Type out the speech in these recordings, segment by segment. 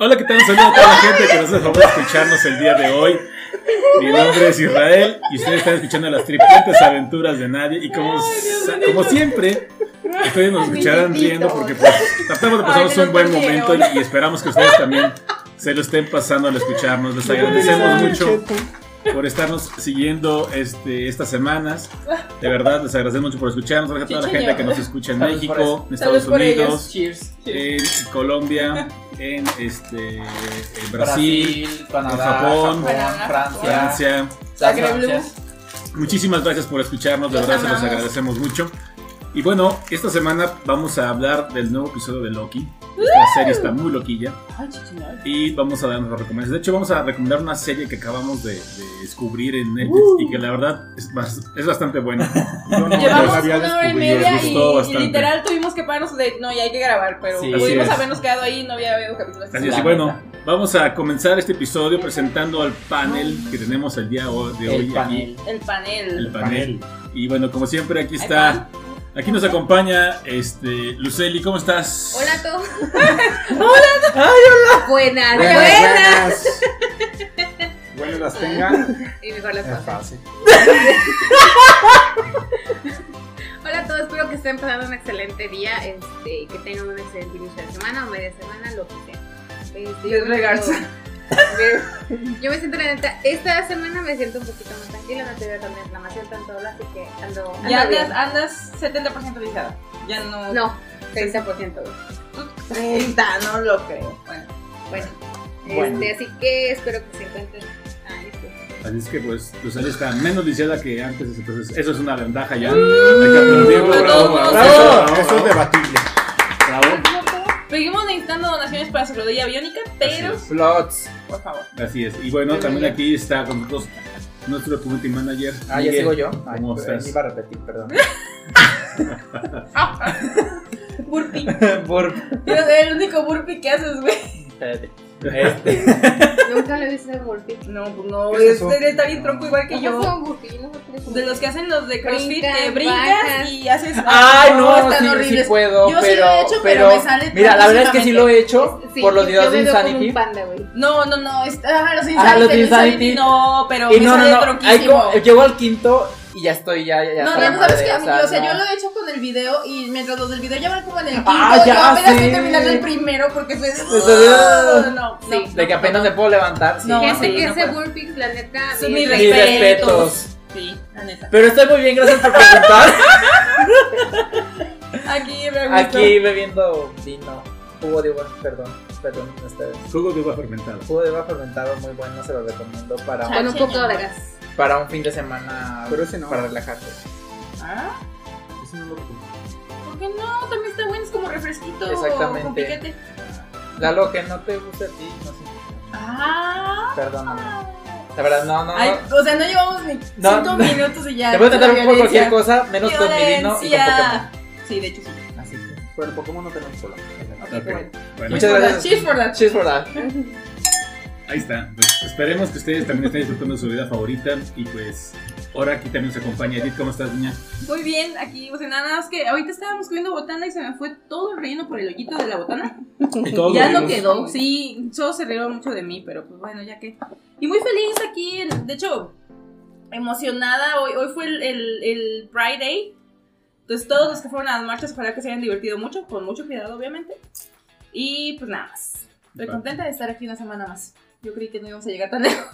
Hola, ¿qué tal? Saludos a toda la gente que nos hace favor de escucharnos el día de hoy. Mi nombre es Israel y ustedes están escuchando las tripulantes aventuras de nadie. Y como, sa- como siempre, ustedes nos escucharán riendo porque pues, tratamos de pasarnos un buen momento y esperamos que ustedes también se lo estén pasando al escucharnos. Les agradecemos mucho por estarnos siguiendo este, estas semanas. De verdad, les agradecemos mucho por escucharnos. Gracias a toda la gente que nos escucha en Salud por México, en Salud Estados por ellos. Unidos Cheers. en Colombia, en este en Brasil, Brasil, Canadá, Japón, Japón, Canadá, Francia, Francia. las Zagreb Francias. Muchísimas gracias por escucharnos, de Los verdad se los amamos. agradecemos mucho. Y bueno, esta semana vamos a hablar del nuevo episodio de Loki. Esta serie está muy loquilla Ay, chichinol. y vamos a dar nuestras recomendaciones. De hecho, vamos a recomendar una serie que acabamos de, de descubrir en Netflix y que la verdad es, bas- es bastante buena. Yo no Llevamos había una hora y descubierto. media les y, gustó y bastante. literal tuvimos que pararnos de no, ya hay que grabar, pero Sí. Así pudimos es. habernos quedado ahí y no había habido capítulos. Así La es, y bueno, neta. vamos a comenzar este episodio presentando al panel que tenemos el día ho- de hoy El aquí. panel. El El panel. panel. Y bueno, como siempre, aquí Ahí está. Aquí nos acompaña este, Luceli, ¿cómo estás? Hola a todos. hola. Buenas, Buenas, buenas. buenas. Buenas las tengan. Y mejor las Es cosas. fácil. Hola a todos, espero que estén pasando un excelente día, este, y que tengan un excelente inicio de semana o media semana, lo que sea. Este, yo Les me regarza. siento- Yo me siento la neta, esta semana me siento un poquito más tranquila, no tuve tanta inflamación, tanto dolor, así que ando, ando Ya bien. andas, andas 70% lijada. Ya no. No, 30%. güey. 30, no lo creo. Bueno. Bueno, Bueno. Este, así que espero que se encuentren. Ay, pues, Así es que pues Luceli está menos lisiada que antes, entonces eso es una ventaja Mm. ya. Hay que aplaudirlo, Bravo, bravo, bravo, bravo, Eso, eso es bravo, debatible. bravo. Seguimos necesitando donaciones para su rodilla biónica, pero Así Flots. por favor. Así es. Y bueno, también aquí está con nosotros nuestro community manager. Ah, ya Miguel. sigo yo. Ay, ¿Cómo pero estás? iba a repetir, perdón. Burpee. Por- Eres el único burpee que haces, güey. Espérate. Este, Nunca lo he visto en Wolfie. No, pues no, ¿Qué es eso? este está bien tronco igual que yo. son Wolfie, no sé qué son. De los que hacen los de CrossFit, Brincan, que brincas bajas. y haces. Oh, Ay, no, están sí, sí horribles. puedo. Yo sí pero, lo he hecho, pero me sale Mira, la verdad es que sí lo he hecho Sí, por los yo videos me de veo como Insanity. un panda, güey. No, no, no, está, ah, los Insanity, Ah, los los Insanity. Insanity, no, pero Y me no, no, sale no. ahí tronquísimo. co- llego al quinto y ya estoy, ya, ya. ya No, está no, la no sabes madre, que a mí, o sea, o sea, yo no. lo he hecho con el video y mientras los del video ya van como en el quinto, Ah, yo ya apenas estoy sé. terminando el primero porque soy de... Eso No, no, Sí, no, uh, De que apenas me puedo levantar. sí. No, Fíjate sí, que no ese puedo. burpee, la neta. Son me- mis Mis respetos. respetos. Sí, la neta. Pero estoy muy bien, gracias por preguntar. Aquí me gusta. Aquí bebiendo vino. Jugo de uva, perdón. Perdón, ustedes. Jugo de uva fermentada. Jugo de uva fermentado muy bueno, se lo recomiendo para Con un, un poco de gas. para un fin de semana. Pero ese no. Para relajarte. Ah, Oh, ese no lo recuerdo. ¿por qué no? También está bueno, es como refresquito. Exactamente. Con piquete. Lalo, que no te gusta a ti, no sé. Ah. Perdóname. La verdad, no, no. Ay, no. o sea, no llevamos ni No, 5 no. minutos y ya. Te voy a tratar La por cualquier violencia. cosa, menos con mi vino y con Violencia. Pokémon. Sí, de hecho sí. Así que. Pero en Pokémon no tenemos cola. Ok, Ok, qué bueno. bueno, Muchas gracias. Cheers for that. Cheers for that. ahí está. Pues esperemos que ustedes también estén disfrutando de su vida favorita. Y pues ahora aquí también nos acompaña Edith. ¿Cómo estás, niña? Muy bien, aquí, o sea, nada más que ahorita estábamos comiendo botana y se me fue todo el relleno por el hoyito de la botana. Y todos ya los no vimos. quedó, sí, solo se rieron mucho de mí, pero pues bueno, ya que. Y muy feliz aquí, en- de hecho, emocionada, hoy, hoy fue el, el, el Pride Day. Entonces todos los que fueron a las marchas, ojalá que se hayan divertido mucho, con mucho cuidado obviamente. Y pues nada más. Estoy Va. contenta de estar aquí una semana más. Yo creí que no íbamos a llegar tan lejos.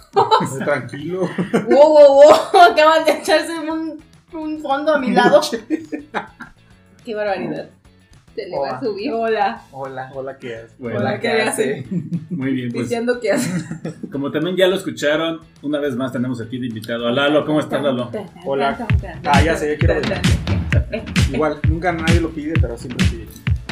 Tranquilo. wow, wow, wow. Acaban de echarse un, un fondo a mi lado. Qué barbaridad. Se le va a Oh. subir. Hola. Hola. Hola, ¿qué es? Bueno, Hola, ¿qué hace? muy bien, pues Diciendo que hace. Como también ya lo escucharon, una vez más tenemos aquí de invitado a Lalo. ¿Cómo estás, Lalo? Hola. Ah, ya sé, yo quiero bailar. Igual, nunca nadie lo pide, pero siempre pide.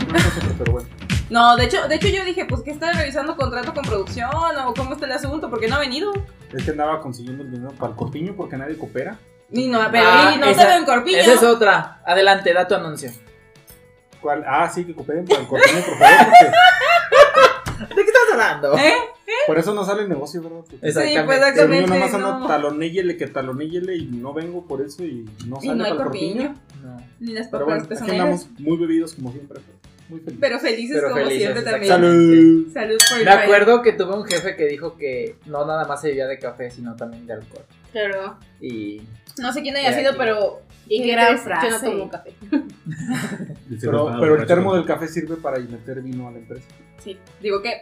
No, nosotros, pero bueno. No, de hecho, de hecho yo dije, pues que está revisando contrato con producción o cómo está el asunto, porque no ha venido. Es que andaba consiguiendo el dinero para el corpiño porque nadie coopera. Ni no, pero Ah, y no esa- se ven corpiño. Esa es otra. Adelante, da tu anuncio. ¿Cuál? Ah, sí, que cooperen para el corpiño, por favor. porque ¿De qué estás hablando? ¿Eh? Por eso no sale el negocio, ¿verdad? Porque Es- Sí, pues Exactamente. El mío exactamente. nomás no. anda talonéyele que talonéyele y no vengo por eso y no Y sale no hay para el corpiño. corpiño. No. Ni las papas Pero bueno, aquí pezoneras. andamos muy bebidos como siempre. pero Muy feliz. Pero felices Pero como felices, siempre también. exactamente. Salud. Salud por el Me acuerdo que tuve un jefe que dijo que no nada más se vivía de café, sino también de alcohol. Claro. Y baile. No sé quién haya Ya, sido, ya. pero. Y qué que gran era frase. Yo no frase. tomo café. Pero, pero el termo del café sirve para meter vino a la empresa. Sí, digo que.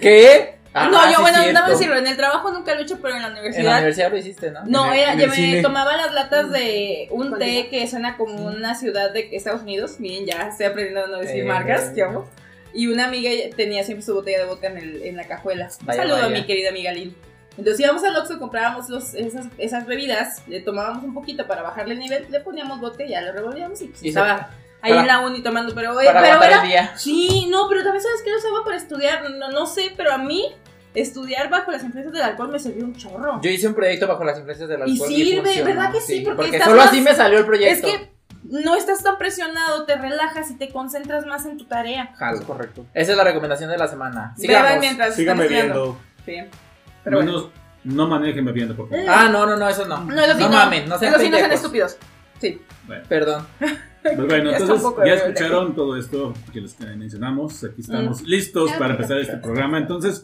¿Qué? no, yo, bueno, no dame decirlo. En el trabajo nunca lo he hecho, pero en la Ah, En la universidad. universidad lo hiciste, ¿no? no, en el- era, en yo el me cine. tomaba las latas de un ¿Cuál té era? que suena como una ciudad de Estados Unidos. Miren, ya estoy aprendiendo a no decir Eh, marcas, eh, ya vamos. Y una amiga tenía siempre su botella de vodka en, el- en la cajuela. Un Vaya, saludo a vaya. mi querida amiga Lil. Entonces íbamos al Oxxo, comprábamos los, esas, esas bebidas, le tomábamos un poquito para bajarle el nivel, le poníamos vodka y ya lo revolvíamos y pues Y se- estaba ahí para- en la uni tomando, pero, Para pero aguantar era el día. Sí, no, pero también sabes que lo usaba para estudiar, no, no sé, pero a mí estudiar bajo las influencias del alcohol me sirvió un chorro. Yo hice un proyecto bajo las influencias del alcohol. sirve, funcionó, ¿verdad que sí? Porque porque estás solo más- así me salió el es proyecto. que no estás tan presionado, te relajas y te concentras más en tu tarea. Es Jalo. correcto. Esa es la recomendación de la semana. Beban Sigamos. mientras están Sígame estudiando. viendo. Sí. Pero bueno. Eh, Menos, no manejen bebiendo, por favor. Ah, no, no, no, eso no. No, eso sí, no mamen, no sean Eso sí, no sean pendejos. estúpidos. Sí. Perdón. Pues bueno, Ya está entonces un poco ya de- escucharon todo esto que les eh, mencionamos. Aquí Mm. estamos listos para empezar este programa. Entonces,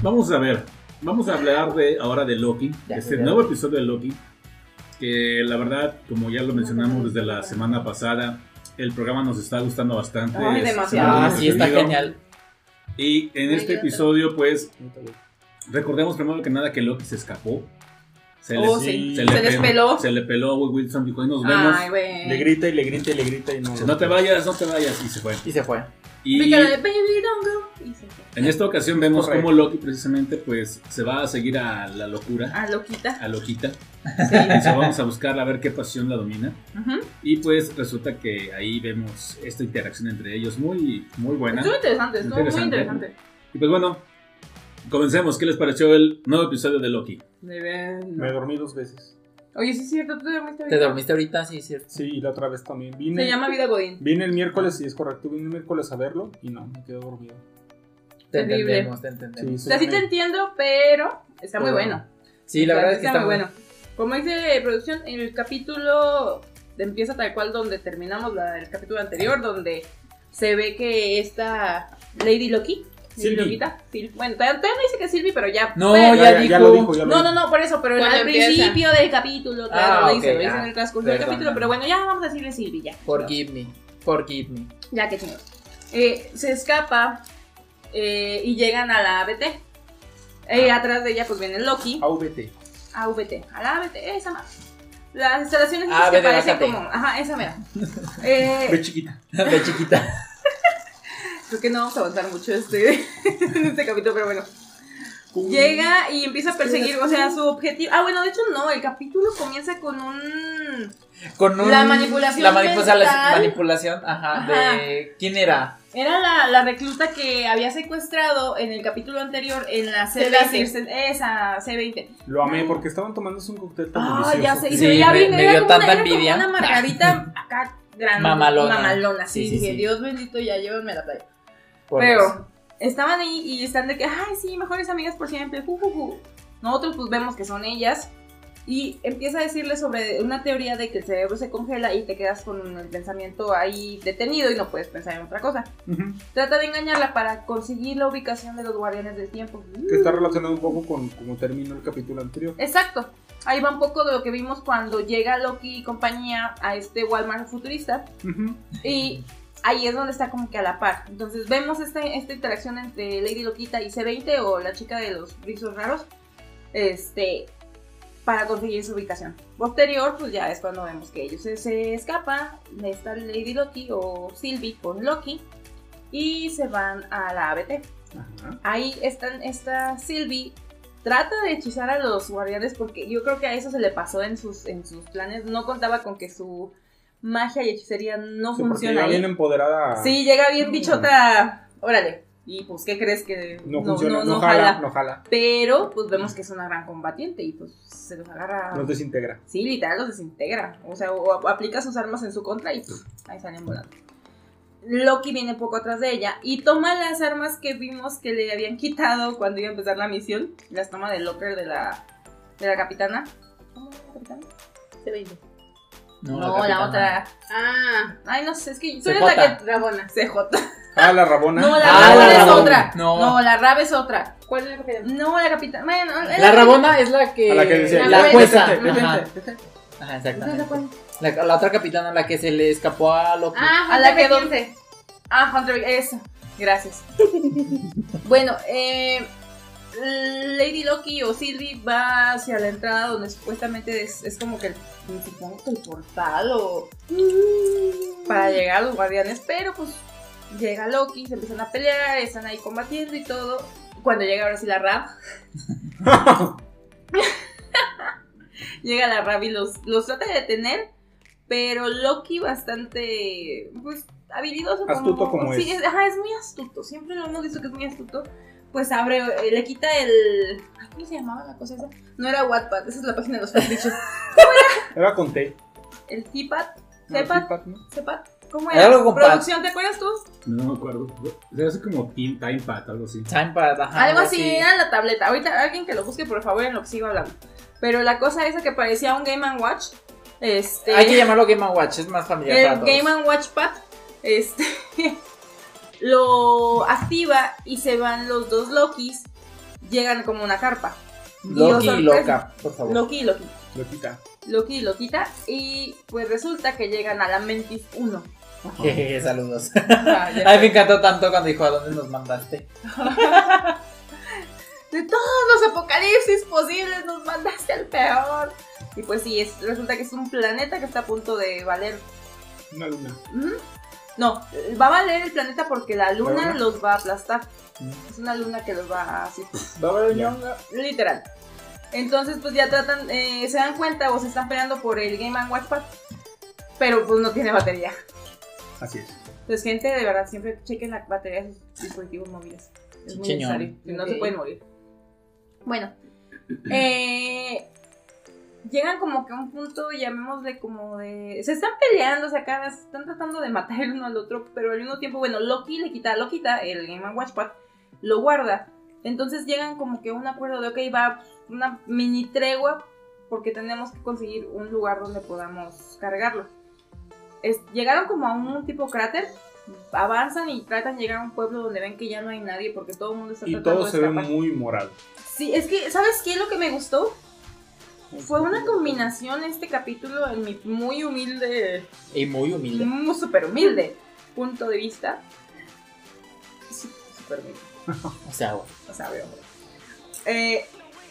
vamos a ver. Vamos a hablar de ahora de Loki. Ya, este ya. nuevo episodio de Loki. Que la verdad, como ya lo mencionamos desde la semana pasada, el programa nos está gustando bastante. Ay, Es- demasiado. está Ah, muy sí, está entretenido. genial. Y en Muy este bien. episodio, pues, recordemos primero que nada que Loki se escapó. Se le, Oh, sí. Se les peló. Se le peló a Will Wilson. Dijo, ahí nos vemos. Ay, Le güey. grita y le grita y le grita y no. no te vayas, no te vayas. Y se fue. Y se fue. Y- Pícale, baby, don't go. Y se fue. En esta ocasión vemos Correcto. cómo Loki precisamente pues se va a seguir a la locura, Ah, loquita. a Loquita. Sí. Y se vamos a buscar a ver qué pasión la domina. Ujú. Y pues resulta que ahí vemos esta interacción entre ellos muy, muy buena. Estuvo interesante, estuvo muy Interesante. interesante. Y pues bueno, comencemos. ¿Qué les pareció el nuevo episodio de Loki? De ver- Me dormí dos veces. Oye, sí es cierto, tú dormiste ¿Te ahorita. dormiste ahorita? Sí, es cierto. Sí, y la otra vez también. Vine, Se llama Vida Godín. vine el miércoles, y es correcto, vine el miércoles a verlo y no, me quedo dormido. Te Terrible. entendemos, te entendemos. Sí, O sea, sí te entiendo, pero está muy Pero- bueno. Sí, la verdad es que está está muy bueno. Como dice producción, el capítulo empieza tal cual donde terminamos la- el capítulo anterior, donde se ve que esta Lady Loki, Lady Sylvie. Loquita, Syl- bueno, todavía todavía no dice que es Sylvie, pero ya. No, pero- ya lo dijo. dijo, ya lo no, dijo. no, no, por eso, pero Cuando al empieza. principio del capítulo, claro, Ah, lo dice, ok, lo dice ah, en el transcurso del perdóname. capítulo, pero bueno, ya vamos a decirle Sylvie, ya. Forgive me. Forgive me. Ya que chingados. Eh, se escapa eh, y llegan a la ABT. Eh, Ah. atrás de ella pues viene Loki. AVT. AVT, a la AVT, esa más. Las instalaciones Ah, esas que vete, parecen bájate. como. Ajá, esa mera. Eh, Ve chiquita. De chiquita. creo que no vamos a avanzar mucho este, en este capítulo, pero bueno. Llega y empieza a perseguir, o sea, su objetivo. Ah, bueno, de hecho no, el capítulo comienza con un. Con un- La manipulación La manipulación. mental. manipulación, ajá, De. ¿Quién era? Era la, la recluta que había secuestrado en el capítulo anterior en la C20. Esa, C20. Lo amé porque estaban tomándose un cóctel tan Ah, delicioso. ya sé. Y Sí, se veía me- bien, me era dio como tanta una, era como envidia. una margarita acá grande. Mamalona. Mamalona, sí. Sí, sí, dije, sí. Dios bendito, ya llévenme a la playa. Por Pero estaban ahí y están de que, ay, sí, mejores amigas por siempre. ju, ju, ju". Nosotros pues vemos que son ellas. Y empieza a decirles sobre una teoría de que el cerebro se congela y te quedas con el pensamiento ahí detenido y no puedes pensar en otra cosa. Ujú. Trata de engañarla para conseguir la ubicación de los guardianes del tiempo. Que está relacionado un poco con cómo terminó el capítulo anterior. Exacto. Ahí va un poco de lo que vimos cuando llega Loki y compañía a este Walmart futurista. Ujú. Y ahí es donde está como que a la par. Entonces vemos esta, esta interacción entre Lady Loquita y C20 o la chica de los rizos raros. Este. Para conseguir su ubicación. Posterior, pues ya es cuando vemos que ellos se, se escapan. de esta Lady Loki o Sylvie con Loki. Y se van a la ABT. Ajá. Ahí están, esta Sylvie trata de hechizar a los guardianes porque yo creo que a eso se le pasó en sus, en sus planes. No contaba con que su magia y hechicería no Sí, porque funciona ya ahí. bien empoderada. Sí, llega bien bichota. Órale. Y pues, ¿qué crees que No, funciona, no, no jala, no jala. Pero pues vemos que es una gran combatiente y pues se los agarra. Nos desintegra. Sí, literal los desintegra. O sea, o ap- aplica sus armas en su contra y pff, ahí salen volando. Loki viene poco atrás de ella y toma las armas que vimos que le habían quitado cuando iba a empezar la misión. Las toma del locker de la, de la capitana. ¿Cómo era la capitana? Se vende. No, que la, canta. otra. Ah, Ay, no sé, es que CJ. tú eres la que. Rabona. CJ. Ah, la Rabona. No, la Ah, Rabona la es Rabona. otra. No. No. la Rab es otra. ¿Cuál es la capitana? No, la capitana. Bueno, es La Rabona es la que. A la que decía la yo. jueza. Detente, detente, Ajá. Ajá, exactamente. La, la otra capitana, la que se le escapó a Loki. Ah, A la que Hunter don- B15. Ah, Hunter B- eso. Gracias. bueno, eh, Lady Loki o Sylvie va hacia la entrada donde supuestamente es, es como que el, Pues, supongo que el portal o para llegar a los guardianes, pero pues llega Loki, se empiezan a pelear, están ahí combatiendo y todo. Cuando llega ahora sí la Rab. llega la Rab y los, los trata de detener, pero Loki bastante pues habilidoso. Astuto como sí, es. Ajá, es muy astuto, siempre lo hemos dicho que es muy astuto. Pues abre, eh, le quita el... ay, ¿Cómo se llamaba la cosa esa? No era Wattpad, esa es la página de los fanfiction. Era con T. El Tipat, No, Tepat, Tipat, ¿no? Tepat, ¿cómo Era era? algo con Pat. Producción, ¿te acuerdas tú? No me acuerdo. Se hace como Team Time Pat, algo así. Time para- ajá, Algo así era la tableta. Ahorita alguien que lo busque, por favor, en lo que sigo hablando. Pero la cosa esa que parecía un Game and Watch, este, Hay que llamarlo Game and Watch, es más familiar para el todos. Game and Watch Pad, este, lo activa y se van los dos Lokis, llegan como una carpa. Loki Dios y sorpresa. Loca, por favor. Loki y Loki, Lo quita. Loki y Loquita, y pues resulta que llegan a la Mentis 1. Jejeje, saludos. Ah, ya Ay, me encantó tanto cuando dijo a dónde nos mandaste. De todos los apocalipsis posibles nos mandaste al peor. Y pues sí, es- resulta que es un planeta que está a punto de valer. Una luna. ¿Mm? No, eh, va a valer el planeta porque la luna, luna? los va a aplastar. Mm. Es una luna que los va a así, Va a haber Ya. ñonga. literal. Entonces pues ya tratan, eh, se dan cuenta o se están peleando por el Game Watch Pad, pero pues no tiene batería. Así es. Entonces gente, de verdad, siempre chequen la batería de sus dispositivos móviles. Es muy Señor. necesario, si no Ok. se pueden morir. Bueno, eh, llegan como que a un punto, llamémosle como de... Se están peleando, o sea, cada- se están tratando de matar el uno al otro, pero al mismo tiempo, bueno, Loki le quita, lo quita, el Game Watchpad, lo guarda. Entonces llegan como que a un acuerdo de, ok, va una mini tregua porque tenemos que conseguir un lugar donde podamos cargarlo. Es- llegaron como a un tipo cráter, avanzan y tratan de llegar a un pueblo donde ven que ya no hay nadie porque todo el mundo está Y tratando todo de se ve escapar. muy morado. Sí, es que, ¿sabes qué es lo que me gustó? Fue una combinación este capítulo en mi muy humilde, Y muy humilde. muy súper humilde punto de vista. Sí, Súper humilde, O sea, güey. o sea, veo. Eh,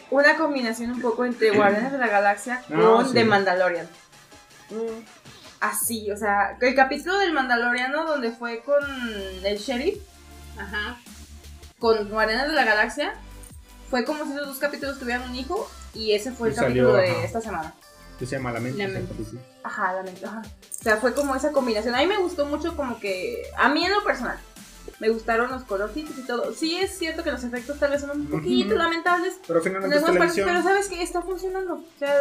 una combinación un poco entre Guardianes de la Galaxia con Ah, sí. The Mandalorian. Mm, Así, o sea, el capítulo del Mandaloriano donde fue con el sheriff, Ajá. con Guardianes de la Galaxia, fue como si esos dos capítulos tuvieran un hijo y ese fue Y el salió, capítulo de ajá. esta semana. Que se llama la mente. La mente. sí, sí. Ajá, la mente, ajá. O sea, fue como esa combinación. A mí me gustó mucho como que, a mí en lo personal, me gustaron los colorcitos y todo. Sí es cierto que los efectos tal vez son un Ujú. poquito lamentables Pero en finalmente es algunas partes, pero televisión. sabes que está funcionando. O sea,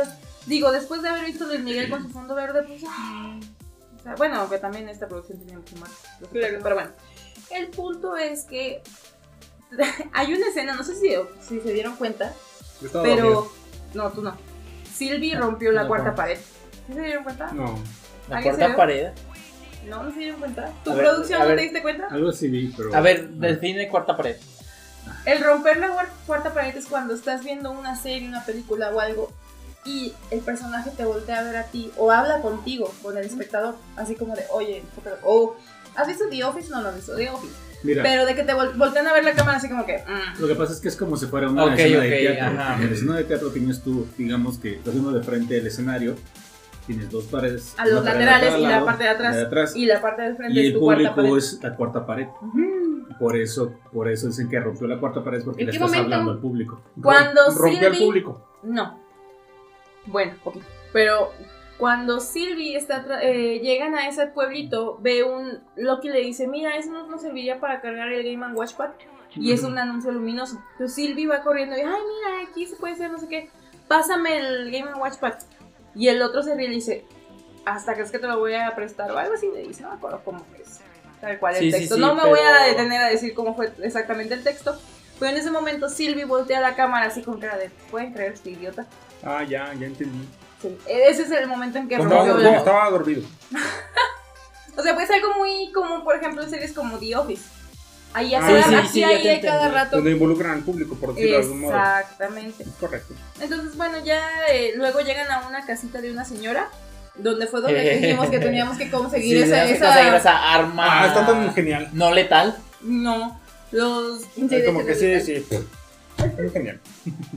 digo, después de haber visto Luis Miguel con su fondo verde, pues... ah, o sea, bueno, aunque también esta producción tenía mucho más. los efectos, Pero bueno, el punto es que hay una escena, no sé si, si se dieron cuenta, Yo estaba dormido. pero... No, tú no. Sylvie rompió la no, cuarta no. pared. ¿Sí se dieron cuenta? No. La ¿Alguien se cuarta vio? pared. No, no se dieron cuenta. ¿Tu A ver, producción a no ver. te diste cuenta? Algo así vi, pero. A ver, define cuarta pared. El romper la guar- cuarta pared es cuando estás viendo una serie, una película o algo y el personaje te voltea a ver a ti o habla contigo, con el espectador, así como de, oye, enfócalo", o ¿has visto The Office? No, no he visto The Office. Mira, Pero de que te vol- voltean a ver la cámara así como que, "Mm". lo que pasa es que es como si fuera una Ok, escena ok, de teatro. ajá. En la escena de teatro tienes tú, digamos que estás viendo de frente del escenario, tienes dos paredes. A los una pared laterales de cada y la lado, parte de atrás. la eh, y la parte del frente Y es el tu pues, cuarta pared. público es la cuarta pared. Por eso, por eso dicen que rompió la cuarta pared porque ¿En le qué estás momento? hablando al público. Cuando Rom- rompió al Sylvie- público. No. Bueno, poquito. Pero cuando Sylvie está tra- eh, llegan a ese pueblito, ve un Loki le dice, mira, eso no nos serviría para cargar el Game Watchpad. Y es un anuncio luminoso. Entonces Sylvie va corriendo y, ay, mira, aquí se puede hacer no sé qué. Pásame el Game Watchpad. Y el otro se ríe y le dice, hasta crees que te lo voy a prestar o algo así. Le dice, no me acuerdo cómo es. Tal cual el Sí, sí, texto. sí, no me pero- voy a detener a decir cómo fue exactamente el texto. Pero en ese momento Silvi voltea a la cámara así con cara de, ¿pueden creer este idiota? Ah, ya, ya entendí. Sí. Ese es el momento en que Cuando rompió cuando el... estaba dormido. O sea, pues algo muy común, por ejemplo, en series como The Office. Ahí Ah, así, sí, así sí, ya ahí te hay cada entendí. rato. Donde involucran al público, por decirlo de algún modo. Exactamente. Correcto. Entonces, bueno, ya eh, luego llegan a una casita de una señora, donde fue donde dijimos que teníamos que conseguir Sí, esa, tenemos que esa- conseguir esa arma. Ah, está tan genial. No letal. No, los... Sí, de como que sí, general. sí. Muy genial.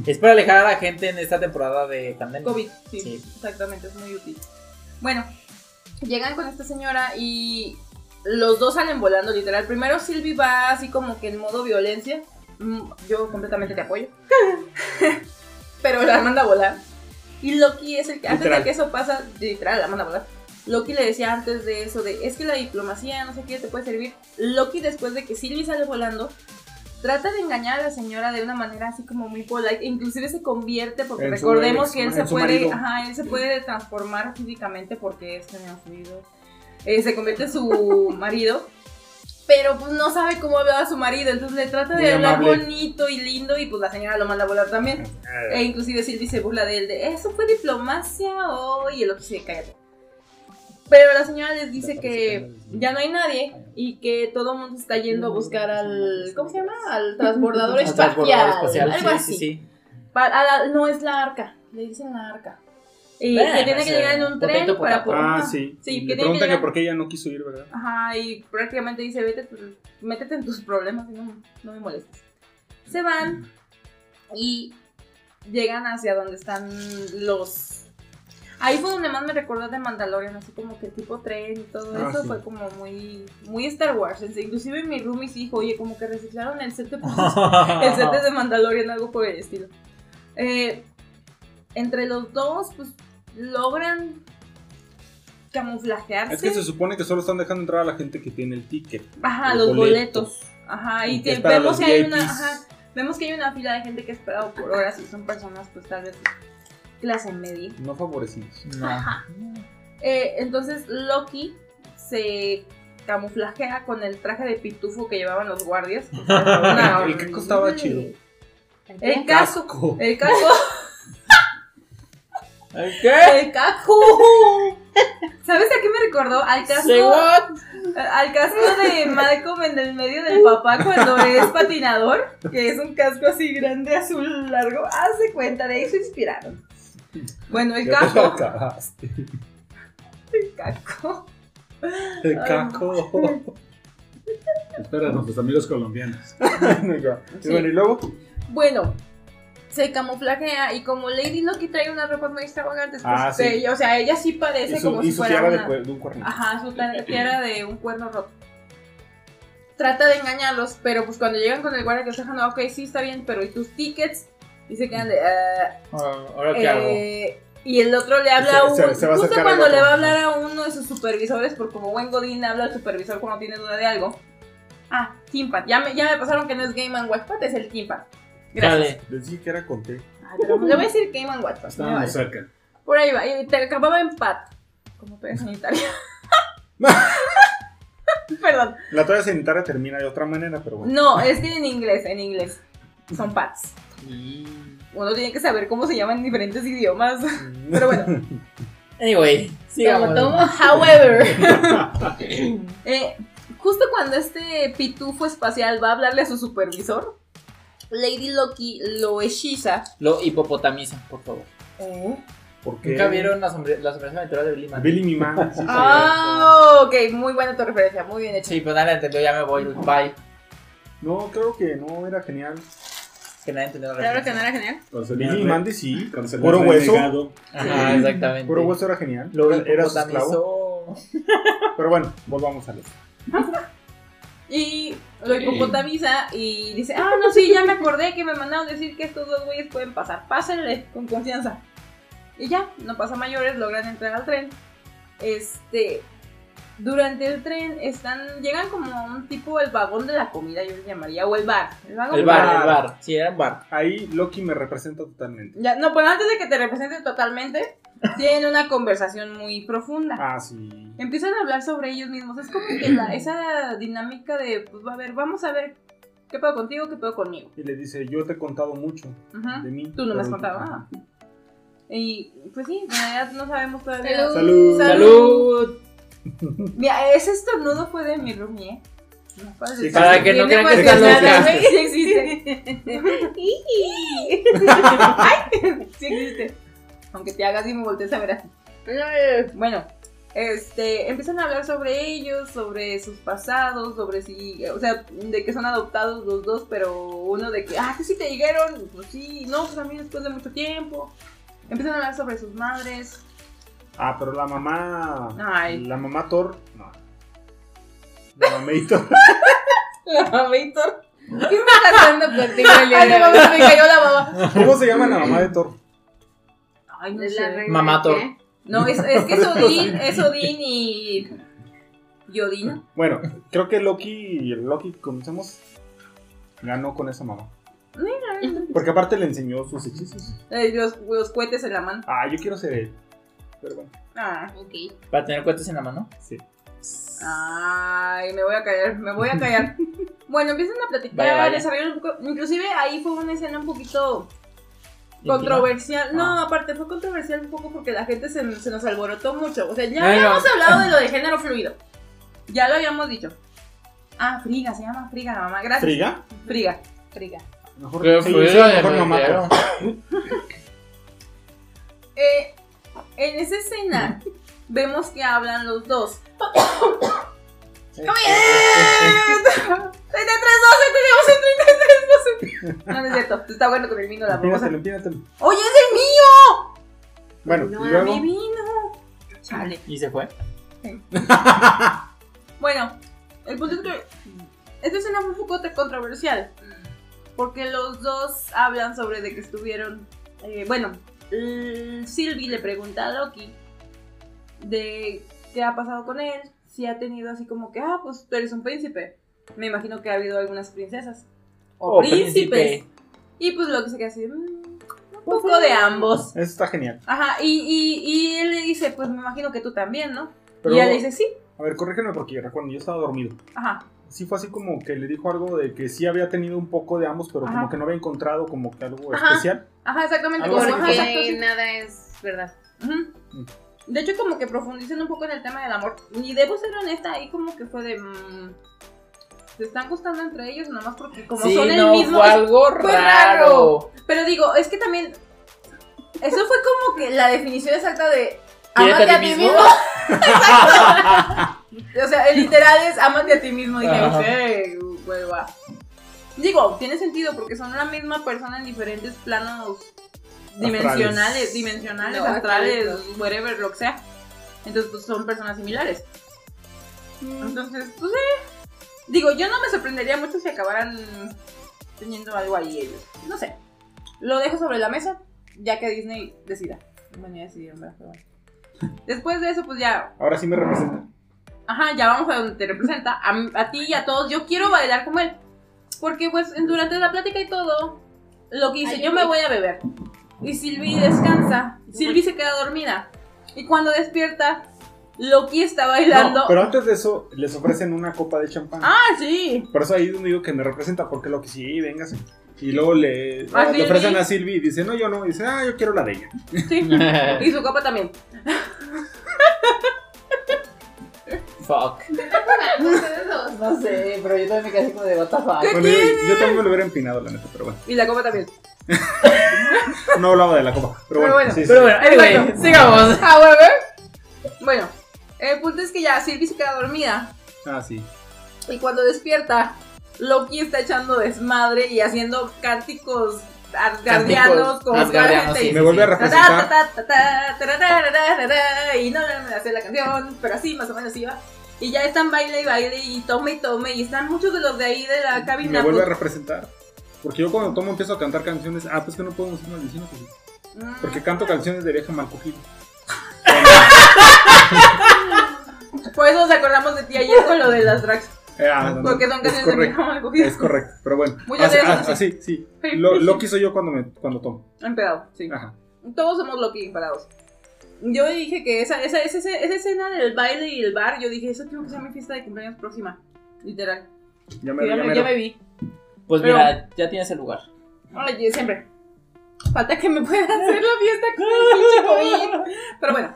Es para alejar a la gente en esta temporada de pandemia. COVID, sí, Sí. exactamente, es muy útil. Bueno, llegan con esta señora y los dos salen volando, literal. Primero Silvi va así como que en modo violencia. Mm, Yo completamente te apoyo. Pero la manda a volar. Y Loki es el que, antes de Literal. que eso pasa, literal, la manda a volar. Loki le decía antes de eso de, es que la diplomacia, no sé qué, te puede servir. Loki después de que Silvi sale volando, trata de engañar a la señora de una manera así como muy polite, inclusive se convierte porque En su recordemos ex- que él en se su puede, marido. ajá, él se puede transformar físicamente porque es fluido. Eh, se convierte en su marido, pero pues no sabe cómo hablaba su marido, entonces le trata de Muy hablar amable. bonito y lindo y pues la señora lo manda a volar también. E inclusive Silvi se burla de él de eso fue diplomacia o y el otro se cállate. Pero la señora les dice que ya no hay nadie y que todo el mundo se está yendo a buscar al ¿cómo se llama? al Al transbordador transbordador espacial, espacial, algo sí, así. Sí, sí. Pa- a la- no es la arca, le dicen la arca. Y Bueno, que tiene o que sea, llegar en un tren potato, potato. para poder. Ah, ajá. sí. Sí, Y que tiene le que pregunta que llegar- por qué ella no quiso ir, ¿verdad? Ajá, y prácticamente dice, vete, pues, métete en tus problemas, y no, no me molestes. Se van y llegan hacia donde están los... Ahí fue donde más me recordó de Mandalorian, así como que tipo tren y todo Ah, eso sí. fue como muy, muy Star Wars. Inclusive mi roomie dijo, oye, como que reciclaron el set de el set es de Mandalorian, algo por el estilo. Eh, entre los dos, pues logran camuflajearse. Es que se supone que solo están dejando entrar a la gente que tiene el ticket. Ajá, los los boletos. Ajá, y Y que te- es para vemos los que hay VIPs. una. ajá, vemos que hay una fila de gente que ha esperado por horas y son personas, pues tal vez clase media. No favorecidos. No. Eh, entonces Loki se camuflajea con el traje de pitufo que llevaban los guardias. O sea, una- El casco estaba chido. El casco. Casco. El casco. ¿Qué? ¡El casco! ¿Sabes a qué me recordó? Al Say casco, what? al casco de Malcolm en el medio del papá cuando es patinador, que es un casco así grande, azul, largo. Hace cuenta, de ahí se inspiraron. Bueno, el Ya te casco. acabaste. El casco. El Ay. casco. Espera, nuestros amigos colombianos. Y bueno, y luego. Bueno, se camuflajea y como Lady Loki trae una ropa muy extravagante, pues, Ah, sí. ella- o sea, ella sí parece Y como su, si y su fuera tiara de, una... cue- de un cuerno. Ajá, su tar- tiara de un cuerno roto. Trata de engañarlos, pero pues cuando llegan con el guardia que está dejando, ok, sí, está bien, pero ¿y tus tickets? Y se quedan de... "Ah, Ahora qué hago. eh, y el otro le habla a Se- uno, se- se va a justo acercar al cuando le otro. va a hablar a uno de sus supervisores, porque como buen godín habla al supervisor cuando tiene duda de algo. Ah, Kimpat, ya me, ya me pasaron que no es Game and Watchpad, es el Kimpat. Gracias. Dale. Decía que era con té. Ah, pero le voy a decir Game and Watchpad. me vale. Estábamos cerca. Por ahí va, y te acababa en Pat, como peda sanitaria. Perdón. La toalla sanitaria termina de otra manera, pero bueno. No, es que en inglés, en inglés. Son pads. Uno tiene que saber cómo se llaman en diferentes idiomas. Pero bueno, Anyway, sigamos. como tomo, however. Eh, justo cuando este pitufo espacial va a hablarle a su supervisor, Lady Loki lo hechiza. Lo hipopotamizan, por favor. Oh. Porque. ¿Nunca vieron la sombre- la sombrerita aventura de Billy Mandy? Billy mi man. sí, Ah, ok, muy buena tu referencia, muy bien hecha. Sí, pues nadie la entendió, ya me voy, bye. sí. No, creo que no, era genial. Que nadie entendió la Claro que no referencia. era genial. Con se Billy le- mi Mandy sí. con se le Puro ha hueso. negado. Ajá, exactamente. Puro hueso era genial. Lo Era- era su esclavo. hipopotamizó. Pero bueno, volvamos a los. Y lo hipopotamiza y dice, ah, no, sí, ya me acordé que me mandaron decir que estos dos güeyes pueden pasar. Pásenle con confianza. Y ya, no pasa mayores, logran entrar al tren. Este, durante el tren están, llegan como a un tipo, el vagón de la comida, yo le llamaría, o el bar. El vagón El bar, el bar. Sí, era un bar. Ahí Loki me representa totalmente. Ya, no, pero antes de que te representes totalmente, tienen una conversación muy profunda. Ah, sí. empiezan a hablar sobre ellos mismos. Es como que la- esa dinámica de, pues, a ver, vamos a ver ¿Qué puedo contigo? ¿Qué puedo conmigo? Y le dice, yo te he contado mucho Ajá. de mí. Tú no me has pero- contado Ah. nada. Y pues sí, en realidad no sabemos todavía. Salud. Salud. ¡Salud! Mira, ese estornudo fue de mi roomie, ¿eh? No puedes Sí, decir- Para que no Viene crean que está emocionada, loca. güey. Sí existe. Ay, sí existe. Aunque te hagas y me voltees a ver así. Bueno, este, empiezan a hablar sobre ellos, sobre sus pasados, sobre si, o sea, de que son adoptados los dos, pero uno de que, ah, que sí te dijeron, pues sí, no, pues a mí después de mucho tiempo. Empiezan a hablar sobre sus madres. Ah, pero la mamá. Ay. La mamá Thor. No. La mamá Thor. La mamá y todo. ¿Qué está pasando contigo el día Ah, Ay, de la hoy? mamá, me cayó la mamá. ¿Cómo se llama la mamá de Thor? Ay, no Es la sé. reina Mamá de Thor. qué? No, es, es que es Odín, es Odín y. Yodina. Bueno, creo que Loki, el Loki que comenzamos, ganó con esa mamá. Porque aparte le enseñó sus hechizos. Eh, los, los cohetes en la mano. Ah, yo quiero ser él. Pero bueno, Ah. Ok. Para tener cuentas en la mano. sí. Ay, me voy a callar, me voy a callar. Bueno, empiezan a platicar, Vaya, vaya. desarrollan un poco. Inclusive ahí fue una escena un poquito Íntima. controversial. No, Ah. aparte fue controversial un poco porque la gente se, se nos alborotó mucho. O sea, ya Ay, habíamos no. hablado de lo de género fluido. Ya lo habíamos dicho. Ah, Friga, se llama Friga la mamá. Gracias. ¿Friga? Friga. Friga. Mejor, ¿Qué sí, fue? sí, mejor mamá Me Thor. Eh, en esa escena vemos que hablan los dos. eh, ¡Está bien! ¡33, 12! ¡Tenemos el 33, 12! No, no es cierto. Está bueno con el vino la babosa. Empínatelo, empínatelo. ¡Oye, es el mío! Bueno, No, y a luego. ¡Mi vino! Chale. Y se fue. Bueno, el punto es que esta escena fue un poco te- controversial. Porque los dos hablan sobre de que estuvieron. eh, bueno, mm, Sylvie le pregunta a Loki de qué ha pasado con él. Si ha tenido así como que, ah, pues tú eres un príncipe. Me imagino que ha habido algunas princesas. O Oh, príncipes. príncipe. Y pues Loki se queda así. mm, un poco de ambos. Eso está genial. Ajá, y, y, y él le dice, pues me imagino que tú también, ¿no? Pero, y ella le dice, sí. a ver, corrígeme porque yo recuerdo, yo estaba dormido. Ajá. Sí fue así como que le dijo algo de que sí había tenido un poco de ambos, pero Ajá. como que no había encontrado como que algo Ajá. especial. Ajá, exactamente. Algo como, así ajá, como- exacto, sí. Porque nada es verdad. Ujú. Mm. De hecho, como que profundizan un poco en el tema del amor. Y debo ser honesta, ahí como que fue de. mm, se están gustando entre ellos, nomás porque como Sí, son no, el mismo. fue algo fue raro. Pero digo, es que también. Eso fue como que la definición exacta de. Quédate a Amate ti a ti mismo". mismo. Exacto. o sea, el literal es amate a ti mismo. Dije, Ajá. "Ey, hueva". Digo, tiene sentido porque son la misma persona en diferentes planos dimensionales, Astrales. dimensionales, No, astrales, astrales. whatever, lo que sea. Entonces, pues son personas similares. Entonces, pues eh. Digo, yo no me sorprendería mucho si acabaran teniendo algo ahí ellos. No sé. Lo dejo sobre la mesa, ya que Disney decida. Bueno, ya decidieron, ¿verdad? Pero bueno. Después de eso, pues ya. Ahora sí me representa. Ajá, ya vamos a donde te representa. A, m- a ti y a todos. Yo quiero bailar como él. Porque, pues, en- durante la plática y todo, lo que dice, Ay, yo yo me voy. voy a beber. Y Silvi descansa. Silvi se queda dormida. Y cuando despierta, Loki está bailando. No, pero antes de eso, les ofrecen una copa de champán. Ah, sí. Por eso ahí es donde digo que me representa, porque lo que sí, véngase. Y luego le, ¿A le Silvi? ofrecen a Silvi y dice, no, yo no. Y dice, ah, yo quiero la de ella. Sí. Y su copa también. Fuck. No sé. pero yo también me quedé como de what the fuck. Bueno, yo, yo también me lo hubiera empinado, la neta, pero bueno. Y la copa también. No hablaba de la copa. Pero Pero, bueno, bueno, sí, sí. Pero bueno, anyway, Exacto. sigamos. Ah, bueno, ¿ver? Bueno, el punto es que ya Sylvie se queda dormida. Ah, sí. Y cuando despierta, Loki está echando desmadre y haciendo cánticos asgardianos Cánticos como asgardianos, gente. sí. Me vuelve a Ta, ta, ta, representar. ta, ta, ta, ta, ta, ta, ta, ta, Y no le hace la canción, pero así, más o menos iba. Y ya están baile y baile y tome y tome. Y están muchos de los de ahí de la Me cabina. vuelve a pues, representar. Porque yo cuando tomo empiezo a cantar canciones, ah, pues que no puedo decir maldiciones. Pues, mm, porque canto canciones de vieja mal cogida. mm, Por eso nos acordamos de ti ayer con lo de las drags. Eh, ah, no, no, Porque son es canciones de mi correcto. mamá cogida. Es correcto, pero bueno. Muchas Así, gracias, ah, así, sí. Lo, Ah. Loki soy yo cuando, me, cuando tomo. Empedado, sí. Ajá. Todos somos Loki imparados. Yo dije que esa, esa, esa, esa, esa escena del baile y el bar, yo dije, eso quiero que sea mi fiesta de cumpleaños próxima. Literal. Ya Yo me, ya, ya me, me- ya me vi. Pues Pero- mira, ya tienes el lugar. Oye, siempre. Falta que me pueda hacer la fiesta con el pinche COVID. Pero bueno.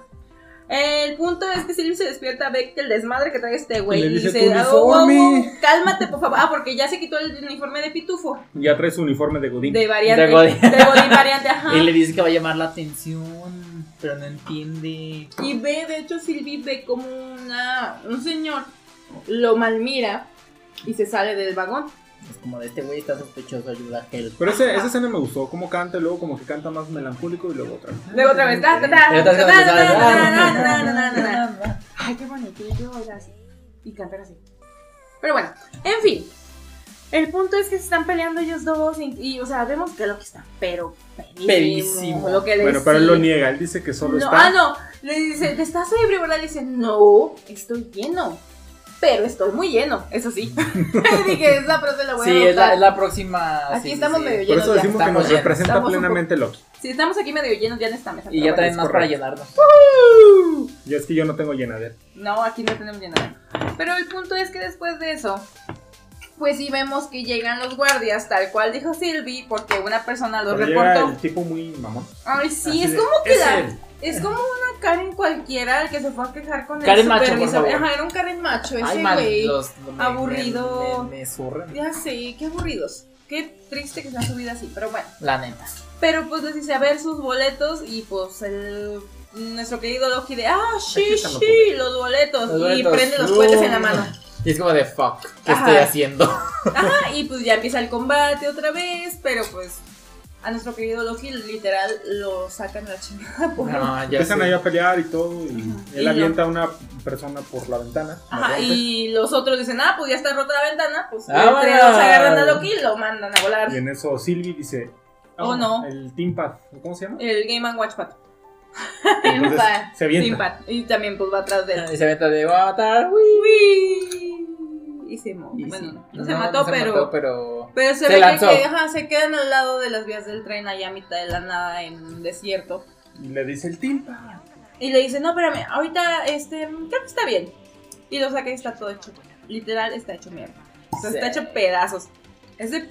El punto es que Silvio se despierta, ve el desmadre que trae este güey Le y dice, dice, "Tu "Ah, wow, wow, uniforme". cálmate por favor. Ah, porque ya se quitó el uniforme de pitufo, Ya trae su uniforme de Godín. de variante. De Godín. Godín variante, ajá. Y le dice que va a llamar la atención, pero no entiende. Y ve, de hecho, Silvi ve como una, un señor lo malmira y se sale del vagón. Es como de este güey está sospechoso, ayuda a él. Pero ese- esa escena me gustó, como canta, y luego como que canta más melancólico y luego otra. vez. Luego Ah, otra vez. ta, ta, ta, Ya estás ta, ta, ta, cansado, ta, ¿sabes? ta, ta, ta, ta, ta, ta. Ay, qué bonito. Y yo era así. Y cantar así. Pero bueno, en fin. El punto es que se están peleando ellos dos. Y, y, o sea, vemos que Loki está, pero pedísimo. Pedísimo. Lo que le Bueno, pero él lo sigue. niega, él dice que solo No, está. ah, no. Le dice, ¿te estás ebrio, verdad? Le dice, no, estoy lleno. Pero estoy muy lleno, eso sí. Dije, esa frase la voy Sí, a es la, anotar. es la próxima. Aquí sí, sí, estamos sí. medio Por llenos eso ya. decimos que estamos nos ya, representa estamos un plenamente Loki. Si estamos aquí medio llenos ya en esta mesa. Y pero ya traen es más para correcto. llenarnos. Y es que yo no tengo llenadera. No, aquí no tenemos llenadera. Pero el punto es que después de eso, pues sí vemos que llegan los guardias, tal cual dijo Silvi, porque una persona lo Pero llega reportó. el tipo muy mamón. Ay, sí, Así es de, como que "Es la- él". es como una Karen cualquiera el que se fue a quejar con el Karen macho, por supervisor. favor. Ajá, era un Karen macho ese Ay, man, Pues güey. los- me- me- aburrido. Me, me zurran. Ya sé, qué aburridos. Qué triste que sea su vida así, pero bueno. La neta. Pero pues les hice a ver sus boletos y pues el, nuestro querido Loki de, ah, sí, Aquí están los sí, los boletos. Los Y boletos. prende los No. cohetes en la mano. Y es como de fuck, ¿qué Ajá. estoy haciendo? Ajá, y pues ya empieza el combate otra vez, pero pues a nuestro querido Loki literal lo sacan a la chingada por... No, ya Empiezan sé. ahí a pelear y todo. Y Y él no. avienta a una persona por la ventana. la Ajá, rompe, y los otros dicen, ah, pues ya está rota la ventana, pues Ah, entre bueno. dos agarran a Loki y lo mandan a volar. y en eso Sylvie dice. Oh, "Ah, no. El Teampad. ¿Cómo se llama? El Game and Watchpad, Entonces, Teampad. se avienta. Simpat, y también pues va atrás de él. Y se mete de matar. Uy. Y se mo- Y Bueno, sí. no, se mató, pero. pero. Pero se, Se ve lanzó. que ajá, se quedan al lado de las vías del tren allá a mitad de la nada en un desierto. Y le dice el Teampad. Y le dice, no, espérame, ahorita este, creo que está bien. Y lo saca y está todo hecho. Literal está hecho mierda. O sea, Sí. está hecho pedazos. Ese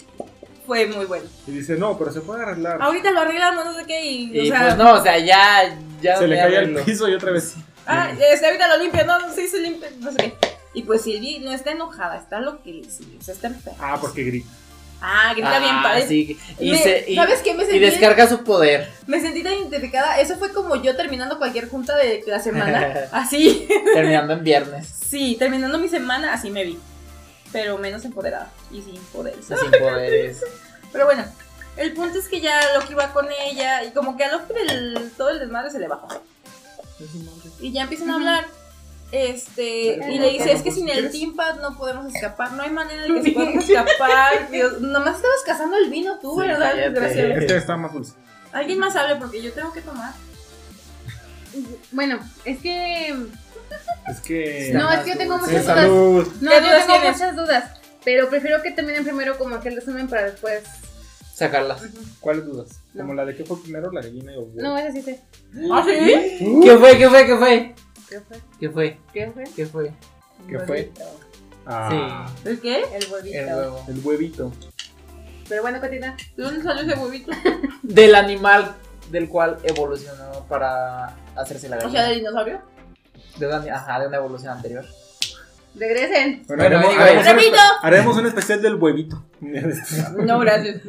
fue muy bueno. Y dice, no, pero se puede arreglar. Ahorita lo arreglamos, no sé qué, y, o Y sea, pues no, o sea, ya. ya se le ya cae al arreglo. piso y otra vez. ah, este, ahorita lo limpio, no, sí se limpia, no sé qué. Y pues Silvi no está enojada, está lo que sí, o sea, está enferma. Ah, porque grita. Ah, grita bien Ah, padre. sí. Y, Me- se, y, ¿Sabes qué? Me y sentí, descarga su poder. me sentí tan identificada. Eso fue como yo terminando cualquier junta de la semana. Así. terminando en viernes. Sí, terminando mi semana, así me vi. Pero menos empoderada y sin poderes. Sin poderes. Pero bueno, el punto es que ya Loki va con ella y como que a Loki del- todo el desmadre se le baja. Y ya empiezan a hablar. Este, y le dice, es que sin el teampad no podemos escapar, no hay manera de que se podamos escapar. Dios, nomás estabas cazando el vino tú, Sí, ¿verdad? cállate. Desgraciado. Este está más dulce. Alguien más hable porque yo tengo que tomar. Bueno, es que. Es que. Está No, más es que yo tengo dulce. Sí, muchas dudas. salud. No, ¿Qué yo dudas tengo tienes? muchas dudas. Pero prefiero que terminen primero como aquel resumen para después. Sacarlas. ¿Cuáles dudas? No. Como la de qué fue primero, la gallina o No, esa sí sé. ¿Ah, sí? ¿Qué fue? ¿Qué fue? ¿Qué fue? ¿Qué fue? ¿Qué fue? ¿Qué fue? ¿Qué fue? ¿Qué fue? Ah, Pues ¿El qué? El huevito. El huevo. El huevito. Pero bueno, Cotina. ¿De dónde salió ese huevito? Del animal del cual evolucionó para hacerse la O sea, gallina. del dinosaurio. de una, ajá, de una evolución anterior. Regresen. Bueno, Bueno, haremos, digo, haremos ahí. un, ¡Repito! haremos un especial del huevito. Este, No, gracias.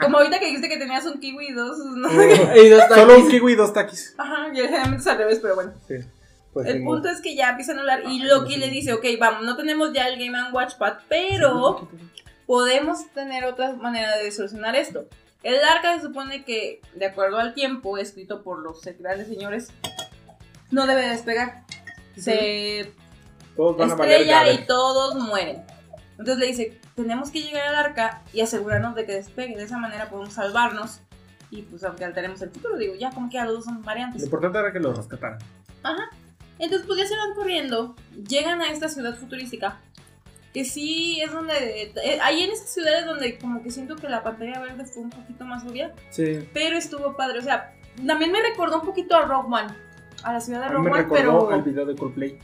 Como ahorita que dijiste que tenías un kiwi y dos. ¿no? Y dos taquis. Solo un kiwi y dos taquis. Ajá, yo generalmente es al revés, pero bueno. Pues El tengo- punto es que ya empiezan a hablar y Loki le dice, ok, vamos, no tenemos ya el Game Watchpad, pero podemos tener otra manera de solucionar esto. El arca se supone que, de acuerdo al tiempo escrito por los grandes señores, no debe despegar. Se Todos van a valer estrella y gabe. todos mueren. Entonces le dice, tenemos que llegar al arca y asegurarnos de que despegue. De esa manera podemos salvarnos. Y pues aunque alteremos el futuro, digo, ya como que a los dos son Lo variantes. importante era que lo rescataran. Entonces pues ya se van corriendo, llegan a esta ciudad futurística. Que sí, es donde... eh, ahí en esas ciudades donde como que siento que la pantalla verde fue un poquito más obvia. Sí. Pero estuvo padre. O sea, también me recordó un poquito a Rock One. A la ciudad de A Rock mí me One, recordó pero... el video de Coldplay.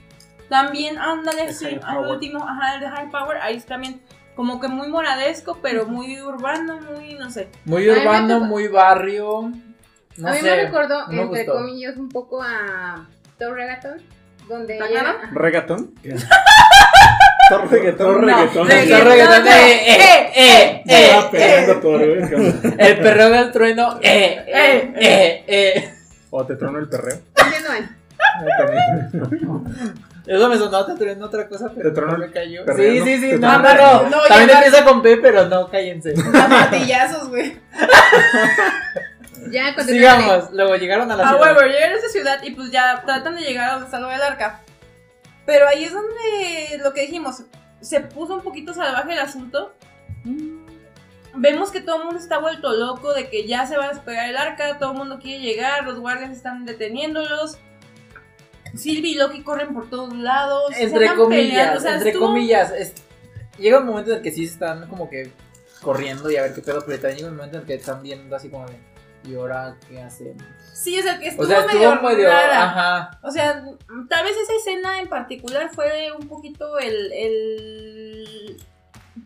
También, ándale, El sí, High al Power. último, ajá, el de High Power, ahí también. Como que muy moradesco, pero muy urbano, muy, no sé. Muy A mí me urbano, tocó- muy barrio. No a mí sé. me recordó, no me entre gustó. comillas, un poco a Top Regatón, donde ¿Está ella- claro? ajá. ¿Regatón? ¿Qué? Tor Todo reggaetón. reggaetón. Está reggaetón. reggaetón de, eh, eh, Se eh, va pegando todo, güey. eh. El perreo del trueno. Eh, eh, eh, eh. O te trono el perreo. Entiendo, bueno. Eh, también. Eso me sonó a trueno otra cosa, pero Te tronó no el me cayó. perreo, Sí, ¿no? sí, sí. Te No, tronó no, el no. perreo. No, ya También no. empieza con P, pero no, cállense. A martillazos, güey. Ya, continuamos. Sigamos. Luego llegaron a la Ah, ciudad. bueno, llegan a esa ciudad y pues ya tratan de llegar a donde está lo del arca. Pero ahí es donde lo que dijimos, se puso un poquito salvaje el asunto. Mm. Vemos que todo el mundo está vuelto loco de que ya se va a despegar el arca, todo el mundo quiere llegar, los guardias están deteniéndolos. Silvi y Loki corren por todos lados. se Entre andan peleando, o comillas, sea, entre estuvo- comillas. es- Llega un momento en el que sí se están como que corriendo y a ver qué pedo, pero también llega un momento en el que están viendo así como de. ¿Y ahora qué hacen? Sí, es el que estuvo, O sea, medio, estuvo medio. rara. Ajá. O sea, tal vez esa escena en particular fue un poquito el, el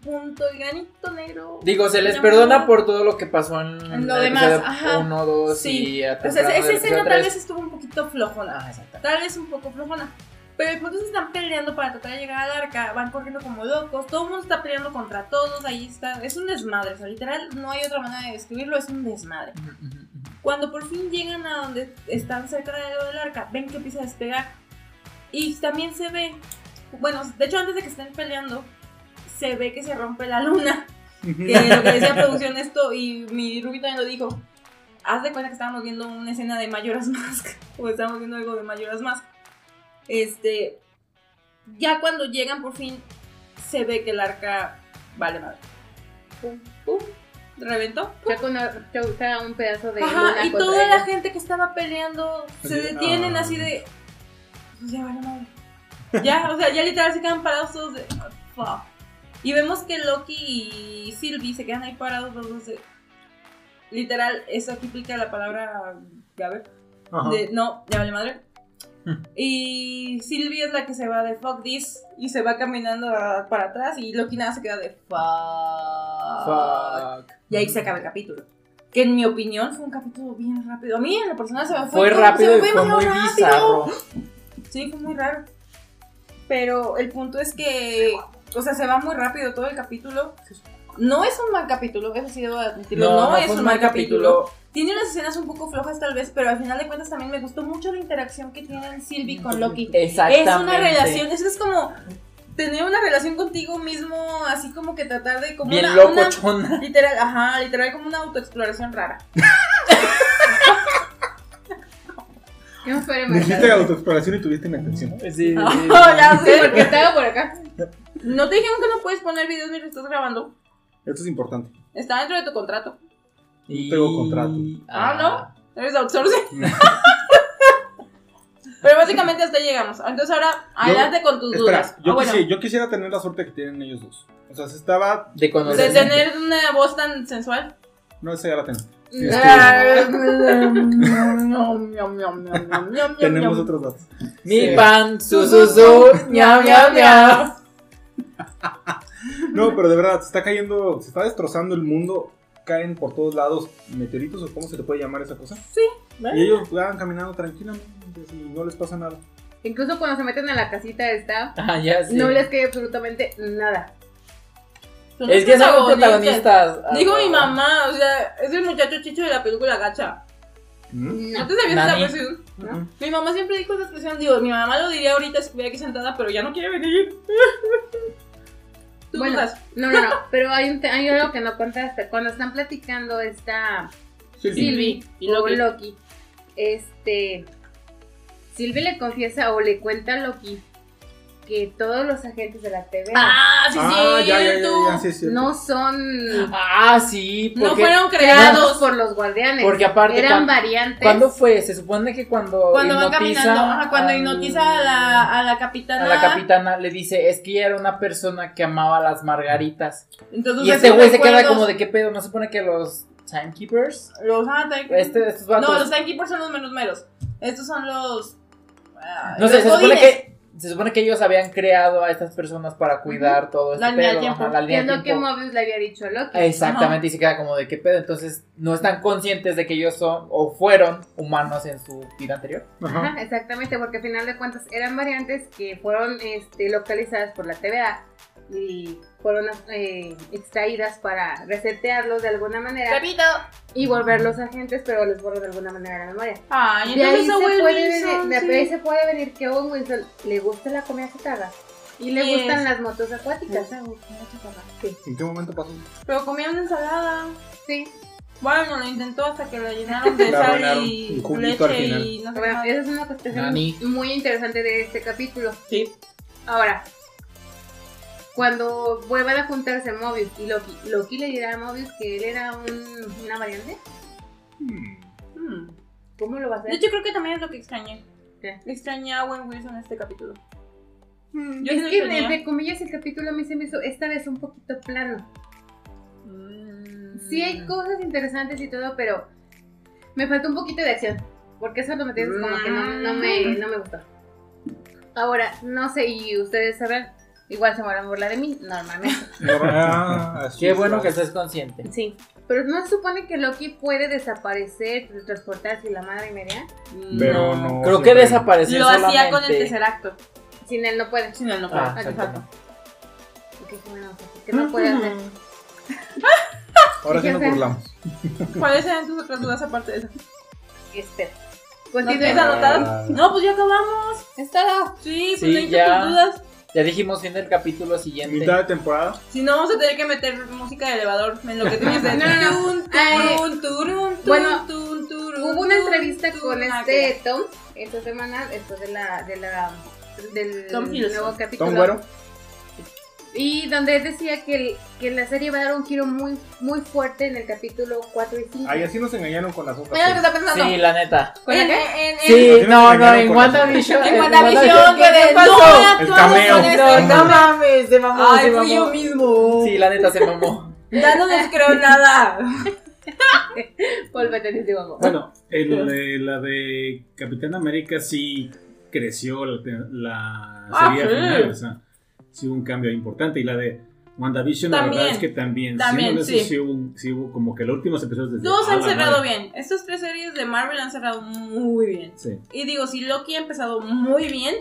punto, el granito negro. Digo, se les Llamado- perdona por todo lo que pasó en, En lo demás, ajá. 1, 2 Sí. y a O sea, esa- esa escena tal vez 3. estuvo un poquito flojona. Ah, exacto. Tal vez un poco flojona. Pero el punto es que están peleando para tratar de llegar al arca. Van corriendo como locos. Todo el mundo está peleando contra todos. Ahí está. Es un desmadre. O sea, literal, no hay otra manera de describirlo. Es un desmadre. Ujú, ujú, ujú. Cuando por fin llegan a donde están cerca de lo del arca, ven que empieza a despegar. Y también se ve, bueno, de hecho antes de que estén peleando, se ve que se rompe la luna. Que lo que decía producción esto, y mi Ruby también lo dijo. Haz de cuenta que estábamos viendo una escena de Mayoras Mask, o estábamos viendo algo de Mayoras Mask. Este, ya cuando llegan por fin, se ve que el arca vale madre. Pum, pum, reventó. Chaco una- choca un pedazo de Ajá, luna y contra toda ella. la gente que estaba peleando se Sí, detienen ah. así de. Pues ya vale madre. Ya, o sea, ya literal se quedan parados todos de. "Fuck". Y vemos que Loki y Sylvie se quedan ahí parados los dos de. Literal, eso aquí implica la palabra Gaber. Ajá. De no, ya vale madre. Hmm. Y Sylvie es la que se va de fuck this y se va caminando a- para atrás y Loki nada se queda de fuck. Fuck. Y ahí se acaba el capítulo. Que en mi opinión fue un capítulo bien rápido. A mí en lo personal se me fue. Fue todo- rápido se y me fue muy demasiado rápido. bizarro. Sí, fue muy raro. Pero el punto es que, o sea, se va muy rápido todo el capítulo. No es un mal capítulo, eso sí debo admitirlo. No, es fue un mal capítulo. Tiene unas escenas un poco flojas tal vez, pero al final de cuentas también me gustó mucho la interacción que tienen Sylvie con Loki. Exactamente. Es una relación, eso es como tener una relación contigo mismo, así como que tratar de como Bien una- una- locochona. Literal, ajá, literal como una autoexploración rara. No fuera más. Dijiste autoexploración y tuviste mi atención. Sí, sí, sí. ya Ah, Sí, porque estaba por acá. No te dijeron que no puedes poner videos mientras estás grabando. Esto es importante. Está dentro de tu contrato. Y- tengo contrato. Ah, Eres outsourcing. Pero básicamente hasta ahí llegamos. Entonces ahora, adelante con tus dudas. Espera, Ah, yo, bueno, quisiera, yo quisiera tener la suerte que tienen ellos dos. O sea, si estaba. De conocer. de tener una voz tan sensual. No, esa ya la tengo. No, Tenemos otros datos. Mi Sí. pan, su, su, su, ñam, ñam, ñam. No, pero de verdad, se está cayendo, se está destrozando el mundo. Caen por todos lados meteoritos o cómo se le puede llamar esa cosa. Sí. Y ellos van caminando tranquilamente y no les pasa nada. Incluso cuando se meten a la casita de Staff, Ah, ya sí. no les cae absolutamente nada. Son Es los que son los protagonistas. Ah, Dijo mi no. mamá, o sea, es el muchacho chicho de la película Gacha. ¿Mm? ¿No No. te sabías esa Nani. expresión? Ujú. Mi mamá siempre dijo esa expresión, digo, mi mamá lo diría ahorita si estuviera aquí sentada, pero ya no quiere venir. Tú Bueno. dudas. No, no, no. Pero hay, un te- hay algo que no contaste. Cuando están platicando esta Silvi Y o Loki. Loki, este. Silvi le confiesa o le cuenta a Loki que todos los agentes de la TV Ah, sí, Ah, sí, ya, ya, ya, ya, sí, es cierto. no son Ah, sí. No porque- fueron creados creados. por los guardianes. Porque aparte. eran cuando- variantes. ¿Cuándo fue? Se supone que cuando. Cuando van hipnotiza caminando, ajá, cuando al- hipnotiza a la, a la capitana. a la capitana le dice, es que ella era una persona que amaba las margaritas. Entonces, Y este güey se queda recuerdos- como de qué pedo, no se supone que los timekeepers, Los ah, time- este, estos No, los vatos, timekeepers son los menos meros. Estos son los. ah, no, sé, los se supone godines. que se supone que ellos habían creado a estas personas para cuidar todo este La línea del pedo, tiempo. ajá, la Que línea es del lo que tiempo. Mobius le había dicho a Loki. Exactamente, y se queda como de qué pedo. Entonces, no están conscientes de que ellos son o fueron humanos en su vida anterior. Ajá. Ajá, exactamente, porque al final de cuentas eran variantes que fueron este, localizadas por la TVA y fueron eh, extraídas para resetearlos de alguna manera Pepito. y volverlos agentes, pero les borró de alguna manera la memoria. Ay, De ahí, entonces se Owen puede Wilson, venir, de sí. ahí se puede venir que Owen Wilson le gusta la comida chatarra y le Sí, gustan es. las motos acuáticas. Sí. ¿En qué momento pasó? Pero comía una ensalada. sí. Bueno, lo intentó hasta que lo llenaron de La sal arruinaron. y Un juguito al leche final. y no sé Bueno, qué esa es una cuestión Nani. muy interesante de este capítulo. Sí. Ahora, cuando vuelvan a juntarse Mobius y Loki, Loki le dirá a Mobius que él era un- una variante. más. Hmm. ¿Cómo lo va a hacer? De hecho, creo que también es lo que extrañé. ¿Qué? Extrañé a Owen Wilson en este capítulo. Mm, yo es sí que, tenía. entre comillas, el capítulo a mí se me hizo esta vez un poquito plano. Mm. Sí hay cosas interesantes y todo, pero me faltó un poquito de acción. Porque eso lo metes como que no, no Mm. me, no me gustó. Ahora, no sé, y ustedes sabrán, igual se van a burlar de mí, normalmente. Ah, Qué bueno que estés consciente. Sí. Pero no se supone que Loki puede desaparecer, transportarse y la madre media. Pero No. no. Creo que siempre- desapareció Lo hacía con el solamente- tercer acto. Sin él no puede. Sin él no puede. Ah, exacto. exactamente. Ok, qué bueno, pues, ¿Qué no puede hacer? Mm. Ahora sí Ya nos sé. burlamos. ¿Cuáles eran tus otras dudas aparte de eso? Pues Espera. ¿No Continúen. tienes anotadas? No, pues ya acabamos. Está. Sí, pues Sí, no hay ya. tus dudas. Ya dijimos fin del capítulo siguiente. Mitad de temporada. Si no, vamos a tener que meter música de elevador en lo que tienes de No, no, no. Turun, turun, turun, Ay. turun, Bueno, turun, turun, Hubo una turun, entrevista con turun. Ah, este Tom esta semana, después de la, de la del Tom Hiddleston. nuevo capítulo. Tom Güero. Y donde él decía que, el- que la serie va a dar un giro muy, muy fuerte en el capítulo 4 y 5. Ay, así nos engañaron con las otras. Mira lo que series. está pensando. Sí, la neta. ¿Con la En- qué? en- en- Sí, Imagínate no, que no, ganaron en con WandaVision. En WandaVision, WandaVision, ¿qué que pasó? no El actuamos cameo. con No, este no mames, se mamó, Ay, se fui yo mamó. mismo. Sí, la neta se mamó. Ya no nos creo nada. Volvete, dice Bongo. Bueno, el de- la de Capitán América sí creció la, te- la Ah, serie sí. final, o sea, sí hubo un cambio importante. Y la de WandaVision, la También. verdad es que también, También, siendo en eso sí. sí hubo, un- sí hubo como que los últimos episodios desde Todos ¡Ah, han la cerrado madre! bien. Estas tres series de Marvel han cerrado muy bien. Sí. Y digo, si Loki ha empezado muy bien,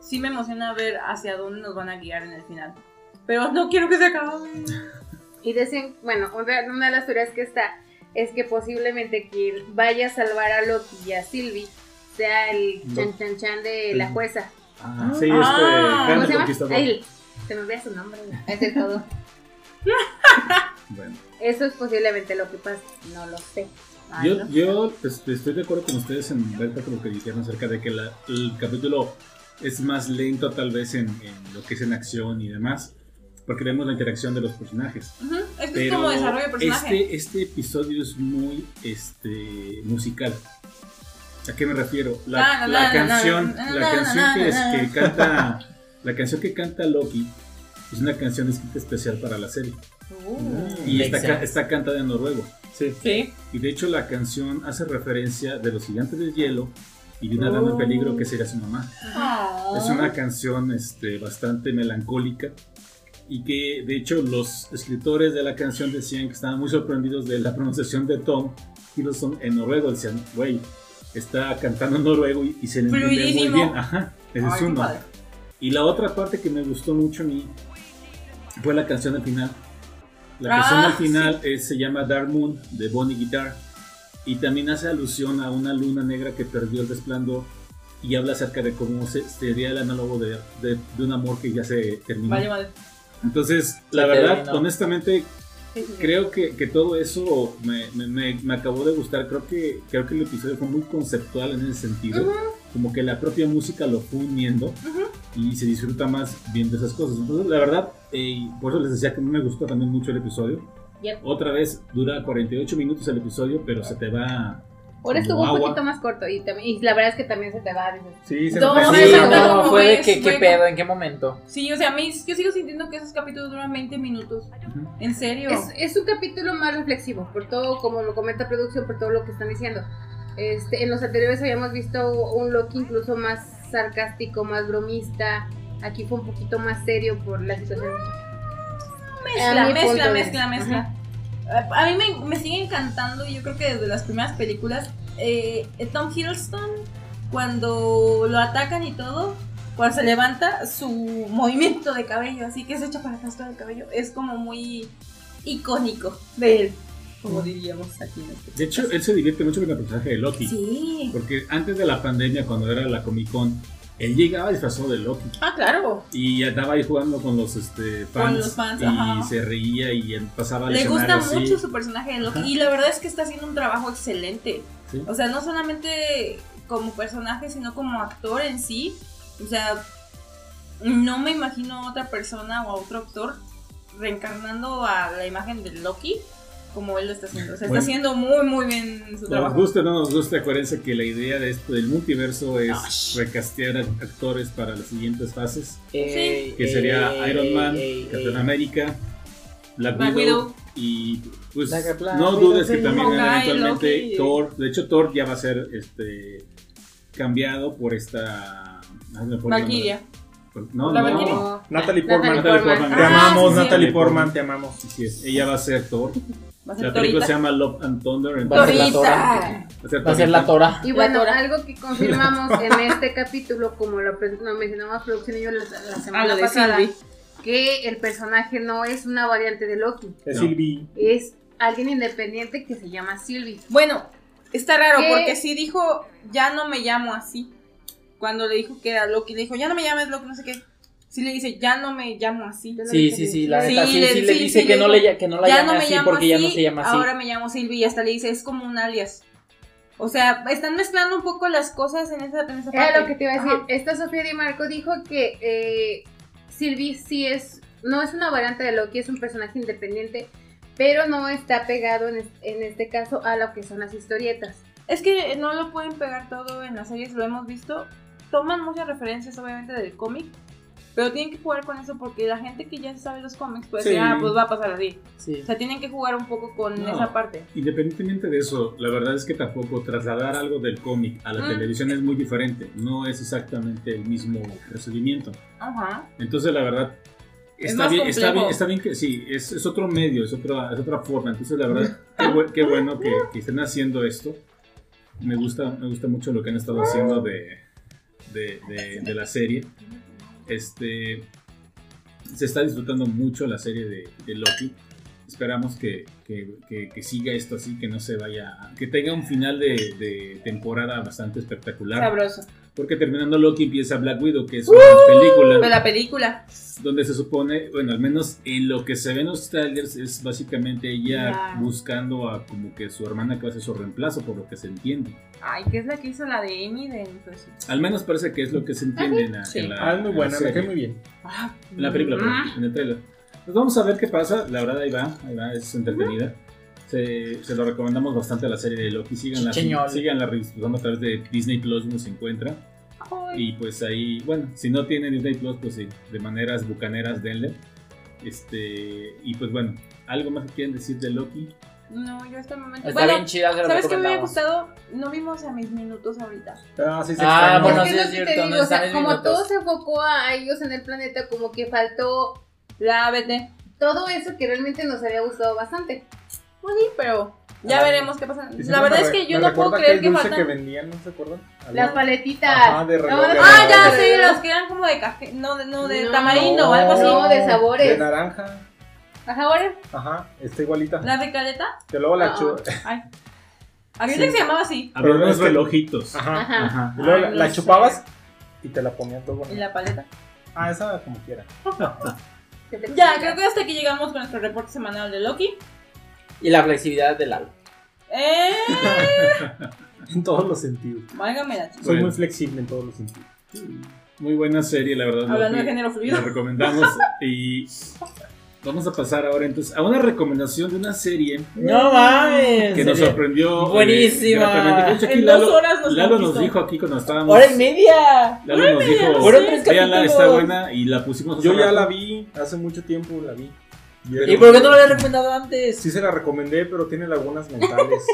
sí me emociona ver hacia dónde nos van a guiar en el final. Pero no quiero que se acabe. Y decían, bueno, una, una de las teorías que está es que posiblemente quien vaya a salvar a Loki y a Sylvie sea el No. chan chan chan de la jueza. Ah, sí, Ah, este, ¿Cómo Gran se llama? Conquistador. Ay, se me olvida su nombre. Es el todo. Bueno, Eso es posiblemente lo que pasa. No lo sé. Ay, yo no. yo este, estoy de acuerdo con ustedes en ver lo que dijeron acerca de que la- el capítulo es más lento tal vez en, en lo que es en acción y demás, porque vemos la interacción de los personajes. Ujú, Esto Este es Pero como desarrollo de personaje. Este, este episodio es muy este, musical. ¿A qué me refiero? La, Na, na, la na, na, canción, na, na, la na, canción na, que, na, es- na. que canta, la canción que canta Loki es una canción escrita especial para la serie y Mm, Makes está, ca- sense. está cantada en noruego. Sí. Sí. Y de hecho la canción hace referencia de los gigantes del hielo y de una dama en peligro que sería su mamá. Es una canción este, bastante melancólica y que de hecho los escritores de la canción decían que estaban muy sorprendidos de la pronunciación de Tom Hiddleston en noruego. Decían, güey, está cantando en noruego y, y se le entiende muy Fluidísimo. bien. Ajá, ese Ay, es qué uno. padre. Y la otra parte que me gustó mucho a mí fue la canción al final. La Ah, canción al final es- se llama Dark Moon de Bonnie Guitar y también hace alusión a una luna negra que perdió el resplandor y habla acerca de cómo se- sería el análogo de, de- de un amor que ya se terminó. Vale, vale. Entonces, la Se verdad, terminó. honestamente, Sí, sí, sí. creo que, que todo eso me, me- me- me acabó de gustar. Creo que, creo que el episodio fue muy conceptual en ese sentido. Como que la propia música lo fue uniendo Ujú. y se disfruta más viendo esas cosas. Entonces, la verdad, eh, por eso les decía que a mí me gustó también mucho el episodio. Yep. Otra vez, dura 48 minutos el episodio, pero se te va... Ahora estuvo Como un agua. poquito más corto y, también- y la verdad es que también se te va a decir. Sí, se No, nos sí, pasó. no. no, fue de pues, que, qué bueno. pedo, en qué momento. Sí, o sea, a mí yo sigo sintiendo que esos capítulos duran 20 minutos. Ujú. En serio. Es, es un capítulo más reflexivo, por todo, como lo comenta producción, por todo lo que están diciendo. Este, en los anteriores habíamos visto un Loki incluso más sarcástico, más bromista. Aquí fue un poquito más serio por la situación. Mezcla, A mi punto mezcla, de- mezcla, mezcla. A a mí me, me sigue encantando, yo creo que desde las primeras películas, eh, Tom Hiddleston, cuando lo atacan y todo, cuando se levanta, su movimiento de cabello, así que se echa para atrás todo el cabello, es como muy icónico de él, como diríamos aquí en este De hecho, eh, él se divierte mucho con el personaje de Loki. Sí. Porque antes de la pandemia, cuando era la Comic Con, él llegaba disfrazado de Loki. Ah, claro. Y andaba ahí jugando con los este, fans. Con los fans, y ajá. se reía y él pasaba al Le gusta escenario así. mucho su personaje de Loki. Ajá. Y la verdad es que está haciendo un trabajo excelente. Sí. O sea, no solamente como personaje, sino como actor en sí. O sea, no me imagino a otra persona o a otro actor reencarnando a la imagen de Loki como él lo está haciendo. O sea, Bueno. está haciendo muy, muy bien su Nos trabajo. gusta o no nos gusta, acuérdense que la idea de esto del multiverso es Ay. recastear a- actores para las siguientes fases, Eh, Ey, que sería ey, Iron Man, ey, Capitán ey. América, Black, Black Widow, Widow. y pues Black- Black no Widow, dudes que sí. también Hawkeye, eventualmente Loki. Thor, de hecho Thor ya va a ser este cambiado por esta ay, no me acuerdo el Valkyria. nombre. No, La no, Valkyria. Natalie Natalie Portman. Natalie Portman. Portman. Te Ah, amamos, sí, sí. Natalie Portman, te amamos. Así es, ella va a ser Thor. Va a ser La película Torita. se llama Love and Thunder. Va a ser entonces va a Torita. la ser Va a ser Thorita. la Tora. Y bueno, Tora. algo que confirmamos en este capítulo, como lo, pre- lo mencionamos producción y yo la, la Ah, semana lo de pasada, Sylvie. que el personaje no es una variante de Loki, Es No. Sylvie. es alguien independiente que se llama Sylvie. Bueno, está raro ¿Qué? porque sí dijo, ya no me llamo así. Cuando le dijo que era Loki, le dijo, ya no me llames Loki, no sé qué. Sí le dice, ya no me llamo así. Sí, sí, sí, la Sí, neta. Sí, sí, le- le sí, dice sí, que, le no digo, le, que no la ya llame no me así llamo porque así, ya no se llama así. ahora me llamo Silvia y hasta le dice, es como un alias. O sea, están mezclando un poco las cosas en esa, en esa parte. Era Ah, lo que te iba a decir. Ajá. Esta Sofía Di Marco dijo que eh, Sylvie sí es, no es una variante de Loki, es un personaje independiente, pero no está pegado en, es- en este caso a lo que son las historietas. Es que no lo pueden pegar todo en las series, lo hemos visto. Toman muchas referencias, obviamente, del cómic. Pero tienen que jugar con eso porque la gente que ya sabe los cómics, pues Sí. decir, ah, pues va a pasar así. Sí. O sea, tienen que jugar un poco con No. esa parte. Independientemente de eso, la verdad es que tampoco trasladar algo del cómic a la Mm. televisión es muy diferente. No es exactamente el mismo procedimiento. Ajá. Entonces, la verdad, Es está, más bien, está, complejo. bien, está bien que sí, es, es otro medio, es otra, es otra forma. Entonces, la verdad, qué, bu- qué bueno que, que estén haciendo esto. Me gusta, me gusta mucho lo que han estado haciendo de, de, de- de la serie. Este, se está disfrutando mucho la serie de, de Loki. Esperamos que, que- que- que siga esto así, que no se vaya, que tenga un final de, de temporada bastante espectacular. Sabroso. Porque terminando Loki empieza Black Widow, que es una película Pero ¡Uh! la película. donde se supone, bueno, al menos en lo que se ven los trailers es básicamente ella Ya. buscando a como que su hermana que va a ser su reemplazo, por lo que se entiende. Ay, ¿qué es la que hizo la de Amy de pues, Entonces? Al menos parece que es lo que se entiende en la, Sí. en la- Ah, es en muy la buena, me serie. cae muy bien. En la película, perdón, Ah. en el trailer. Pues vamos a ver qué pasa, la verdad ahí va, ahí va, es entretenida. Se, se lo recomendamos bastante a la serie de Loki, síganla, Chicheñol. síganla redistribuyendo pues, a través de Disney Plus, donde se encuentra. Y pues ahí, bueno, si no tienen Disney Plus, pues sí, de maneras bucaneras denle. Este, y pues bueno, ¿algo más que quieren decir de Loki? No, yo hasta el momento. Está bueno, bien chida, se lo ¿sabes qué me había recomendamos. gustado? No vimos a mis minutos ahorita. Ah, sí, se Ah, extrañó. bueno, Es que sí, lo es que cierto, te no digo, o están sea, mis como minutos. todo se enfocó a ellos en el planeta, como que faltó La BT. todo eso que realmente nos había gustado bastante. Pues sí, pero ya Ah, veremos qué pasa. Y si La me verdad re- es que yo me no puedo recuerda creer que aquel dulce faltan. que vendían, ¿no se acuerdan? Las Algo- paletitas. Ajá, de Vamos, reloj, de Ah, reloj. ya, sí, las que eran como de café. No, de, no, de No. tamarindo o algo así. No, de De sabores. naranja. Ajá, ahora. Ajá, está igualita. ¿La de caleta? Que luego la Ah. chu- Ay. Había Sí. una que se llamaba así. Había Pero unos es Ah. que- relojitos. Ajá. Ajá. este Ajá. Y luego Ay, la, no la sé. chupabas y te la ponías luego. Y la paleta. Ah, esa como quiera. Que te- Ya, creo que hasta aquí llegamos con nuestro reporte semanal de Loki. Y la flexibilidad del alma. Eh, En todos los sentidos. válgame la chica. Soy Bueno. muy flexible en todos los sentidos. Muy buena serie, la verdad. Hablando de Loki. género fluido. La recomendamos y vamos a pasar ahora entonces a una recomendación de una serie Mm, No mames. que nos sería- sorprendió. eh, Buenísima. gratamente. De hecho, aquí En Lalo, dos horas nos Lalo nos conquistó. dijo aquí cuando estábamos. Hora y media. Lalo nos dijo, Fueron tres véanla, capítulos. está buena y la pusimos. hace Yo ya rato. la vi, hace mucho tiempo la vi. ¿Y por qué no lo había recomendado antes? Sí se la recomendé, pero tiene lagunas mentales.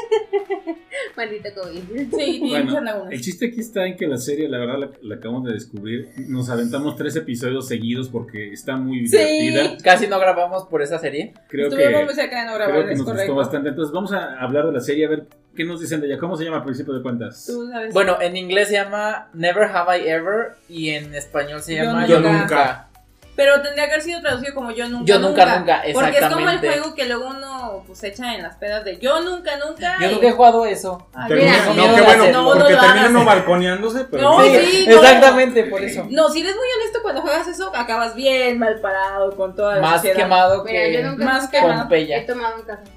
Maldito COVID. Sí, tiene Bueno, muchas lagunas. El chiste aquí está en que la serie, la verdad, la, la acabamos de descubrir. Nos aventamos tres episodios seguidos porque está muy Sí. divertida. Casi no grabamos por esa serie. Creo Estuvimos que, muy cerca de no creo grabar, que es nos gustó correcto. bastante. Entonces vamos a hablar de la serie, a ver qué nos dicen de ella. ¿Cómo se llama al principio de cuentas? Tú sabes. Bueno, en inglés se llama Never Have I Ever y en español se Yo llama Nunca. Nunca. Pero tendría que haber sido traducido como yo nunca. Yo Nunca Nunca, Porque es como el exactamente. juego que luego uno pues echa en las pedas de yo nunca, nunca. Yo y- nunca he jugado eso. Ay, Termina- mira, no, no qué lo bueno, hagas, Ah, no, no porque lo termina hagas. uno balconeándose, pero No, sí. sí, no. exactamente, por eso. No, si eres muy honesto cuando juegas eso, acabas bien mal parado con toda la Más sociedad. quemado que Mira, yo nunca Más nunca quemado. he Pompeya. tomado un café.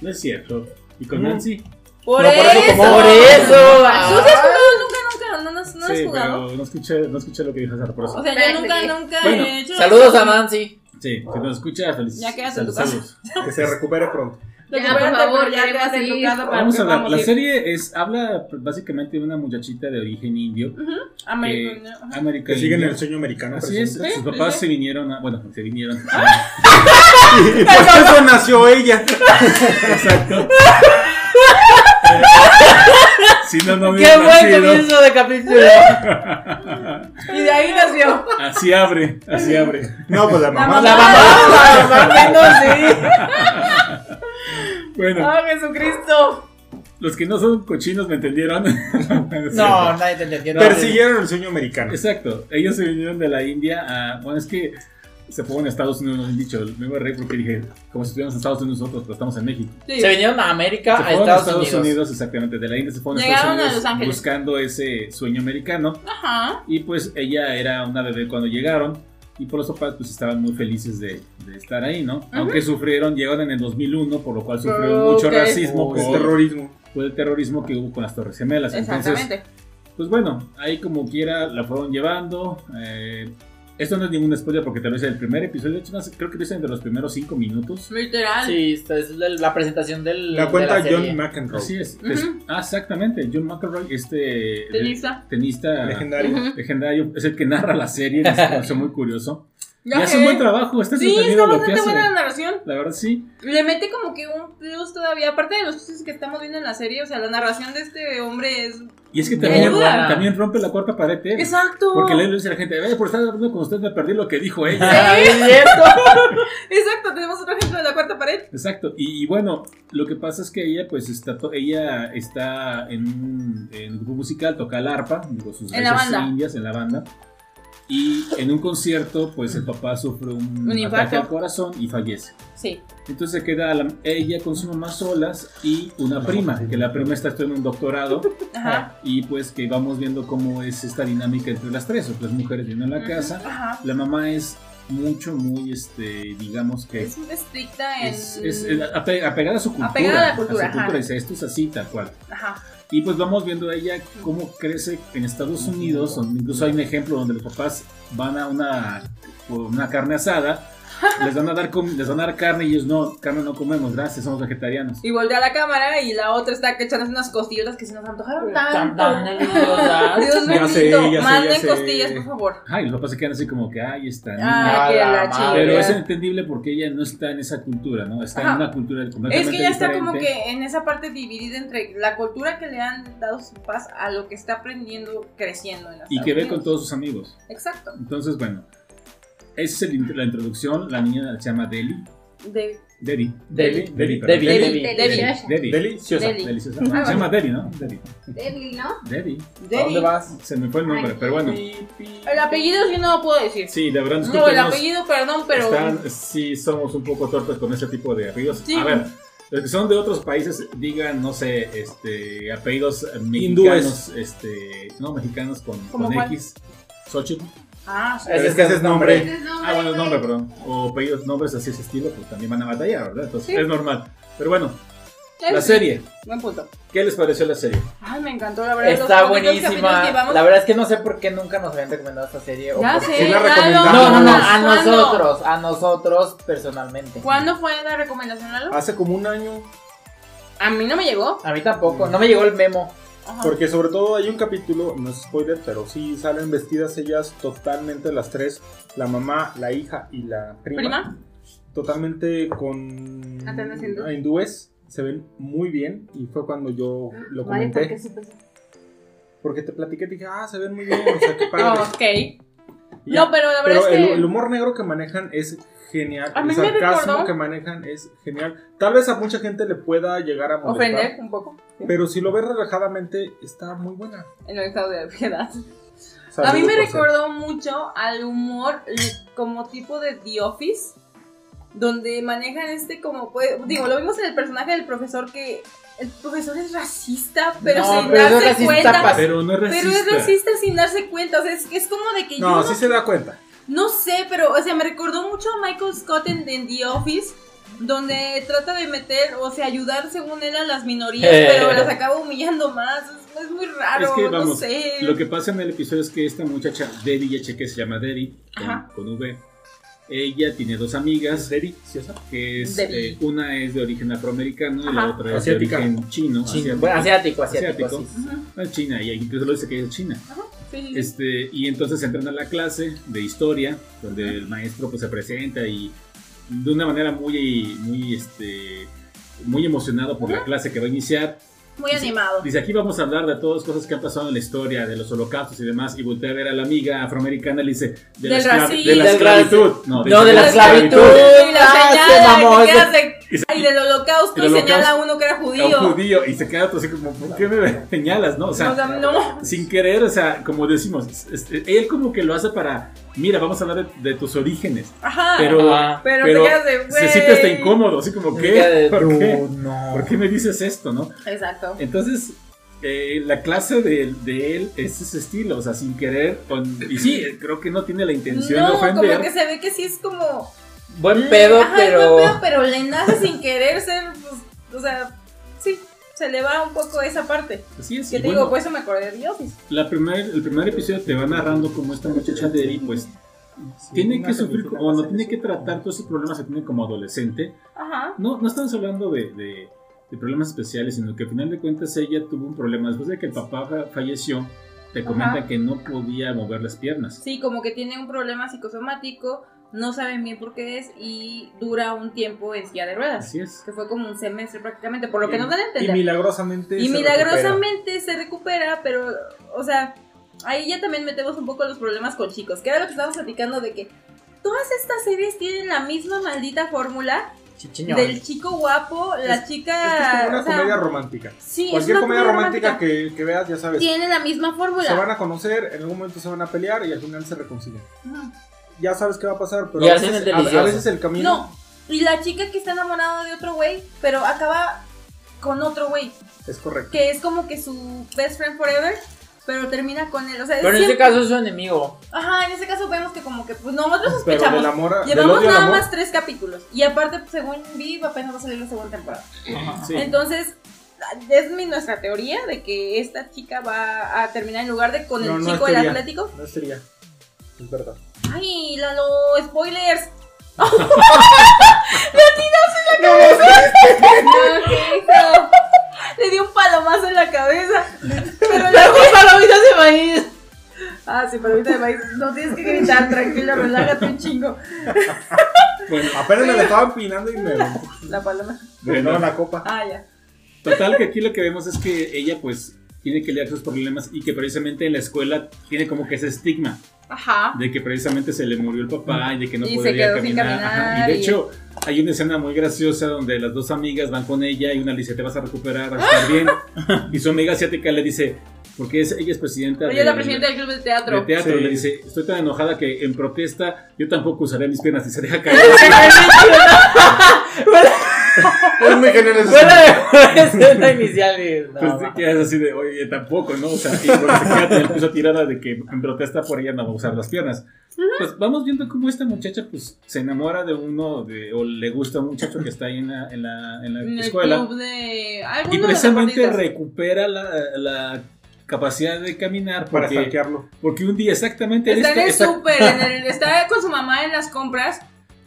No es cierto. ¿Y con Mm. Nancy? Por, No, por eso eso. tomó. Por eso. ¿Tú sí has jugado nunca, nunca? ¿No, no, has- no has sí, jugado? pero no escuché, no escuché lo que dijo Sara, por eso. O sea, yo Espérate, nunca, sí. nunca Bueno, he hecho. Saludos a Nancy. Sí, si nos escucha, felicidades. Ya quédate en tu Saludos. que se recupere pronto. Ya, por favor, ya queremos ir. Vamos a hablar. La serie es, habla básicamente de una muchachita de origen indio. eh, American, ¿no? Ajá. América Que siguen indio. el sueño americano. Así es, presente. sus Sí, papás sí. se vinieron a. Bueno, se vinieron. Y por eso nació ella. Exacto. Eh, si no, no ¡Qué hubiera buen nacido. comienzo de capítulo! Y de ahí nació. Así abre, así abre. No, pues la mamá. La mamá, la mamá, no, sí. Bueno, ¡Ah, Jesucristo! los que no son cochinos me entendieron. No, nadie te entendió. no. Persiguieron el sueño americano. Exacto. Ellos se vinieron de la India a. Bueno, es que se fueron a Estados Unidos, nos han dicho. Me voy a reír porque dije, como si estuviéramos en Estados Unidos nosotros, pero estamos en México. Sí. Se vinieron a Ah, América, se a fueron a Estados, Estados Unidos. Unidos. exactamente. De la India se fueron a Llegaron Estados a Unidos Los Ángeles. buscando ese sueño americano. Ajá. Y pues ella era una bebé cuando llegaron. Y por los papás pues estaban muy felices de, de estar ahí, ¿no? Aunque sufrieron, llegaron en el 2001, por lo cual sufrieron Ok. mucho racismo Oh, Es por, terrorismo. por el terrorismo que hubo con las Torres Gemelas. Entonces, Exactamente. pues bueno, ahí como quiera la fueron llevando. eh, esto no es ningún spoiler porque te lo hice en el primer episodio. De hecho, no sé, creo que lo hice entre los primeros cinco minutos. Literal. Sí, esta es la la presentación del. La cuenta de la serie. John McEnroe. Así es. Ujú. Es- ah, exactamente. John McElroy, este Tenista. tenista Legendario. Ujú. legendario, es el que narra la serie. Es es muy curioso. Y hace un sé. buen trabajo. Está Sí, entretenido está lo que bastante hace. buena la narración. La verdad, sí. Le mete como que un plus todavía, aparte de los chistes que estamos viendo en la serie, o sea, la narración de este hombre es... Y es que Muy también, buena. también rompe la cuarta pared. él. Exacto. Porque le dice a la gente, "Eh, por estar hablando con usted me perdí lo que dijo ella. ¿Es cierto? Exacto, tenemos otro ejemplo de la cuarta pared. Exacto, y, y bueno, lo que pasa es que ella pues está, to- ella está en un, en un grupo musical, toca el arpa, digo, sus En la raíces banda. indias en la banda, y en un concierto pues el papá sufre un, Un ataque infarto. al corazón y fallece. Sí. Entonces se queda la- ella con su mamá solas y una prima, que la prima está estudiando un doctorado Ajá. y pues que vamos viendo cómo es esta dinámica entre las tres, o las mujeres vienen a la casa, Ajá. la mamá es mucho, muy, este, digamos que Es estricta en... es, es- es ape- apegada a su cultura. Apegada a la cultura, su ajá. cultura, dice, esto es así, tal cual. Ajá. Y pues vamos viendo a ella cómo crece en Estados Unidos, donde incluso hay un ejemplo donde los papás van a una, por una carne asada, les van, a dar com- les van a dar carne y ellos no, carne no comemos, gracias, somos vegetarianos. Y voltea a la cámara y la otra está echándose unas costillas que se nos antojaron Tan, tanto. tan deliciosas. Dios Ya sé, ya sé, bendito, ya manden sé. costillas, por favor. Ay, los papás se quedan así como que, ay, está. A Ay, que la la madre. Pero chingada. es entendible porque ella no está en esa cultura, ¿no? Está Ajá. en una cultura completamente Es que ya está diferente. como que en esa parte dividida entre la cultura que le han dado sus papás a lo que está aprendiendo creciendo en las Y que ve con todos sus amigos. Exacto. Entonces, bueno, esa es el int- la introducción. La niña se llama Deli. De, Debbie. Debbie. Debbie. Debbie. perdón. Debbie. Debbie. Debbie. Debbie. Deliciosa. Deli. Deliciosa. Se llama Debbie, ¿no? Debbie. Debbie, ¿no? Debbie. ¿A dónde vas? Se me fue el nombre, Ay. pero bueno. El apellido sí no lo puedo decir. Sí, la verdad, no, el discúlpenos. apellido, perdón, pero. Están- sí, somos un poco torpes con ese tipo de apellidos. Sí. A ver, los que son de otros países, digan, no sé, este, apellidos mexicanos, Hindúes. este, no, mexicanos con, ¿Cómo con cuál? X. Xochitl. Ah, sí. Pero es que ese es nombre. Ese Este es nombre. Ah, bueno, el nombre, perdón. O apellidos, nombres así ese estilo, pues también van a batallar, ¿verdad? Entonces, Sí. es normal. Pero bueno, Eh, la sí, serie. Buen punto. ¿Qué les pareció la serie? Ay, me encantó, la verdad. los Está poquitos capítulos que buenísima. llevamos- La verdad es que no sé por qué nunca nos habían recomendado esta serie. o Ya por- sé. Sí la Lalo, recomendamos. No, no, no, a ¿cuándo? nosotros, a nosotros personalmente. ¿Cuándo fue la Ah. recomendación, Lalo? Hace como un año. A mí no me llegó. A mí tampoco, no me llegó el memo. Ajá. Porque sobre todo hay un capítulo, no es spoiler, pero sí salen vestidas ellas totalmente las tres, la mamá, la hija y la prima. ¿Prima? Totalmente con Ah, Atuendos hindú. hindúes, se ven muy bien y fue cuando yo lo Vale, comenté. porque pues, supe eso. Porque te platiqué, te dije, ah, se ven muy bien, o sea, qué padre. Oh, ok. Y ya. No, pero la verdad es Pero el, que. el humor negro que manejan es genial. A mí el me sarcasmo recordó- que manejan es genial. Tal vez a mucha gente le pueda llegar a molestar. ofender un poco Pero si lo ves relajadamente, está muy buena. en el estado de piedad. Salud, a mí me por ser. recordó mucho al humor eh, como tipo de The Office, donde manejan este como puede, digo, lo vimos en el personaje del profesor que el profesor es racista, pero No, sin pero es darse racista cuenta. pa- Pero no es racista. Pero es racista sin darse cuenta, o sea, es, que es como de que yo No, no, sí se da cuenta. no sé, pero o sea, me recordó mucho a Michael Scott en, en The Office, donde trata de meter, o sea, ayudar según él a las minorías, Eh. pero las acaba humillando más, es, es muy raro, Es que, no vamos, sé. Lo que pasa en el episodio es que esta muchacha, Debbie, ya chequé, se llama Debbie, con, Ajá. con V. Esa tiene dos amigas. Debbie, que es, Debbie. eh, una es de origen afroamericano y la Ajá. otra es Asiática. de origen chino. Chino. asiático. Bueno, asiático, asiático. Asiático. sí. Ujú, No, es China, y incluso lo dice que es China. sí, sí, sí. Este, y entonces entran a la clase de historia, donde el maestro pues, se presenta y de una manera muy, muy, este, muy emocionado por la clase que va a iniciar. Muy animado. Dice, aquí vamos a hablar de todas las cosas que han pasado en la historia, de los holocaustos y demás, y voltea a ver a la amiga afroamericana y le dice, de la, Del esclav- racismo. de la Del esclavitud. No, de la esclavitud. Y la Ah, señala, se mamó, que ese- quedas de- y del holocausto, El y señala a holocausto. uno que era A un judío. judío, y se queda todo así como, ¿por qué me señalas, no? O sea, O sea, no. sin querer, o sea, como decimos, este, él como que lo hace para, mira, vamos a hablar de, de tus orígenes, Ajá. pero, Ah. pero pero te quedas de güey. se siente hasta incómodo, así como, Me queda ¿qué? de- ¿Por qué? Tú, no. ¿Por qué me dices esto, no? Exacto. Entonces, eh, la clase de, de él es ese estilo, o sea, sin querer, con- y sí, creo que no tiene la intención de No, ofender. como que se ve que sí es como. Buen pedo, Mm, Ajá, es pero. buen pedo, pero le nace sin querer ser. pues, o sea, sí, se le va un poco esa parte. Así es, Que y te bueno, digo, pues eso me acordé de The Office. la primer, el primer episodio te va narrando como esta muchacha de Eri, pues, tiene que sufrir, o no tiene que tratar todos esos problemas que tiene como adolescente. Ajá. No, no estamos hablando de, de- de problemas especiales, sino que al final de cuentas ella tuvo un problema. Después de que el papá fa- falleció, te comenta Ajá. que no podía mover las piernas. Sí, como que tiene un problema psicosomático, no saben bien por qué es y dura un tiempo en silla de ruedas. Así es. Que fue como un semestre prácticamente, por lo que nos dan a Y entender. milagrosamente. Y se milagrosamente se recupera, pero, o sea, ahí ya también metemos un poco los problemas con chicos, que era lo que estábamos platicando de que todas estas series tienen la misma maldita fórmula Chichiñón. del chico guapo, la recupera. Es que es chica... como una o sea, comedia romántica. sí, es Cualquier una comedia romántica que, que veas, ya sabes. tiene la misma Se fórmula. van a conocer, en algún momento se van a pelear y al final se reconcilian. Ujú. Ya sabes qué va a pasar, pero Y a hacen veces, el a- a delicioso. veces el camino. No, y la chica que está enamorada de otro güey, pero acaba con otro güey, Es correcto. que es como que su best friend forever, pero termina con él. O sea, es Pero en este siempre- caso es su enemigo. Ajá, en ese caso vemos que como que pues nosotros Pero del sospechamos. amor. a- del Llevamos odio al nada amor, más tres capítulos. Y aparte, pues, según vi, apenas va a salir la segunda temporada. Sí. Entonces, es mi, nuestra teoría de que esta chica va a terminar en lugar de con No, el no es chico del teoría. Atlético. No sería. Es verdad. ¡Ay, Lalo! ¡Spoilers! No, ¿qué hizo? Le dio un palomazo en la cabeza. Pero la ¡Pero palomitas de maíz! Ah, sí, pero ahorita de maíz. No tienes que gritar, tranquila, relájate un chingo. Bueno, Apenas me la estaba empinando y me. me La paloma. bueno, daba la copa. Ah, ya. Total, que aquí lo que vemos es que ella pues tiene que lidiar con sus problemas y que precisamente en la escuela tiene como que ese estigma Ajá. de que precisamente se le murió el papá y de que no Y se podría quedó sin caminar. caminar Ajá, Y de y- hecho, hay una escena muy graciosa donde las dos amigas van con ella y una le dice, te vas a recuperar, vas a estar bien. y su amiga asiática le dice, porque es- ella es presidenta Oye, la presidenta del club de de teatro. teatro Sí. le dice, estoy tan enojada que en protesta yo tampoco usaré mis piernas y se deja caer. Es muy genial ese Fue la escena inicial. y- no, Pues ma. te quedas así de, oye, tampoco, ¿no? O sea, y porque se queda en el piso tirada de que en protesta por ella no va a usar las piernas. Pues vamos viendo cómo esta muchacha pues se enamora de uno de, o le gusta a un muchacho que está ahí en la, en la, en la En el escuela club de. y alguno de precisamente deportistas. recupera la, la capacidad de caminar Para porque, stalkearlo. porque un día exactamente Está en esta- el esta- súper, en el- está con su mamá en las compras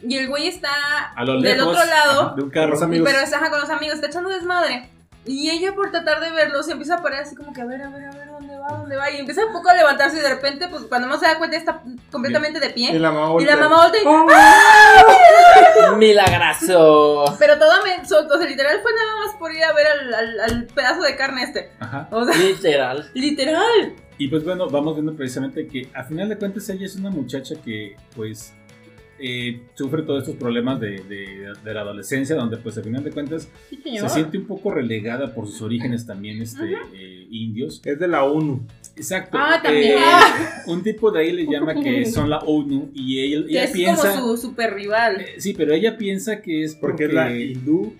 y el güey está a lo del lejos otro lado, de un carro. Los amigos. pero está ajá, con los amigos, está echando desmadre. Y ella por tratar de verlo se empieza a parar así como que a ver, a ver, a ver, ¿dónde va? ¿Dónde va? Y empieza un poco a levantarse y de repente, pues cuando más se da cuenta está completamente de Y pie. la mamá ¿Eh? Y la voltea. mamá voltea y- ¡Oh! Milagrazo. Pero todo menso, o sea, literal fue nada más por ir a ver al, al- al pedazo de carne este. Ajá. O sea, Literal. literal. Y pues bueno, vamos viendo precisamente que a final de cuentas ella es una muchacha que pues eh, sufre todos estos problemas de, de- de la adolescencia, donde pues a final de cuentas se siente un poco relegada por sus orígenes también este, eh, indios. Es de la ONU. Exacto. Ah, también. Eh, un tipo de ahí le llama que son la ONU y ella, Que ella es piensa... como su super rival. eh, Sí, pero ella piensa que es porque, Porque es la hindú.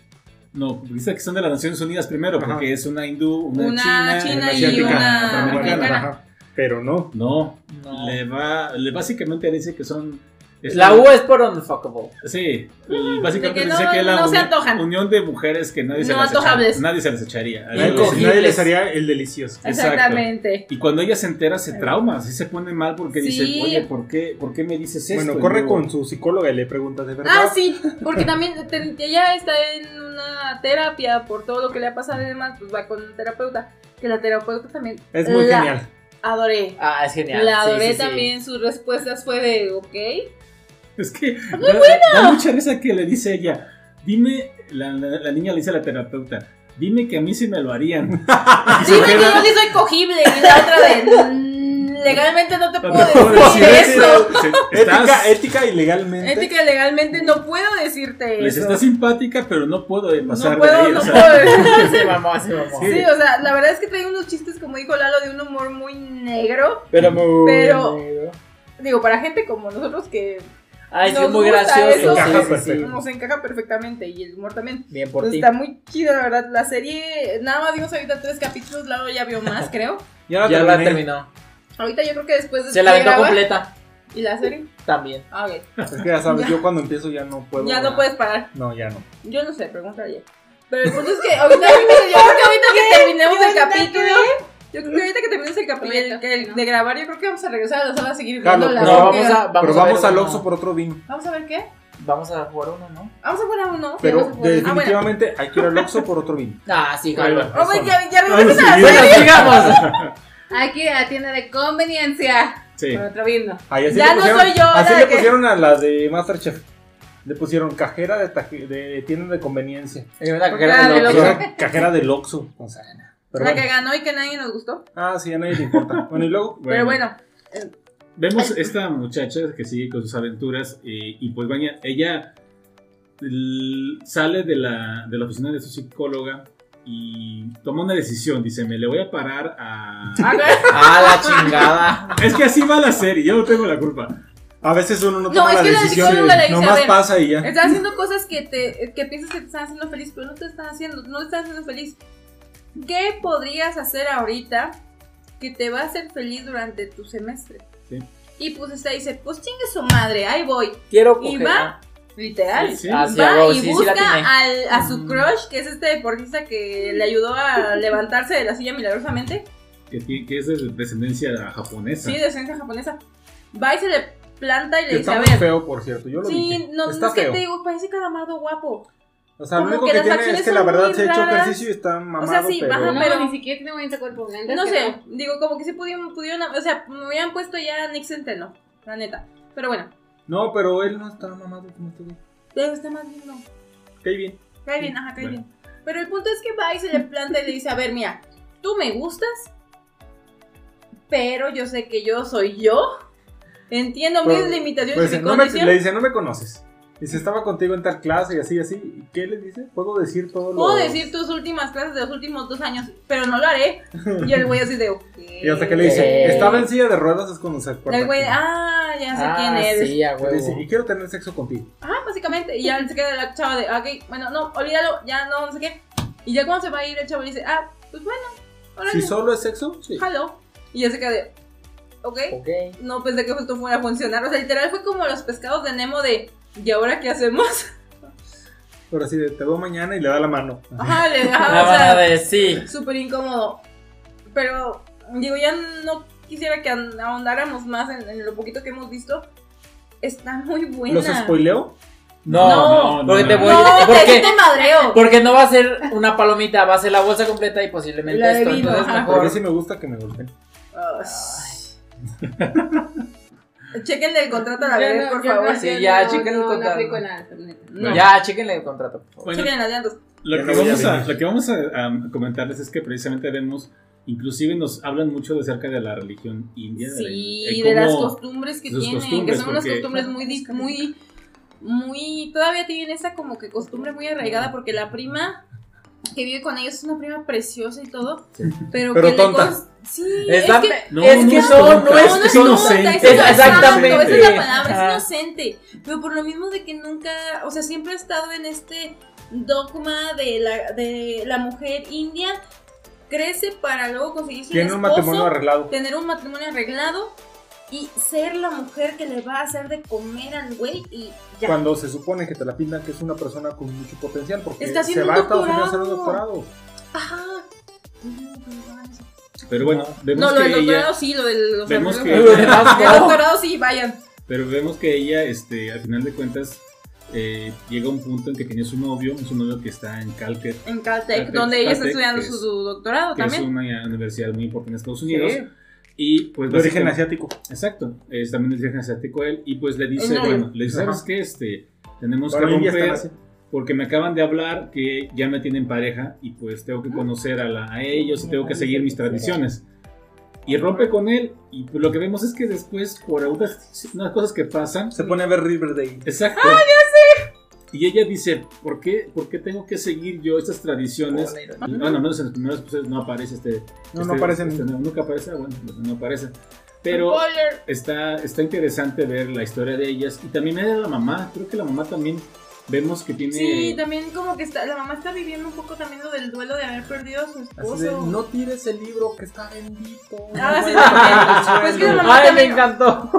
No, dice que son de las Naciones Unidas primero, Ajá. porque es una hindú, una, Una china una y asiática, una afroamericana. americana. Ajá. Pero no. No, No. le va, le básicamente dice que son... es La U es por unfuckable. Sí, de básicamente que dice no- que es la no se uni- antojan. unión de mujeres que nadie, se, No las antojables. echa- nadie se las echaría. Nadie, Algo así. Incogibles. nadie les haría el delicioso. Exacto. Exactamente. Y cuando ella se entera se trauma, así se pone mal porque Sí. dice, oye, ¿por qué, ¿por qué me dices esto? Bueno, Y corre luego- con su psicóloga y le pregunta, ¿de verdad? Ah, sí, porque también te- ella está en una terapia por todo lo que le ha pasado y demás, pues va con un terapeuta. Que la terapeuta también Es muy la genial. adoré. Ah, es genial. La Sí, adoré sí, sí. también, sus respuestas fue de, ok. Es que da, da mucha risa que le dice ella, dime, la, la- la niña le dice a la terapeuta, dime que a mí sí me lo harían. Y Ah, se Dime que queda- yo sí soy cogible. Y la otra de, "Mm, legalmente no te No puedo te puedo decir decir eso. eso. Se- Ética, estás- ética y legalmente. Ética legalmente no puedo decirte les eso. está simpática, pero no puedo eh, no pasar de puedo, ahí. no o sea, puedo. Se mamó, se mamó. Sí, o sea, la verdad es que trae unos chistes, como dijo Lalo, de un humor muy negro. Pero muy Pero- negro. Digo, para gente como nosotros que Ay, sí, Nos muy gusta eso. gracioso. sí, Encaja sí, perfecto. sí. nos encaja perfectamente y el humor también. Bien por Entonces, ti. está muy chido, la verdad. La serie, nada más vimos ahorita tres capítulos, Lalo ya vio más, creo. Ya la Ya la terminé. terminó. Ahorita yo creo que después de Se la de aventó grabar- completa. ¿Y la serie? También. A ver, Es que ya sabes, Ya. yo cuando empiezo ya no puedo. ya no puedes parar. No, ya no. Yo no sé, pregunta ayer. Pero el punto es que ahorita, yo creo que ahorita que terminemos el capítulo. Yo creo que ahorita que terminemos el capítulo el- el de grabar, yo creo que vamos a regresar a la sala a seguir viendo Claro, la no, No, serie. vamos a. Vamos Pero a ver vamos al uno. Oxxo por otro vino. Vamos a ver qué. Vamos a jugar uno, ¿no? Vamos a poner uno. Pero vamos a poner- Ah, bueno. definitivamente hay que ir al Oxxo por otro vino. Ah, sí, Ahí jalo. va. Oh, bueno, ya, ya Ah, Vamos a regresen a la seguir. Bueno, sigamos. Aquí a la tienda de conveniencia. Sí. Por otro vino. Ay, así Ya le no pusieron- soy yo Así la le que- pusieron a la de Masterchef. Le pusieron cajera de, taje- de tienda de conveniencia. En una cajera Ah, de del Oxxo. Oxxo. Cajera, cajera del Oxxo. O sea, pero La bueno. que ganó y que nadie nos gustó. Ah, sí, a nadie le importa. Bueno, y luego. Pero bueno, Vemos esta muchacha que sigue con sus aventuras eh, y pues vaya, ella l- sale de la, de la oficina de su psicóloga y toma una decisión, dice, me le voy a parar a... Ah, la chingada. Es que así va la serie, yo no tengo la culpa. A veces uno no No, toma es la que la decisión. psicóloga le dice, a nomás ver, pasa y ya. estás haciendo cosas que te que piensas que te están haciendo feliz, pero no te están haciendo, no te están haciendo feliz. ¿Qué podrías hacer ahorita que te va a hacer feliz durante tu semestre? Sí. Y pues esta dice, pues chingue su madre, ahí voy. Quiero Y coger. va. Literal. Sí, sí. Ah, sí, Va huevo, y sí, sí busca la tiene. al- a su Mm. crush, que es este deportista que le ayudó a levantarse de la silla milagrosamente. Que, tiene- que es de descendencia japonesa. Sí, de esencia japonesa. Va y se le planta y le Que dice, está a muy ver. feo, por cierto. Yo lo Sí, dije. no, está es que feo. te digo, parece calamardo guapo. O sea, lo como único que que, las tiene es acciones que la son verdad muy se ha hecho raras. ejercicio y está mamado. sí, pero- baja, No, pero- ni siquiera tiene bonito cuerpo. la neta No es que sé, digo, como que se pudieron, pudieron, o sea, me hubieran puesto ya Nick Centeno, la neta. Pero bueno, No, pero él no está mamado como este güey. pero está más lindo. Qué bien. Cae bien, ajá, cae Bueno. bien. Pero el punto es que va y se le planta y le dice, a ver, mira, tú me gustas, pero yo sé que yo soy yo. Entiendo Pero, mis limitaciones Pues, y mi no me- condición. le dice, no me conoces. Dice, estaba contigo en tal clase y así, y así. ¿Y ¿Qué le dice? ¿Puedo decir todo lo...? Puedo decir tus últimas clases de los últimos dos años, pero no lo haré. Y el güey así de, ok. Y hasta que le dice, Eh. estaba en silla de ruedas, es cuando se acuerda. El güey, que- ah, ya sé Ah, quién eres. sí, a que le dice, y huevo. quiero tener sexo contigo. Ajá, básicamente. Y ya se queda la chava de, ok, bueno, no, olvídalo, ya no, no sé qué. Y ya cuando se va a ir, el chavo le dice, ah, pues bueno, ahora Si solo es sexo, sí. jalo. Y ya se queda de, ok, Ok. no pensé que esto fuera a funcionar. O sea, literal fue como los pescados de Nemo de, ¿y ahora qué hacemos? Pero así de, te veo mañana y le da la mano. Ajá, le La dejaba, o van Ah, a sea, decir. súper incómodo. Pero, digo, ya no quisiera que ahond- ahondáramos más en, en lo poquito que hemos visto. Está muy buena. ¿Los spoileo? No, No, porque te voy- No, ¿por te, qué? te madreo. Porque no va a ser una palomita, va a ser la bolsa completa y posiblemente La de esto. vino, Entonces, ajá. Porque mejor. sí me gusta que me golpeen. Ay. Chequenle el contrato a la Yo vez, no- por yo no- favor. sí, yo ya, no- chéquenlo No, no total. aplico nada. neta. No. Ya, chequenle el contrato, por favor. Bueno, Chequen las llantas. Lo Ya que, no voy a vamos a, venir. lo que vamos a, a comentarles es que precisamente Venus, inclusive nos hablan mucho de cerca de la religión india. de la- Sí, cómo- de las costumbres que sus tienen, costumbres, que son unas porque- costumbres muy, dis- muy, muy, todavía tienen esa como que costumbre muy arraigada porque la prima que vive con ellos es una prima preciosa y todo, pero, Pero que tonta. le cons- sí, Es, es la- que No, es no que es no, tonta, no es no es es inocente, tonta, es exactamente. exacto, esa es la palabra, Ajá. es inocente. Pero por lo mismo de que nunca, o sea, siempre ha estado en este dogma de la, de la mujer india, crece para luego conseguirse Tiene un un esposo, matrimonio arreglado. tener un matrimonio arreglado y ser la mujer que le va a hacer de comer al güey y ya. Cuando se supone que te la pintan que es una persona con mucho potencial, porque Está se haciendo va un a Estados Unidos a hacer un doctorado. doctorado. Ajá. No, pero no hagan eso. Pero bueno, vemos No, lo que del ella... doctorado sí, lo del los Vemos que- arreglos. Del doctorado sí, vayan. Pero vemos que ella, este, al final de cuentas, eh, llega a un punto en que tiene su novio, su novio que está en Caltech, En Caltech, Caltech, donde ella está Caltech, estudiando que su, es- su doctorado que es Ah, también. una universidad muy importante en Estados Unidos. Sí, Y pues de origen básicamente- asiático. Exacto, es también es virgen asiático él y pues le dice, El novio. bueno, le dice, ¿sabes Ajá. qué? Este, tenemos que Ahora en India están romper así. porque me acaban de hablar que ya me tienen pareja y pues tengo Ah. que conocer a, la- a ellos y tengo que seguir mis tradiciones. Y rompe con él y pues lo que vemos es que después por algunas unas cosas que pasan, Se pone a ver Riverdale. exacto. Ah, Y ella dice, ¿por qué, ¿por qué tengo que seguir yo estas tradiciones? Y, Bueno, al menos en los primeros episodios no aparece este... No, este- no aparecen. este- no, nunca aparece, ah, bueno, no aparece. Pero Spoiler. está, está interesante ver la historia de ellas y también era la mamá. Creo que la mamá también vemos que tiene. Sí, también como que está, la mamá está viviendo un poco también lo del duelo de haber perdido a su esposo. Así de, no tires el libro que está bendito. Ah, sí, Bueno, pues que bueno. la mamá Ay, me también- encantó.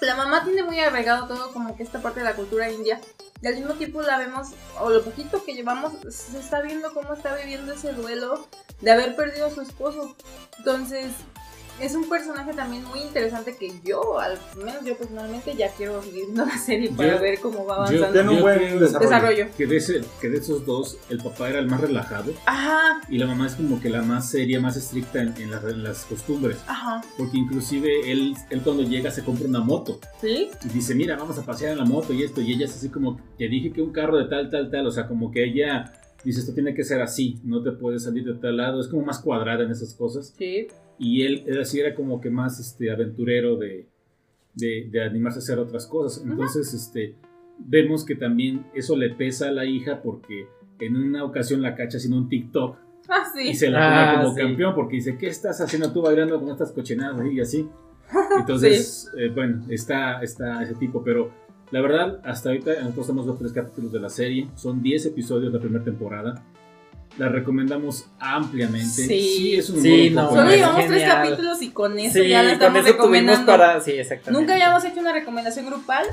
La mamá tiene muy arraigado todo como que esta parte de la cultura india y al mismo tiempo la vemos, o lo poquito que llevamos, se está viendo cómo está viviendo ese duelo de haber perdido a su esposo. Entonces, es un personaje también muy interesante que yo, al menos yo personalmente, ya quiero seguir viendo la serie para Yo- ver cómo va yo- avanzando. Tiene un Yo buen creo- desarrollo. Desarrollo. Que de, ese- que de esos dos, el papá era el más relajado Ajá, y la mamá es como que la más seria, más estricta en, en las, en las costumbres. ajá. Porque inclusive él, él cuando llega se compra una moto ¿Sí? y dice, mira, vamos a pasear en la moto y esto. Y ella es así como, te dije que un carro de tal, tal, tal. O sea, como que ella dice, esto tiene que ser así, no te puedes salir de tal lado. Es como más cuadrada en esas cosas. Sí. y él era así era como que más este aventurero de, de, de animarse a hacer otras cosas entonces este vemos que también eso le pesa a la hija porque en una ocasión la cacha haciendo un TikTok Ah, y sí. se la pone Ah, como sí. campeón porque dice qué estás haciendo tú bailando con estas cochinadas ahí?" y así entonces eh, bueno está está ese tipo pero la verdad hasta ahorita nosotros somos los tres capítulos de la serie son 10 episodios de la primera temporada la recomendamos ampliamente Sí. es un humor Sí, un no, poco Solo negro. llevamos tres genial. capítulos y con eso Sí, ya la con estamos eso tuvimos recomendando. para. Sí, exactamente. Nunca habíamos hecho una recomendación grupal,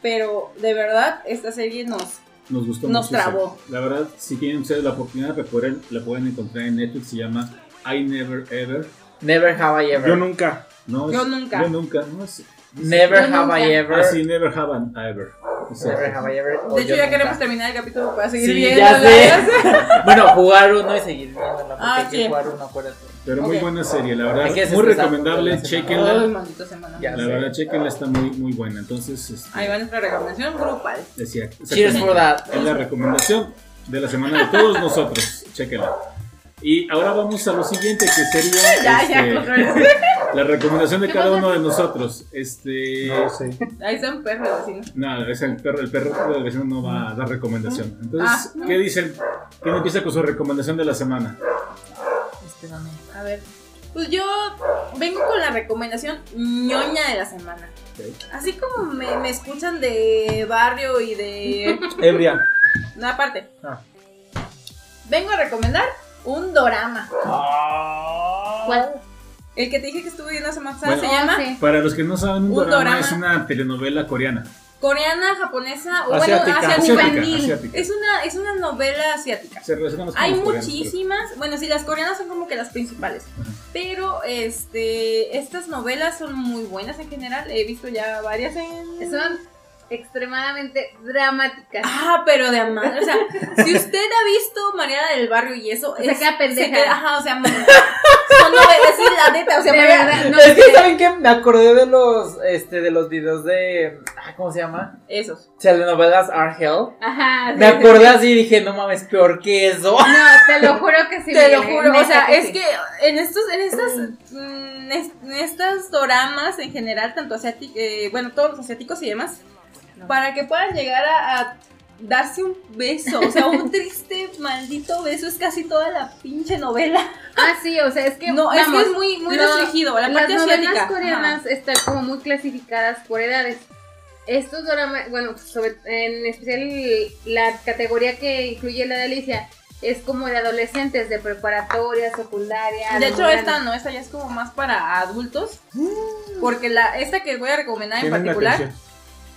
pero de verdad esta serie nos... Nos gustó Nos muchísimo. trabó. La verdad, si tienen ustedes la oportunidad, la pueden, la pueden encontrar en Netflix. Se llama I Never Ever. Never have I ever. Yo nunca. No, Yo es- nunca. Yo nunca. No es, Never Yo have nunca. I ever. Ah, sí, Never Have an Ever. Exacto. Never have I ever. o De hecho yo ya nunca. queremos terminar el capítulo para seguir Sí, viendo. ya sé. Bueno, jugar uno y seguir viéndola. Porque Ah, hay que sí. jugar uno, acuérdate. Pero muy Ok. buena serie, la Hay verdad. que Muy desestresar recomendable. por la semana. Chequenla. maldito semana. Ya La sé. verdad, chequenla, está muy, muy buena. Entonces, este, Ahí va nuestra recomendación grupal. decía. exactamente. Cheers for that. Es la recomendación de la semana de todos nosotros. Chequenla. Y ahora vamos a lo siguiente que sería Ya, este, ya, otra vez. la recomendación de ¿Qué cada pasa? uno de nosotros. Este, No sé. Ahí está un perro vecino. No, es el perro, el perro del vecino no va a dar recomendación. Entonces, Ah. ¿qué dicen? ¿Quién empieza con su recomendación de la semana? Espérame. A ver. Pues yo vengo con la recomendación ñoña de la semana. Ok. Así como me, me escuchan de barrio y de... Ebria. Una parte. Ah. Vengo a recomendar un dorama. ¿Cuál? El que te dije que estuve viendo hace más Bueno. se llama Oh, Sí. Para los que no saben, un Un dorama, dorama. es una telenovela coreana. coreana, japonesa o Asiática. bueno, asiática. Asiática, juvenil. asiática. Es una, es una novela asiática. Se relacionan más con Hay los coreanos, muchísimas, bueno, sí, las coreanas son como que las principales, Ajá. pero este, estas novelas son muy buenas en general, he visto ya varias en... Son extremadamente dramáticas. Ah, pero de amar. O sea, si usted ha visto Mariana del Barrio y eso. sea, queda pendeja. se queda- ajá, o sea, ma- son novelas, sí, la neta. O sea, de Mariana- verdad, no es que sé. saben que me acordé de los este de los videos de ah, ¿cómo se llama? Esos. Telenovelas Are Hell. Ah. Ajá, sí, Me acordé así y dije, no mames, peor que eso. No, te lo juro que sí. Te lo Miguel, juro, o neta sea, es sí. que en estos, en estas, mm, es- en estas doramas en general, tanto asiáticos, bueno, todos los asiáticos y demás, para que puedan llegar a, a darse un beso, o sea, un triste maldito beso es casi toda la pinche novela. Ah, sí, o sea, es que. No, es que vamos, es muy, muy lo- restringido, la Las parte asiática. novelas ajá. coreanas están como muy clasificadas por edades. Estos dramas, bueno, pues, sobre, en especial la categoría que incluye la de Alicia es como de adolescentes, de preparatoria, secundaria. De hecho, novena. esta no, esta ya es como más para adultos, porque la, esta que voy a recomendar en Tienen la particular atención.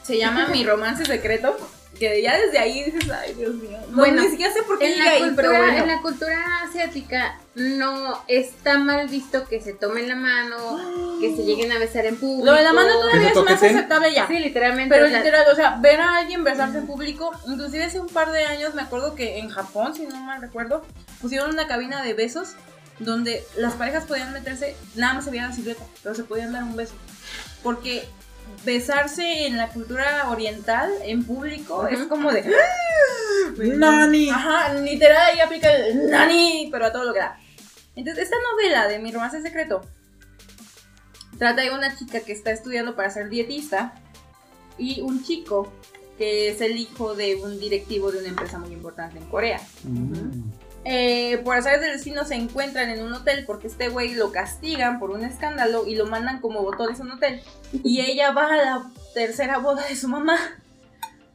Se llama Mi Romance Secreto. Que ya desde ahí dices, ay, Dios mío. No, Bueno, ni siquiera sé por qué En llega la, ahí, pero cultura, bueno. en la cultura asiática no está mal visto que se tomen la mano, que se lleguen a besar en público. Lo de la mano ¿Que todavía se es más toqueten? aceptable ya. Sí, literalmente. Pero o sea, literal, o sea, ver a alguien besarse en público, inclusive hace un par de años me acuerdo que en Japón, si no mal recuerdo, pusieron una cabina de besos donde las parejas podían meterse, nada más se veía la silueta, pero se podían dar un beso. Porque besarse en la cultura oriental, en público, es como de... Pues, "Ah, Nani. Ajá, literal ahí aplica el nani, pero a todo lo que da. Entonces, esta novela de Mi romance secreto trata de una chica que está estudiando para ser dietista y un chico que es el hijo de un directivo de una empresa muy importante en Corea. Eh, por azar del destino se encuentran en un hotel porque este güey lo castigan por un escándalo y lo mandan como botones a un hotel. Y ella va a la tercera boda de su mamá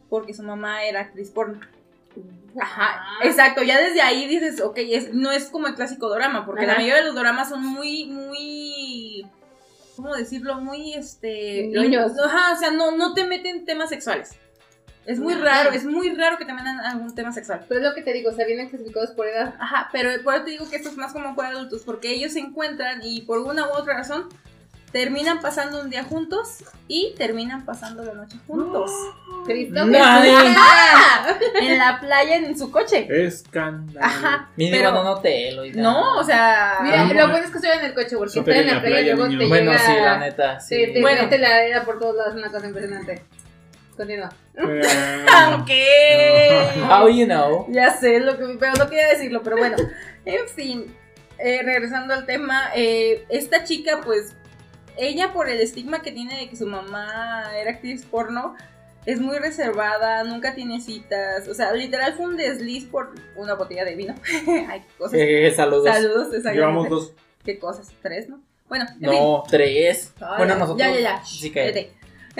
porque su mamá era actriz porno. Ajá, exacto, ya desde ahí dices, ok, es- no es como el clásico drama, porque la Ajá. mayoría de los dramas son muy, muy, ¿cómo decirlo? Muy, este... Niños. Ajá, o sea, no, no te meten temas sexuales. Es muy raro, es muy raro que te metan algún tema sexual. Pero es pues, lo que te digo, o sea, vienen clasificados por edad. Ajá, pero por eso te digo que esto es más como para adultos, porque ellos se encuentran y por una u otra razón terminan pasando un día juntos y terminan pasando la noche juntos. Cristo Nadie. Jesús. ¡Ah! En la playa, en su coche. Escándalo. Ajá. Mínimo Pero- no noté, lo oiga. No, o sea... Mira, Ah, lo bueno es que estoy en el coche, porque Eso estoy te en la playa y luego niño. te Bueno, llega... sí, la neta, sí. Te, te Bueno. mete la arena por todos lados, una cosa impresionante. Continúa. Ah, Eh, How ok. you know? Ya sé, lo que, pero no quería decirlo, pero bueno. En fin, eh, regresando al tema, eh, esta chica, pues, ella por el estigma que tiene de que su mamá era actriz porno, es muy reservada, nunca tiene citas, o sea, literal fue un desliz por una botella de vino. Ay, qué cosas. Eh, saludos. Saludos, Llevamos exactamente. dos. Qué cosas, tres, ¿no? Bueno, en fin. No, tres. Ay, bueno, nosotros. Ya, ya, ya. Sí que. Cállate.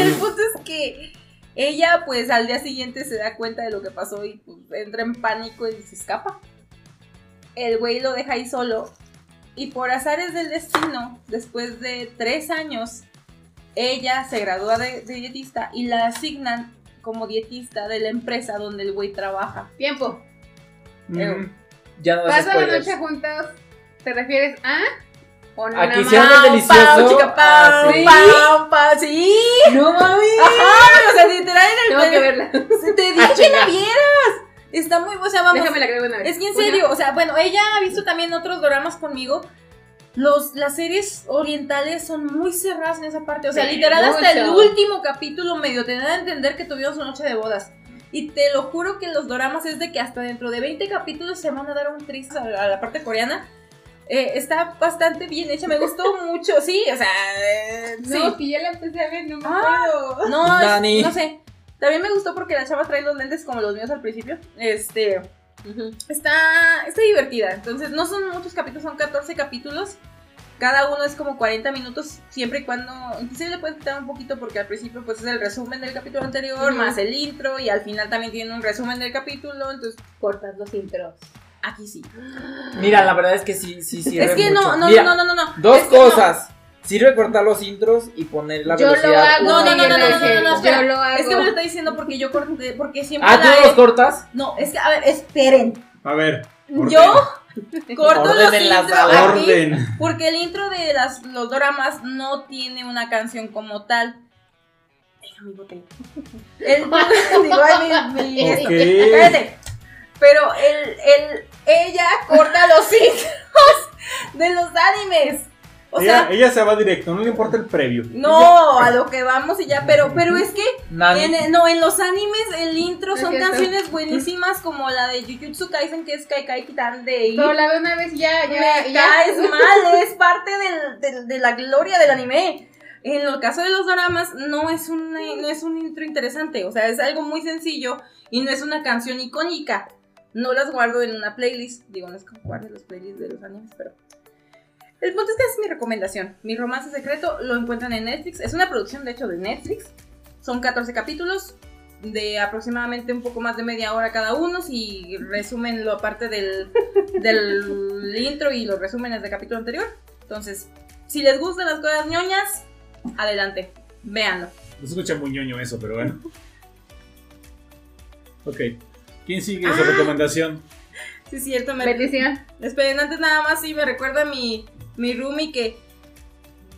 El punto es que ella, pues al día siguiente se da cuenta de lo que pasó y pues, entra en pánico y se escapa. El güey lo deja ahí solo. Y por azares del destino, después de tres años, ella se gradúa de, de dietista y la asignan como dietista de la empresa donde el güey trabaja. Tiempo. mm, Ya no das Pasa la spoilers. noche juntos. ¿Te refieres a o no? Aquí nada hicieron más? el delicioso. chica, Ah, pau, sí. pau, pau, sí. No mami. Ajá, o sea, literal en el Tengo que verla. Te dije que la vieras. Está muy, o sea, vamos. Déjame la creo una vez. Es que en Una. serio, o sea, bueno, ella ha visto también otros dramas conmigo. Los, las series orientales son muy cerradas en esa parte. O sea, Sí, literal, hasta el mucho. último capítulo medio te da a entender que tuvieron su noche de bodas. Y te lo juro que en los dramas es de que hasta dentro de 20 capítulos se van a dar un triste a, a la parte coreana. Eh, está bastante bien hecha, me gustó mucho, sí, o sea, eh, sí. No, que ya la empecé a ver, no me Ah. acuerdo. No, es- Dani. no sé. También me gustó porque la chava trae los lentes como los míos al principio. Este. Está, está divertida. Entonces, no son muchos capítulos, son 14 capítulos. Cada uno es como 40 minutos, siempre y cuando. Inclusive le puedes quitar un poquito porque al principio pues es el resumen del capítulo anterior, Ujú. más el intro, y al final también tiene un resumen del capítulo. Entonces, Cortas los intros. aquí sí. Mira, la verdad es que sí, sí, sí. es que no, no, no, no, no, no. Dos Es que no. cosas. Sirve cortar los intros y poner la Yo velocidad. lo hago. No, no, no, Miguel no, no, no, Ángel, no, espera. Yo lo hago. Es que me lo está diciendo porque yo corté, porque siempre Ah, la ¿tú he- los cortas? No, es que, a ver, esperen. A ver. orden. Yo corto los Orden en las intros damas. aquí Orden. porque el intro de las, los dramas no tiene una canción como tal. tenga mi bote. El, digo, ay, mi, mi- esto. Ok. Espérate. Pero el, el, ella corta los ciclos de los animes. O sea, Ella, ella se va directo, no le importa el previo. no, a lo que vamos y ya, pero, pero es que Nani. en, no, en los animes el intro Es son cierto. canciones buenísimas como la de Jujutsu Kaisen que es Kaikai Kitan de Pero la veo una vez y ya, ya, me ya. caes mal, es parte del- del- de la gloria del anime. En el caso de los dramas, no es, un, no es un intro interesante, o sea, es algo muy sencillo y no es una canción icónica. No las guardo en una playlist, digo, no es como guarde los playlists de los animes, pero... El punto es que es mi recomendación. Mi romance secreto lo encuentran en Netflix, es una producción de hecho de Netflix, son 14 capítulos de aproximadamente un poco más de media hora cada uno, si resumen lo aparte del del intro y los resúmenes del capítulo anterior. Entonces, si les gustan las cosas ñoñas, adelante, véanlo. No se escucha muy ñoño eso, pero bueno. Ok. ¿Quién sigue Ah. esa recomendación? Sí, es cierto, me... Bendición. Esperen, antes nada más, sí, me recuerda mi, mi roomie que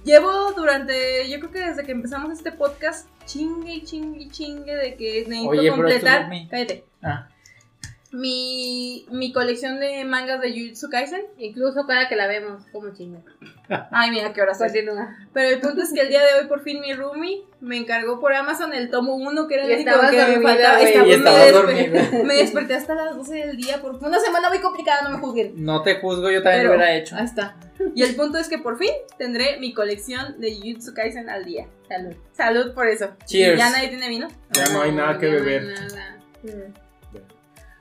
llevo durante, yo creo que desde que empezamos este podcast, chingue y chingue y chingue de que necesito Oye, pero completar... tu roomie. Cállate. Ah. Mi, mi colección de mangas de Jujutsu Kaisen. Incluso cada que la vemos, como chingo. Ay, mira qué hora es. Continúa. Pero el punto es que el día de hoy por fin mi roomie me encargó por Amazon el tomo 1 que era Y el único estabas que me dormida, faltaba. güey. Estaba- Y me, estabas despe- dormida. me desperté hasta las 12 del día por una semana muy complicada, no me juzguen. No te juzgo, yo también lo Pero- hubiera hecho. Ahí está. Y el punto es que por fin tendré mi colección de Jujutsu Kaisen al día. Salud. Salud por eso. Cheers. ¿Ya nadie tiene vino? Ya no hay nada que ya no hay beber. nada. Ya,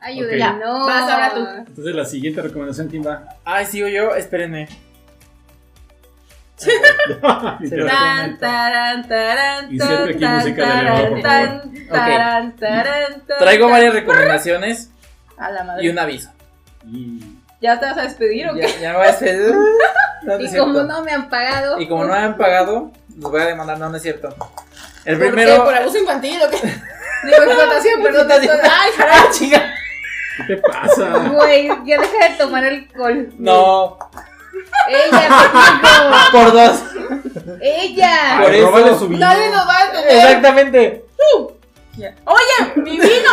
Ayúdenme. vas ahora tú. Entonces, la siguiente recomendación, ¿quién va? Ay, sigo yo, espérenme. Literal. Tan, taran, taran, Y siempre aquí tan, música de taran, elevador, por favor. tan, taran, taran, tan, Traigo tan. varias recomendaciones A la madre. y un aviso. Y ¿Ya te vas a despedir o qué? Ya, ya me voy a despedir. No, no es Y como cierto. no me han pagado. Y como no me han pagado, los voy a demandar, no, no es cierto. El ¿Por primero. qué? ¿Por abuso infantil o qué? Digo, explotación, pero no te Ay, carajo, chinga. ¿Qué te pasa? Güey, ya deja de tomar alcohol. No, Ella, por dos. me dijo. Ah, Ella. Por Ay, eso- róbale su vino. Nadie nos va a entender. Exactamente. Oye, mi vino.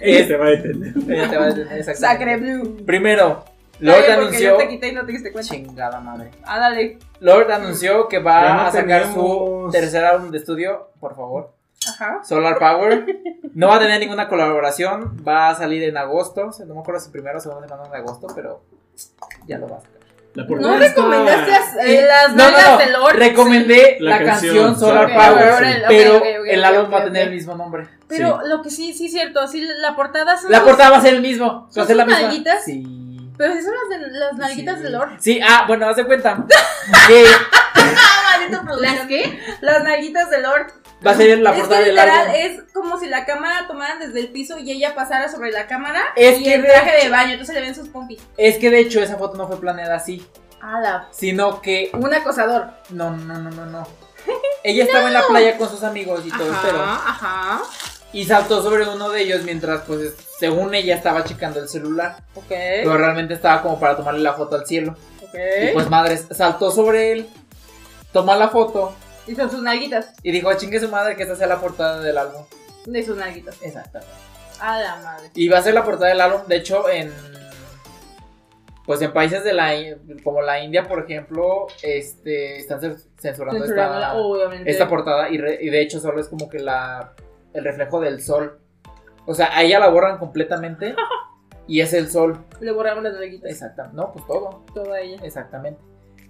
Ella te va a detener. Ya te va a detener, exactamente. Sacre Blue. Primero, Lord Oye, porque anunció. Yo te quité y no te diste cuenta. Chingada madre. Ah, dale. Lord anunció que va Ya no a sacar su tenemos. tercer álbum de estudio, por favor. Ajá. Solar Power. No va a tener ninguna colaboración. Va a salir en agosto. o sea, No me acuerdo si primero o segunda semana de agosto, pero ya lo va a sacar. La ¿No portada está- recomendaste as- eh, las No, nalgas no, de no. Lord? Recomendé Sí. la, La canción, canción, Solar Solar Power, Power, sí. pero Ok, ok, ok, el álbum ok, va a ok. tener el mismo nombre. Pero lo que sí, sí es cierto. Así la portada son. La las- portada va a ser el mismo. ¿Son ¿Va a sus ser la misma? nalguitas? Sí. Pero sí son las, de, las nalguitas Sí. de Lord. Sí, ah, bueno, haz de cuenta que Ah, maldito producción. ¿Las qué? Las nalguitas de Lord. va a ser la es portada que del literal álbum. es como si la cámara tomara desde el piso y ella pasara sobre la cámara Es y que el de- traje de baño. Entonces le ven sus pompis. Es que de hecho esa foto no fue planeada así, A la. sino que Un acosador. no, no, no, no, no. Ella estaba en la playa con sus amigos y todo, pero Ajá, ajá. y saltó sobre uno de ellos mientras pues según ella estaba checando el celular, Ok. pero realmente estaba como para tomarle la foto al cielo. Ok. Y pues madres, saltó sobre él, tomó la foto Y son sus nalguitas. y dijo, chingue su madre que esta sea la portada del álbum. De sus nalguitas. Exacto. A la madre. Y va a ser la portada del álbum, de hecho, en... Pues en países de la, in- como la India, por ejemplo, este, están cer- censurando, esta, obviamente. esta portada y, re- y de hecho solo es como que la, el reflejo del sol. O sea, a ella la borran completamente y es el sol. Le borramos las nalguitas. Exactamente. No, pues todo. Toda ella. Exactamente.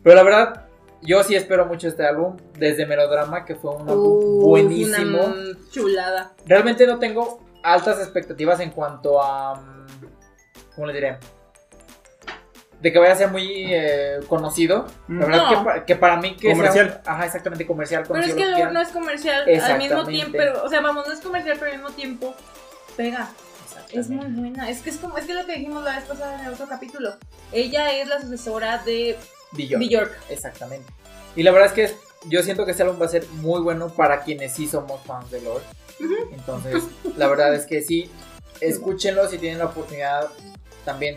Pero la verdad, yo sí espero mucho este álbum. Desde Melodrama, que fue un álbum buenísimo. Uh, Una mm, chulada. Realmente no tengo altas expectativas en cuanto a. mm, ¿Cómo le diré? De que vaya a ser muy eh, conocido. La verdad Mm. No. que, pa- que para mí que sea- Comercial. ajá, exactamente, comercial. Pero es conocido, que lo que no es comercial al mismo Exactamente. tiempo. Pero, o sea, vamos, no es comercial, pero al mismo tiempo pega. quieran. Es muy buena. Es que es como es que lo que dijimos la vez pasada en el otro capítulo. Ella es la sucesora de Billón. Bjork. Exactamente. Y la verdad es que es- yo siento que este álbum va a ser muy bueno para quienes sí somos fans de Lord. Entonces, la verdad es que sí, escúchenlo si tienen la oportunidad también.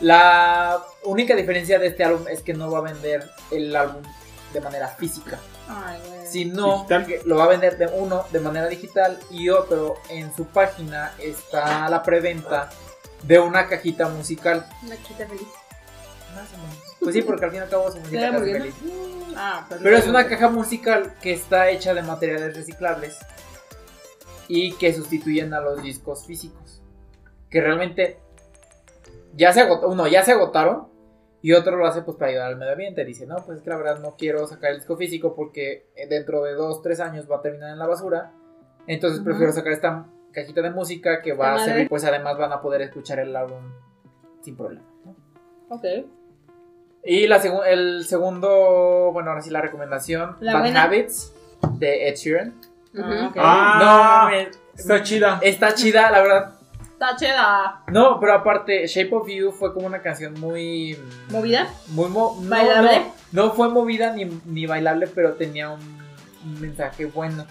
La única diferencia de este álbum es que no va a vender el álbum de manera física, Ay, güey. sino Digital. que lo va a vender de uno de manera digital y otro en su página está la preventa de una cajita musical. Una chiquita feliz. Más o menos. Pues sí, porque al fin y al cabo su música Queda casi muy bien. feliz. Mm, Ah, pues Pero no, es una no. caja musical que está hecha de materiales reciclables y que sustituyen a los discos físicos. Que realmente ya se agotó, uno ya se agotaron y otro lo hace pues para ayudar al medio ambiente. Dice, no, pues es que la verdad no quiero sacar el disco físico porque eh, dentro de dos, tres años va a terminar en la basura. Entonces Ajá. prefiero sacar esta cajita de música que va Esta a madre. servir, pues además van a poder escuchar el álbum sin problema. ¿no? Ok. Y la segu- el segundo, bueno, ahora sí la recomendación, La Bad buena. Habits de Ed Sheeran. Ah, ok. Ah, No, está Eh, chida. me- está chida, la verdad. Está chida. No, pero aparte, Shape of You fue como una canción muy... ¿Movida? Muy mo- no, ¿Bailable? No, no fue movida ni, ni bailable, pero tenía un, un mensaje bueno.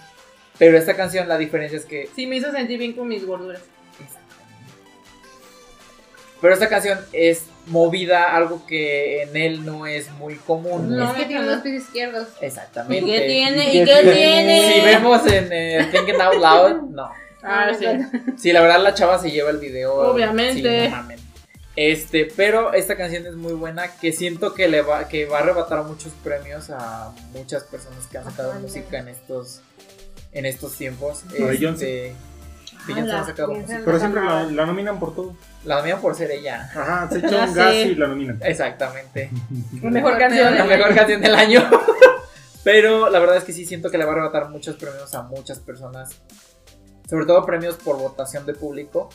Pero esta canción, la diferencia es que... Sí, me hizo sentir bien con mis gorduras. Pero esta canción es movida, algo que en él no es muy común. No, es que tiene no. dos pies izquierdos. ¿Y Exactamente. qué tiene? ¿Y ¿Y qué qué tiene? tiene? Si vemos en eh, Thinking Out Loud, no. Ah, sí. Sí, la verdad la chava se lleva el video. Obviamente. Sí, no mames. este, pero esta canción es muy buena que siento que le va, que va a arrebatar muchos premios a muchas personas que han Ah, sacado Ajá. música en estos, en estos tiempos. de Este, Beyoncé. Beyoncé Ah, ha sacado Beyoncé. música. Pero siempre la, la nominan por todo. La mía por ser ella. Ajá, se Ya echa un gas sé. y la nominan. Exactamente. La mejor canción. La mejor canción del año. Pero la verdad es que sí siento que le va a arrebatar muchos premios a muchas personas. Sobre todo premios por votación de público.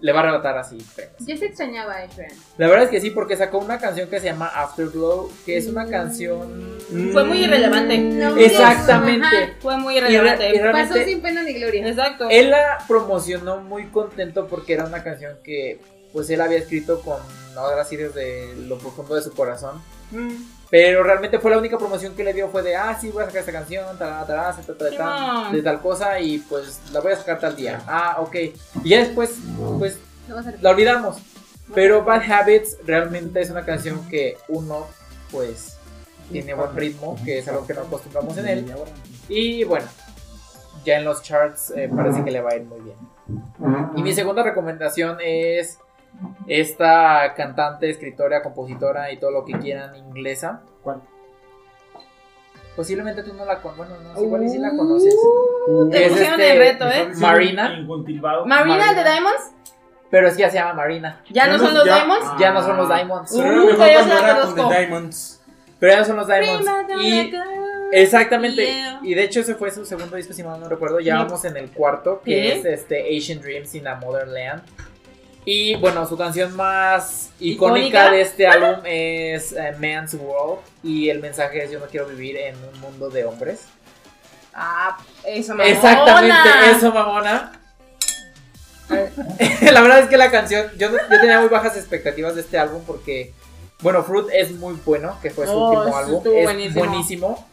Le va a arrebatar así premios. Yo se extrañaba a Sheeran. La verdad es que sí, porque sacó una canción que se llama Afterglow, que es una canción... Fue muy irrelevante. Mm, No, Exactamente. ajá. Fue muy Y re- y irrelevante. Pasó realmente sin pena ni gloria. Exacto. él la promocionó muy contento porque era una canción que pues él había escrito con ahora sí desde lo profundo de su corazón. Mm. Pero realmente fue la única promoción que le dio fue de, ah, sí, voy a sacar esta canción, tará, tará, ta, ta, ta, ta, Simón. de tal cosa y pues la voy a sacar tal día. Ah, ok. Y ya después, pues No vas a la olvidamos. Pero Bad Habits realmente es una canción que uno, pues, tiene buen ritmo, que es algo que no acostumbramos en él. Y bueno, ya en los charts eh, parece que le va a ir muy bien. Mm. Y mi segunda recomendación es esta cantante, escritora, compositora y todo lo que quieran inglesa. ¿Cuál? Posiblemente tú no la conoces, bueno, no sé, igual y sí la conoces. Uh, Te es pusieron este- el reto, ¿eh? Marina. Marina de Marina. Diamonds. Pero es que ya se llama Marina, Ya no son los ya- Diamonds. ya ah, no son los Diamonds. Uh, Pero pero yo se la era con conozco. The Diamonds. Pero ya no son los Diamonds. Y Exactamente. Yeah. Y de hecho ese fue su segundo disco, si mal no recuerdo. Ya Mm. vamos en el cuarto, que ¿Qué? es este Asian Dreams in a Modern Land. Y bueno, su canción más icónica, ¿Icónica? de este álbum es eh, Man's World. Y el mensaje es yo no quiero vivir en un mundo de hombres. Ah, eso mamona. Exactamente, eso, mamona. la verdad es que la canción, yo, no- yo tenía muy bajas expectativas de este álbum porque, bueno, Fruit es muy bueno, que fue su Oh, último sí, álbum, estuvo es buenísimo. buenísimo.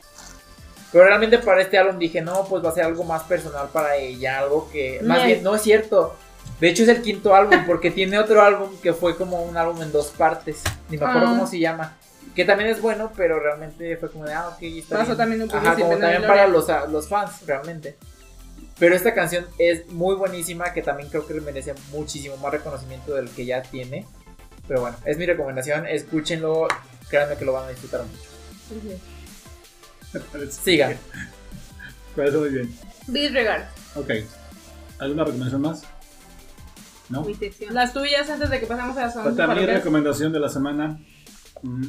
Pero realmente para este álbum dije, no, pues va a ser algo más personal para ella, algo que, más Nice. bien, no es cierto. De hecho es el quinto álbum porque tiene otro álbum que fue como un álbum en dos partes, ni me acuerdo Ah. cómo se llama. Que también es bueno, pero realmente fue como de, ah, ok, está Pasó bien. también un poco Ajá, sin pena como ni también gloria. para los, a- los fans, realmente. Pero esta canción es muy buenísima, que también creo que le merece muchísimo más reconocimiento del que ya tiene. Pero bueno, es mi recomendación, escúchenlo, créanme que lo van a disfrutar mucho. Pues, Sigan. Parece muy bien. Disregard. Ok. ¿Alguna recomendación más? Ah, ¿No? Mi sección. Las tuyas antes de que pasemos a Pues las once Falta mi parroquias. recomendación de la semana. Mm.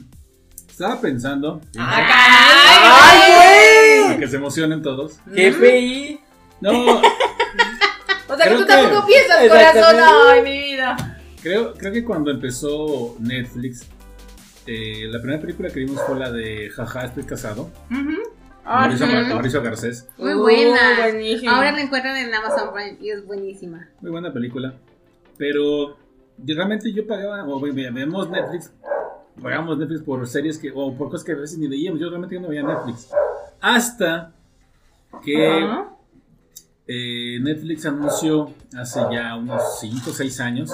Estaba pensando ¡Ah, ¡Ay, para que se emocionen todos. güey! ¡Qué Mm. feí! No, O sea que Creo tú que- tampoco piensas, Exactamente. corazón. ¡Ay, mi vida! creo, creo que cuando empezó Netflix, eh, la primera película que vimos fue la de Jaja, estoy casado. Ujú. Ah, Mauricio, sí. Gar- Mauricio Garcés. Muy Uh, buena. buenísima. Ahora la encuentran en Amazon Prime y es buenísima. Muy buena película. Pero yo- realmente yo pagaba, o ve- ve- vemos Netflix, pagamos Netflix por series que, o por cosas que a veces ni veíamos. Yo realmente yo no veía Netflix. Hasta que Ajá. eh, Netflix anunció hace ya unos 5 o 6 años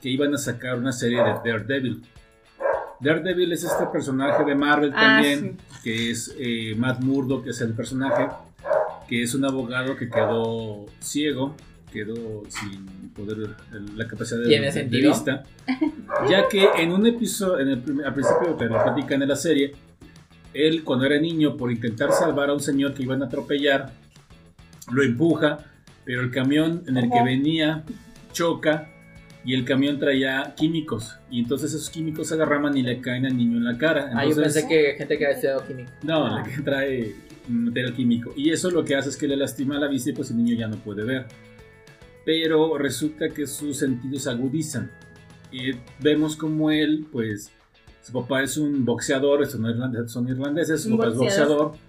que iban a sacar una serie de Daredevil. Daredevil es este personaje de Marvel Ah, también, que es eh, Matt Murdock, que es el personaje, que es un abogado que quedó ciego, quedó sin poder, el- la capacidad de, ¿Tiene de sentido? vista, ya que en un episodio, en el prim- al principio te lo platican en la serie, él cuando era niño, por intentar salvar a un señor que iban a atropellar, lo empuja, pero el camión en el que venía choca y el camión traía químicos y entonces esos químicos se derraman y le caen al niño en la cara. Ah, yo Entonces, pensé que gente que había estudiado química. No, le que trae material químico. Y eso lo que hace es que le lastima la vista y pues el niño ya no puede ver. Pero resulta que sus sentidos agudizan. Y vemos como él, pues, su papá es un boxeador, son irlandeses, son irlandeses su Un papá es boxeador. boxeador.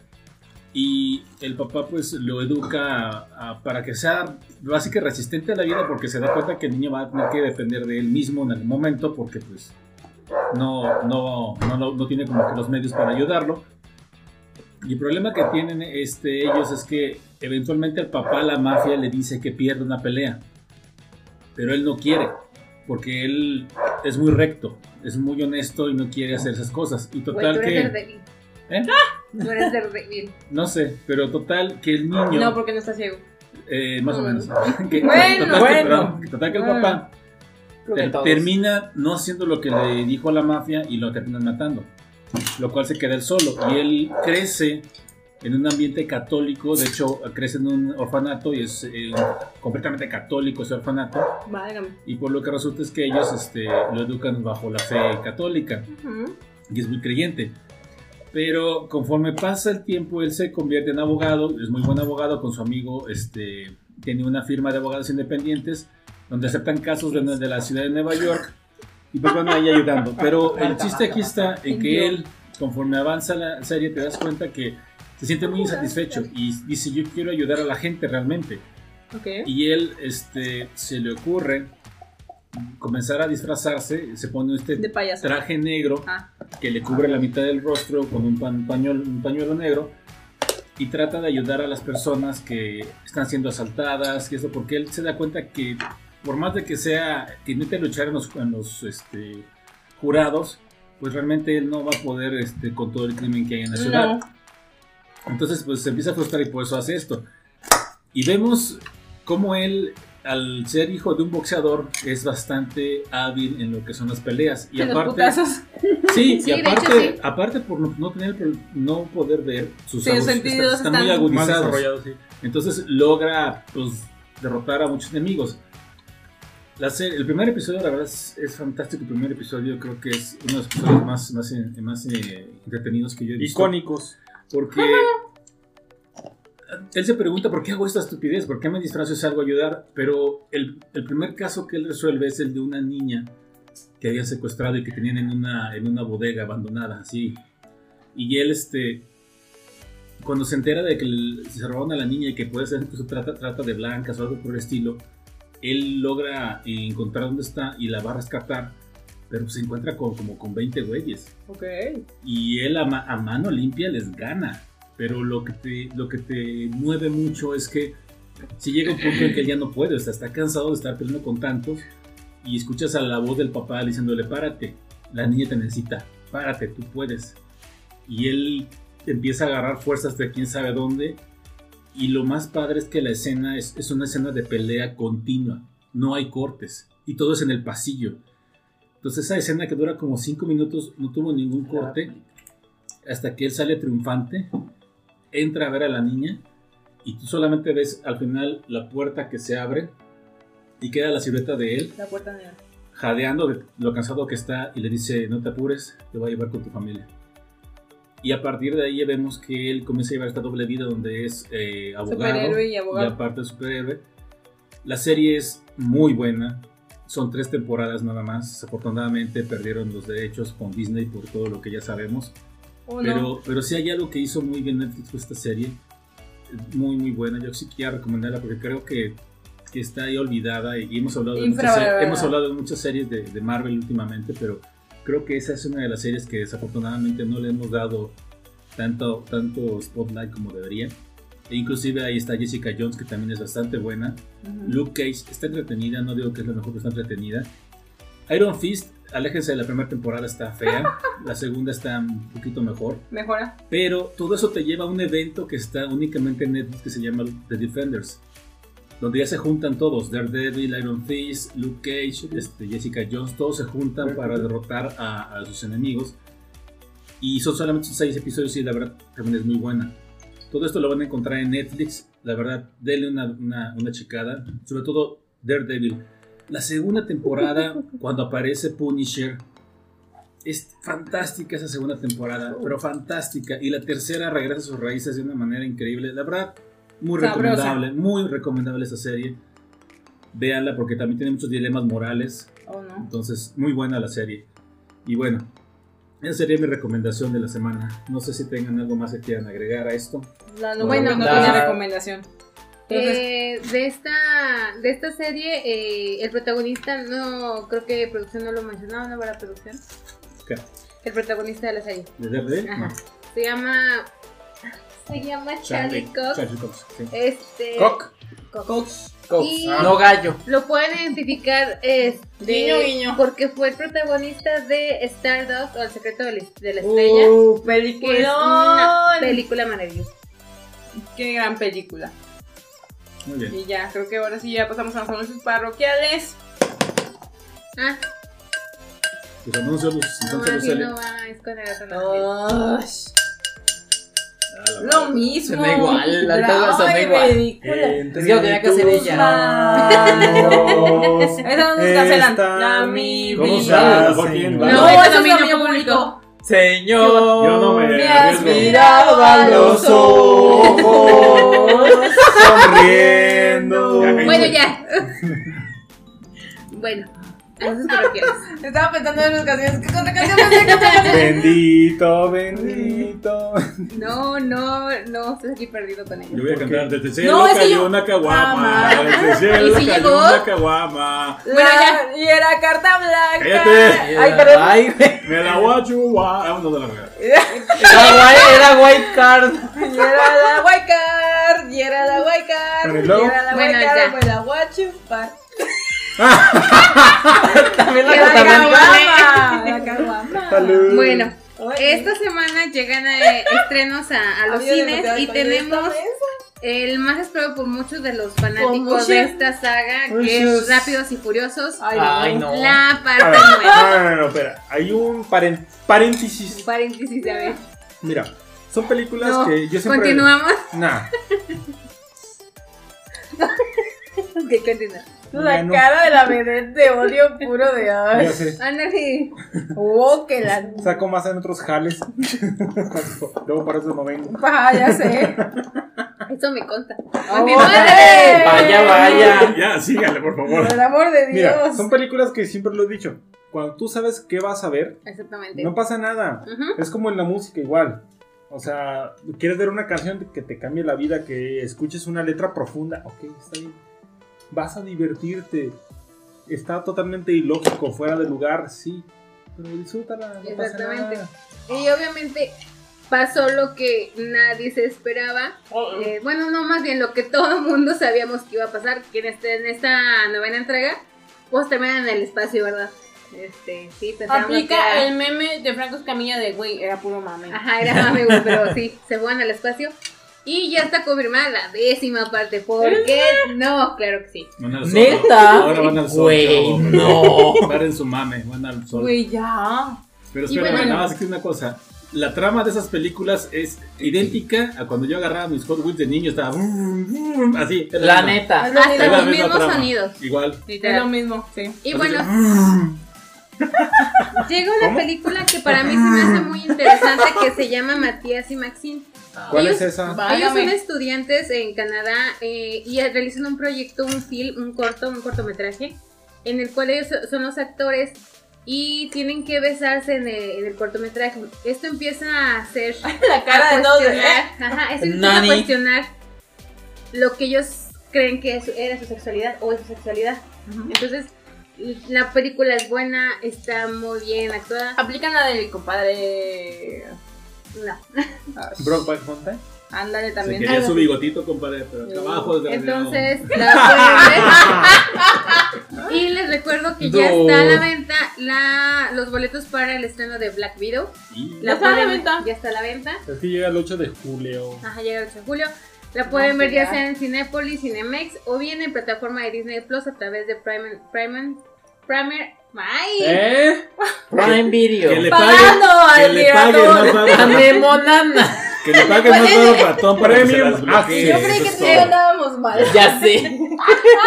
Y el papá pues lo educa a- a- para que sea básicamente resistente a la vida porque se da cuenta que el niño va a tener que depender de él mismo en algún momento porque pues no, no, no, no- no tiene como que los medios para ayudarlo. Y el problema que tienen este, ellos es que eventualmente al papá la mafia le dice que pierde una pelea, pero él no quiere porque él es muy recto, es muy honesto y no quiere hacer esas cosas. Y Güey, total tú que... eres Daredevil. ¿Eh? Tú eres Daredevil. No sé, pero total que el niño, No, porque no está ciego. eh, más o Mm. menos, que, Bueno, total, Que, bueno. perdón, total que el Bueno, papá Creo ter- que todos. Ah. termina no haciendo lo que le dijo a la mafia y lo terminan matando, lo cual se queda él solo y él crece en un ambiente católico, de hecho crece en un orfanato y es eh, completamente católico ese orfanato Válgame. y por lo que resulta es que ellos este, lo educan bajo la fe católica Ujú. y es muy creyente. Pero conforme pasa el tiempo, él se convierte en abogado, es muy buen abogado con su amigo, este, tiene una firma de abogados independientes donde aceptan casos de, de la ciudad de Nueva York y pues van ahí ayudando. Pero el chiste aquí está en que él, conforme avanza la serie, te das cuenta que se siente muy insatisfecho y dice yo quiero ayudar a la gente realmente. Ok. Y él este, se le ocurre comenzar a disfrazarse, se pone este De payaso. traje negro Ah. que le cubre la mitad del rostro con un, pan- pañuelo, un pañuelo negro y trata de ayudar a las personas que están siendo asaltadas y eso porque él se da cuenta que por más de que sea que intente luchar en los, en los, este, jurados pues realmente él no va a poder este, con todo el crimen que hay en la ciudad No. entonces, pues se empieza a frustrar y por eso hace esto. Y vemos cómo él, al ser hijo de un boxeador, es bastante hábil en lo que son las peleas. Y De los aparte, putazos. sí, Sí, y de hecho, aparte, sí. aparte por no, no tener, pro- no poder ver sus Sí, los agu- sentidos están, muy están- Más agudizados. desarrollado, sí. Entonces logra pues, derrotar a muchos enemigos. La serie- el primer episodio, la verdad, es, es fantástico. El primer episodio creo que es uno de los episodios más, más, eh, más eh, entretenidos que yo he visto. Icónicos. Porque él se pregunta por qué hago esta estupidez, por qué me disfrazo y salgo a ayudar. Pero el, el primer caso que él resuelve es el de una niña que había secuestrado y que tenían en una, en una bodega abandonada, así. Y él, este, cuando se entera de que el- se robaron a la niña y que puede ser incluso trata, trata de blancas o algo por el estilo, él logra encontrar dónde está y la va a rescatar, pero se encuentra con, como con 20 güeyes Ok. y él a, ma- a mano limpia les gana. Pero lo que, te, lo que te mueve mucho es que si llega un punto en que él ya no puede, o sea, está cansado de estar peleando con tantos y escuchas a la voz del papá diciéndole, párate, la niña te necesita, párate, tú puedes. Y él empieza a agarrar fuerzas de quién sabe dónde y lo más padre es que la escena es, es una escena de pelea continua, no hay cortes y todo es en el pasillo. Entonces esa escena que dura como 5 minutos no tuvo ningún corte hasta que él sale triunfante, entra a ver a la niña y tú solamente ves al final la puerta que se abre y queda la silueta de él La puerta negra. jadeando de lo cansado que está y le dice, no te apures, te voy a llevar con tu familia. Y a partir de ahí vemos que él comienza a llevar esta doble vida donde es eh, abogado Superhéroe y y abogado. aparte superhéroe. La serie es muy buena. Son tres temporadas nada más. Desafortunadamente perdieron los derechos con Disney por todo lo que ya sabemos. Oh, no. Pero, pero sí hay algo que hizo muy bien Netflix con esta serie. Muy, muy buena. Yo sí quería recomendarla porque creo que, que está ahí olvidada y hemos hablado de, muchas, Infravalorada. se- hemos hablado de muchas series de, de Marvel últimamente, pero creo que esa es una de las series que desafortunadamente no le hemos dado tanto, tanto spotlight como debería. E inclusive ahí está Jessica Jones, que también es bastante buena. Ujú. Luke Cage está entretenida, no digo que es lo mejor, pero está entretenida. Iron Fist, aléjense de la primera temporada, está fea. La segunda está un poquito mejor. Mejora. Pero todo eso te lleva a un evento que está únicamente en Netflix que se llama The Defenders. Donde ya se juntan todos, Daredevil, Iron Fist, Luke Cage, este, Jessica Jones, todos se juntan para derrotar a, a sus enemigos. Y son solamente seis episodios y la verdad también es muy buena. Todo esto lo van a encontrar en Netflix, la verdad, denle una, una, una checada. Sobre todo Daredevil. La segunda temporada, cuando aparece Punisher, es fantástica esa segunda temporada, pero fantástica. Y la tercera regresa a sus raíces de una manera increíble. La verdad, muy Sabrosa. recomendable, muy recomendable esa serie. Véanla porque también tiene muchos dilemas morales. Oh, no. Entonces, muy buena la serie. Y bueno, esa sería mi recomendación de la semana. No sé si tengan algo más que quieran agregar a esto. La no- bueno, no la- tiene recomendación. Entonces, Eh, de esta de esta serie eh, el protagonista no creo que producción no lo mencionaba no para producción ¿Qué? el protagonista de la serie ¿De Daredevil? Ajá. No. se llama se llama Charlie Cox Charlie Cox, sí. este Cock. Cox. Cock. Y- Ah. No gallo. lo pueden identificar este, Guiño, guiño. porque fue el protagonista de Stardust o el secreto de la, de la estrella Uh, Pues, que es peliculón. una película maravillosa Qué gran película. Muy bien. Y ya, creo que ahora sí ya pasamos a los anuncios parroquiales. ah Pues anuncios, entonces ahora los sí sale. no va es con el otro nombre. Oh. Ush, Ah, la Lo mismo. Suena igual, la tabla suena Ay, igual. ridícula. Eh, Es que lo tenía que hacer ella. Esa no nos cancelan. La mi ¿Cómo vida. sabe? sabes? Mejor quién, No, No, ¿vale? ese eso es dominio dominio público. público. Señor. Yo no me Me has arriesgo. mirado a los ojos. Sonriendo. Ya, bueno ya bueno entonces pero quieres Estaba pensando en las canciones. ¿Qué otra canción pensé que Bendito, bendito. No, no, no, estás aquí perdido con Yo ella. voy a ¿Por cantar qué? desde el cielo No, es que cayó yo- una caguama. Ama. Desde el ¿Y cielo si cayó llegó? una caguama. Bueno, ya. Y era carta blanca. Cállate. Ay, perdón. Ay, güey. Me la guacho, guau. Ah, no, de la verga. Era white, era white card. Y era la Wildcard, y era la Wildcard, Pero y luego- era la Bueno, Wildcard, ya. fue la Guachupar. También la Era La Hasta cortaron. luego. Caguama, la Caguama. Salud. Bueno, Oye, esta semana llegan eh, estrenos a, a los había cines demasiado y español esta tenemos vez. el más esperado por muchos de los Por muchos. fanáticos de esta saga, que Muchos. Ah, es Rápidos y Furiosos, Ay, no. la A parte ver, nueva. no, no, no, no, espera. Hay un paren- paréntesis. Paréntesis, a ver. Mira, son películas No, que yo siempre. Continuamos. Nah, Ok, continúa. La Ya no. cara de la vedette de odio puro de ay. ya sé. Ah, Ándale. Oh, que la Saco más en otros jales. Luego para eso no vengo. paja, Ah, ya sé. Eso me conta. Ah, Oh, mi madre! Vaya, vaya. Ya, sígale, por favor. Por el amor de Mira, Dios. son películas que siempre lo he dicho. Cuando tú sabes qué vas a ver, Exactamente. no pasa nada. Ujú. Es como en la música igual. O sea, quieres ver una canción que te cambie la vida, que escuches una letra profunda. Ok, está bien. Vas a divertirte. Está totalmente ilógico, fuera de lugar, sí. Pero disfrútala, no pasa Exactamente. nada. Y obviamente pasó lo que nadie se esperaba. Oh, Eh, bueno, no, más bien lo que todo el mundo sabíamos que iba a pasar, que en, este- en esta novena entrega, pues terminan en el espacio, ¿verdad? Este, sí, pensábamos que Aplica era- el meme de Franco Escamilla de güey, era puro mame. Ajá, era mame, güey, pero sí, se van al espacio. Y ya está confirmada la décima parte, ¿por qué no? Claro que sí. Van al sol. Neta. Ahora van al sol. Güey, chavos. no. Paren su mame, van al sol. Güey, ya. Pero Y espérame, bueno. nada más que una cosa. La trama de esas películas es idéntica a cuando yo agarraba mis Hot Wheels de niño, estaba vroom, vroom, así. era La misma. neta. Es lo Hasta Es la los mismo. misma mismos trama. sonidos. Igual. Es lo Literal. mismo, sí. Y Así bueno, Ah. que- llega una ¿Cómo? película que para mí se me hace muy interesante que se llama Matías y Maxine. ¿Cuál Ellos- es esa? Ellos son Válgame. estudiantes en Canadá eh, y realizan un proyecto, un film, un corto, un cortometraje, en el cual ellos son los actores y tienen que besarse en el, en el cortometraje. Esto empieza a ser La cara de todos. de, eh. ajá, esto empieza a Nani. cuestionar lo que ellos creen que es- era su sexualidad o es su sexualidad. Entonces, la película es buena, está muy bien actuada. Aplican la del compadre. No, Brokeback Mountain. Ándale Se también. quería su bigotito, compadre, pero trabajo desgraciado. Entonces, la pueden ver. y les recuerdo que ya No. está a la venta la, los boletos para el estreno de Black Widow. Y- Ya está a la pueden- venta. Ya está a la venta. Es que llega el 8 de julio. Ajá, llega el 8 de julio. La No, pueden ver que ya ya. sea en Cinepolis, Cinemex o bien en plataforma de Disney Plus a través de Prime, Prime, Primer, ay, ¿Eh? Prime Video. Que le paguen, Pagando que al le paguen más tirador. barato. monana! Que le paguen más barato al ratón para que se Premium las bloquee. Yo Eso creí que es tú y todo. yo andábamos mal. Ya sé.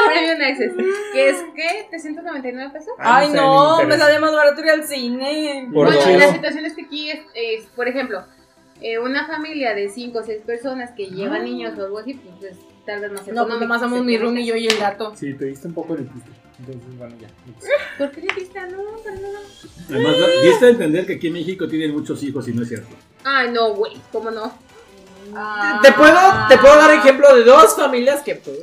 Premium Access, que es que 399 pesos. Ay, sé, no, ni me me interesa. salía más barato ir al cine. Por Bueno, chido. la situación es que aquí es, es, por ejemplo, eh, una familia de 5 o 6 personas que lleva niños o algo así, pues, pues, tal vez más Ah. No, pues nomás somos mi room y yo y el gato. Sí, te diste un poco el piste. Entonces, bueno, ya. ¿Por qué dijiste Ah, no? pero no. Además, da- diste a entender que aquí en México tienen muchos hijos y no es cierto. Ay, Ah, no, güey, ¿cómo no? Ah. ¿Te puedo, te puedo dar ejemplo de dos familias que. pues,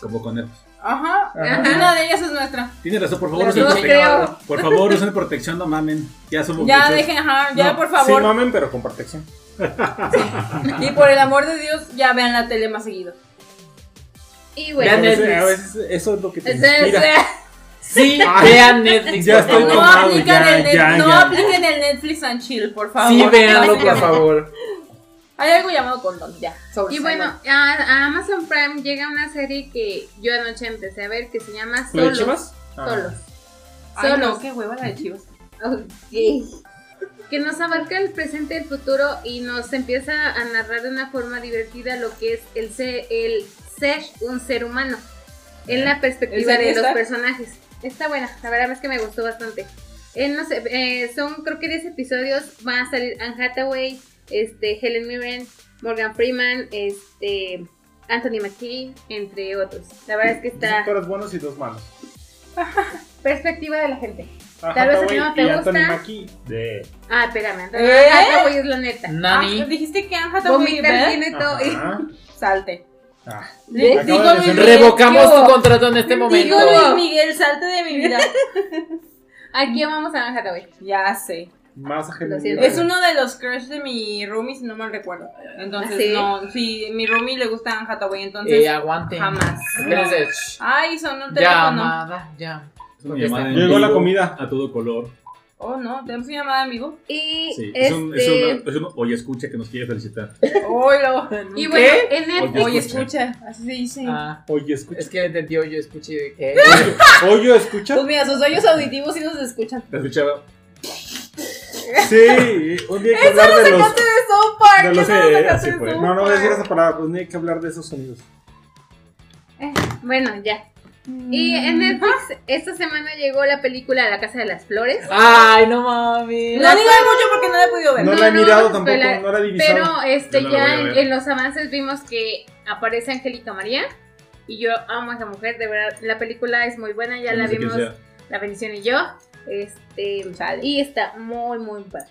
Como conejos. Ajá. Ajá. Una de ellas es nuestra. Tiene razón, por favor, Las usen dos protección. creo. Por favor, usen protección, no mamen. Ya somos Ya muchos. dejen, ajá, ya No, por favor. Sí, mamen, pero con protección. Y por el amor de Dios, ya vean la tele más seguido. Y Pues, A bueno, Vean veces, Netflix. a veces eso es lo que te o Este, sea, o inspira. sea, Sí, Ay. vean Netflix. Ya por estoy favor. No tomado, apliquen, ya, el, net- ya, no ya. apliquen el Netflix and chill, por favor. Sí, véanlo, por Básicamente. favor. Hay algo llamado condón, ya. sobre y salón. bueno, a, a Amazon Prime llega una serie que yo anoche empecé a ver que se llama ¿Lo de Solos. Chivas? Ah. Solos. Ay, Solos. no, qué hueva la de Chivas. Ok. Que nos abarca el presente y el futuro y nos empieza a narrar de una forma divertida lo que es el ser, el ser un ser humano en la perspectiva ¿El ser de los está? personajes. Está buena, la verdad es que me gustó bastante. Eh, no sé, eh, son creo que 10 episodios, van a salir Anne Hathaway, este, Helen Mirren, Morgan Freeman, este, Anthony McKee, entre otros. La verdad es que Dos está actores buenos y dos malos. perspectiva de la gente. Ah, Tal vez a ti Hathaway no te y Anthony gusta. Mackie de... Ah, espérame, Anthony ¿Eh? Hathaway es la neta. Ah, Nani. dijiste que Anja también Vomitar ¿verdad? tiene todo. Ajá. Salte. Ah. Digo Acabo de Luis decir- Miguel, Revocamos digo- tu contrato en este momento. Digo Luis Miguel, salte de mi vida. Aquí vamos a Anne Hathaway. ya sé. Más a Lo Helen siento. Mirren. Es uno de los crush de mi roomie, si no mal recuerdo. Entonces, ¿Ah, sí? no, sí, mi roomie le gusta Anne Hathaway, entonces Eh, aguanten. jamás. Espérense. shh. Ay, sonó el teléfono. Llamada, ya. Es una llamada en Llegó la vivo, comida. A todo color. Oh, no, tenemos una llamada en vivo. Y Sí. este, Es un, es un- es un oye escucha que nos quiere felicitar. Hoy lo. y bueno, en Oye, Netflix, Oye, escucha. escucha, así se dice. Ah, Oye, escucha. es que le entendió, yo escuché de que. Oye, escucha. Pues mira, sus hoyos auditivos sí nos escuchan. ¿Te escuchaba? Sí, un día hay que hablar de los. ¡De South Park! De los eso lo eh, sacaste así de fue. South No, no voy a decir Park. esa palabra, pues no hay que hablar de esos sonidos. eh, bueno, ya. Y en Netflix, esta semana llegó la película La Casa de las Flores. Ay, no mami. No digo mucho porque no la he podido ver. No Pues No, la he no, mirado no, tampoco, espera, no la he divisado. Pero este, Yo no la ya voy a en, ver. en los avances vimos que aparece Angélica María. Y yo amo a esa mujer, de verdad. La película es muy buena, ya No la sé quién vimos, sea. La Bendición y yo. Este, y está muy, muy padre.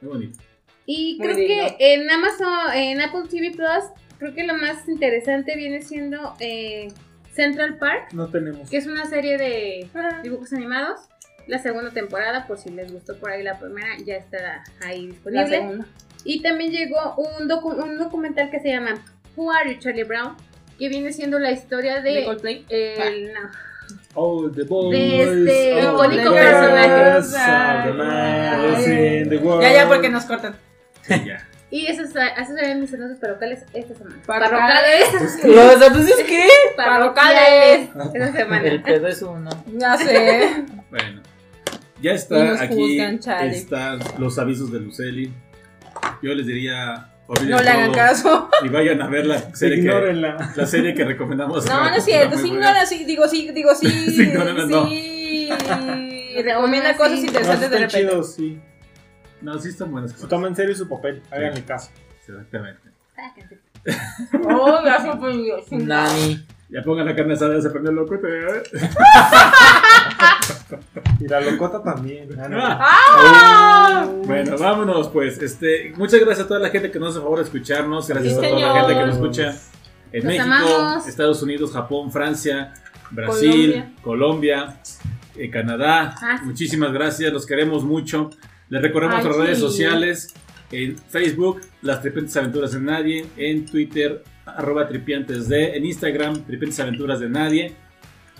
Muy bonito. Y Muy creo digno. que en Amazon, en Apple TV Plus, creo que lo más interesante viene siendo eh, Central Park, No tenemos. que es una serie de Ah. dibujos animados. La segunda temporada, por si les gustó por ahí la primera, ya está ahí La disponible. segunda. Y también llegó un, docu- un documental que se llama Who Are You, Charlie Brown, que viene siendo la historia ¿De de... Coldplay? El, Ah. no, All the boys. De este all icónico the personaje. girls are the nice Ay. in the world. Ya, ya, porque nos cortan. Sí, ya. y esos, ah, esos eran mis anuncios parroquiales esta semana. Parrocales. ¿Los anuncios qué? Parrocales. Esta semana. pues, El pedo es uno. Ya sé. Bueno. Ya Y nos está aquí. juzgan, chale. Están los avisos de Luceli. Yo les diría. olviden No le hagan todo caso. Y vayan a ver la serie que, Ignórenla. la serie que recomendamos. No, no es cierto. Sí, ignora, sí. Digo, sí, digo, sí. Sí, ignora, no. Sí. No, Recomienda no, cosas sí. No, interesantes de están repente. chidos, sí. No, sí están buenas. Se toma en serio su papel, háganle caso. Exactamente. Oh, gracias por Dios. Nani. Ya pongan la carne asada, se prendió el loco. ¿eh? Y la locota también. Ah, no. Oh. Bueno, vámonos pues. Este, muchas gracias a toda la gente que nos hace favor de escucharnos. Gracias Sí, a toda la señor. gente que nos escucha en Los México, amamos. Estados Unidos, Japón, Francia, Brasil, Colombia, eh, Canadá. Ah, sí. Muchísimas gracias, los queremos mucho. Les recordamos Ay, nuestras redes sí. sociales. en Facebook, Las Tripiantes Aventuras de Nadie, en Twitter, arroba Tripiantes de, en Instagram, Tripiantes Aventuras de Nadie.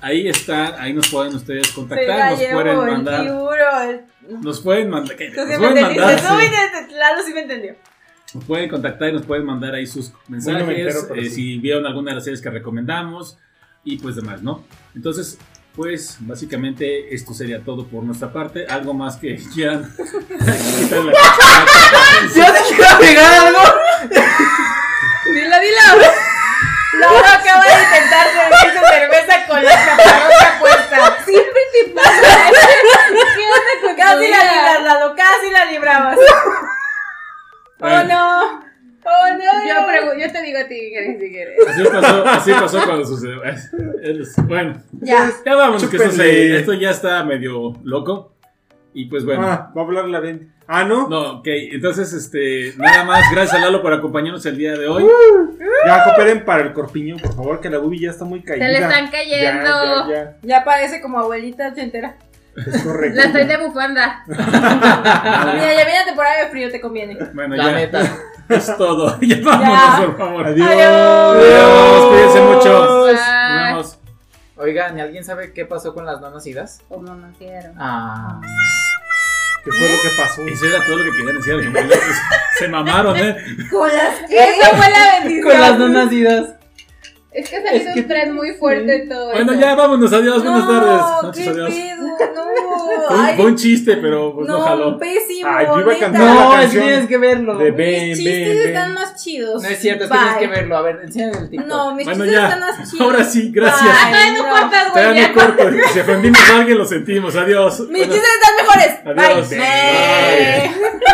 Ahí está, ahí nos pueden ustedes contactar, nos pueden el mandar. tiburón. el- Nos pueden mandar. ¿qué? Tú Nos sí me pueden entendiste, mandar. tú me sí. entendiste, Lalo sí me entendió. Nos pueden contactar y nos pueden mandar ahí sus mensajes, noventero, pero eh, sí. si vieron alguna de las series que recomendamos y pues demás, ¿no? Entonces, pues básicamente esto sería todo por nuestra parte. Algo más que quieran. ¡Yo te quiero agregar algo! Dila, dila. Laura acaba de intentar servir su cerveza con la caparrota puesta. Siempre te pasa. Casi la libras, Lalo, casi la librabas. Oh no. Oh no. Yo, pregu- yo te digo a ti, Jerry, si quieres. Así pasó, así pasó cuando sucedió. Es- es- Bueno, Ya. ya vamos, que esto, se- Chúpenle. esto ya está medio loco. Y pues bueno. Ah, va a hablar la venta. Ah, ¿no? No, ok, entonces este, nada más, gracias a Lalo por acompañarnos el día de hoy. Ya cooperen para el corpiño, por favor, que la bubi ya está muy caída. Se le están Ya, cayendo. ya, Ya parece como abuelita ochentera. ya. Es correcto. La estoy de bufanda. Ah. Mira, ya viene la temporada de frío, te conviene. Bueno, La ya neta. es todo. Ya vámonos, por favor. Adiós. Adiós, cuídense mucho. Bye. Nos Ah. vemos. Oigan, ¿y alguien sabe qué pasó con las nanas idas? O no nos dieron. Ah. ¿Qué fue lo que pasó? Eso era todo lo que querían decir. gemelas. Se mamaron, ¿eh? Con las Esa fue la bendición. Con las nanas idas. Es que ha salido un tren muy fuerte en todo Bueno, eso. ya vámonos. Adiós, buenas tardes. No, Noches, qué adiós. pedo, Fue un, no. fue un chiste, pero pues, no, No, jaló. pésimo. Ay, yo iba a neta. cantar. No, Ah, la es que canción tienes que verlo. de No ven, Mis ven, chistes ven. están más chidos. es cierto, es que Bye. tienes que verlo. A ver, enséñame el TikTok. No, mis Bueno, chistes ya. están más chidos. Ahora sí, gracias. Bye, Ay, no no. cortas, güey. Todavía ya. no corto. Si ofendimos a alguien, lo sentimos. Adiós. Mis Buenas- chistes están mejores. Adiós. Bye. Bye.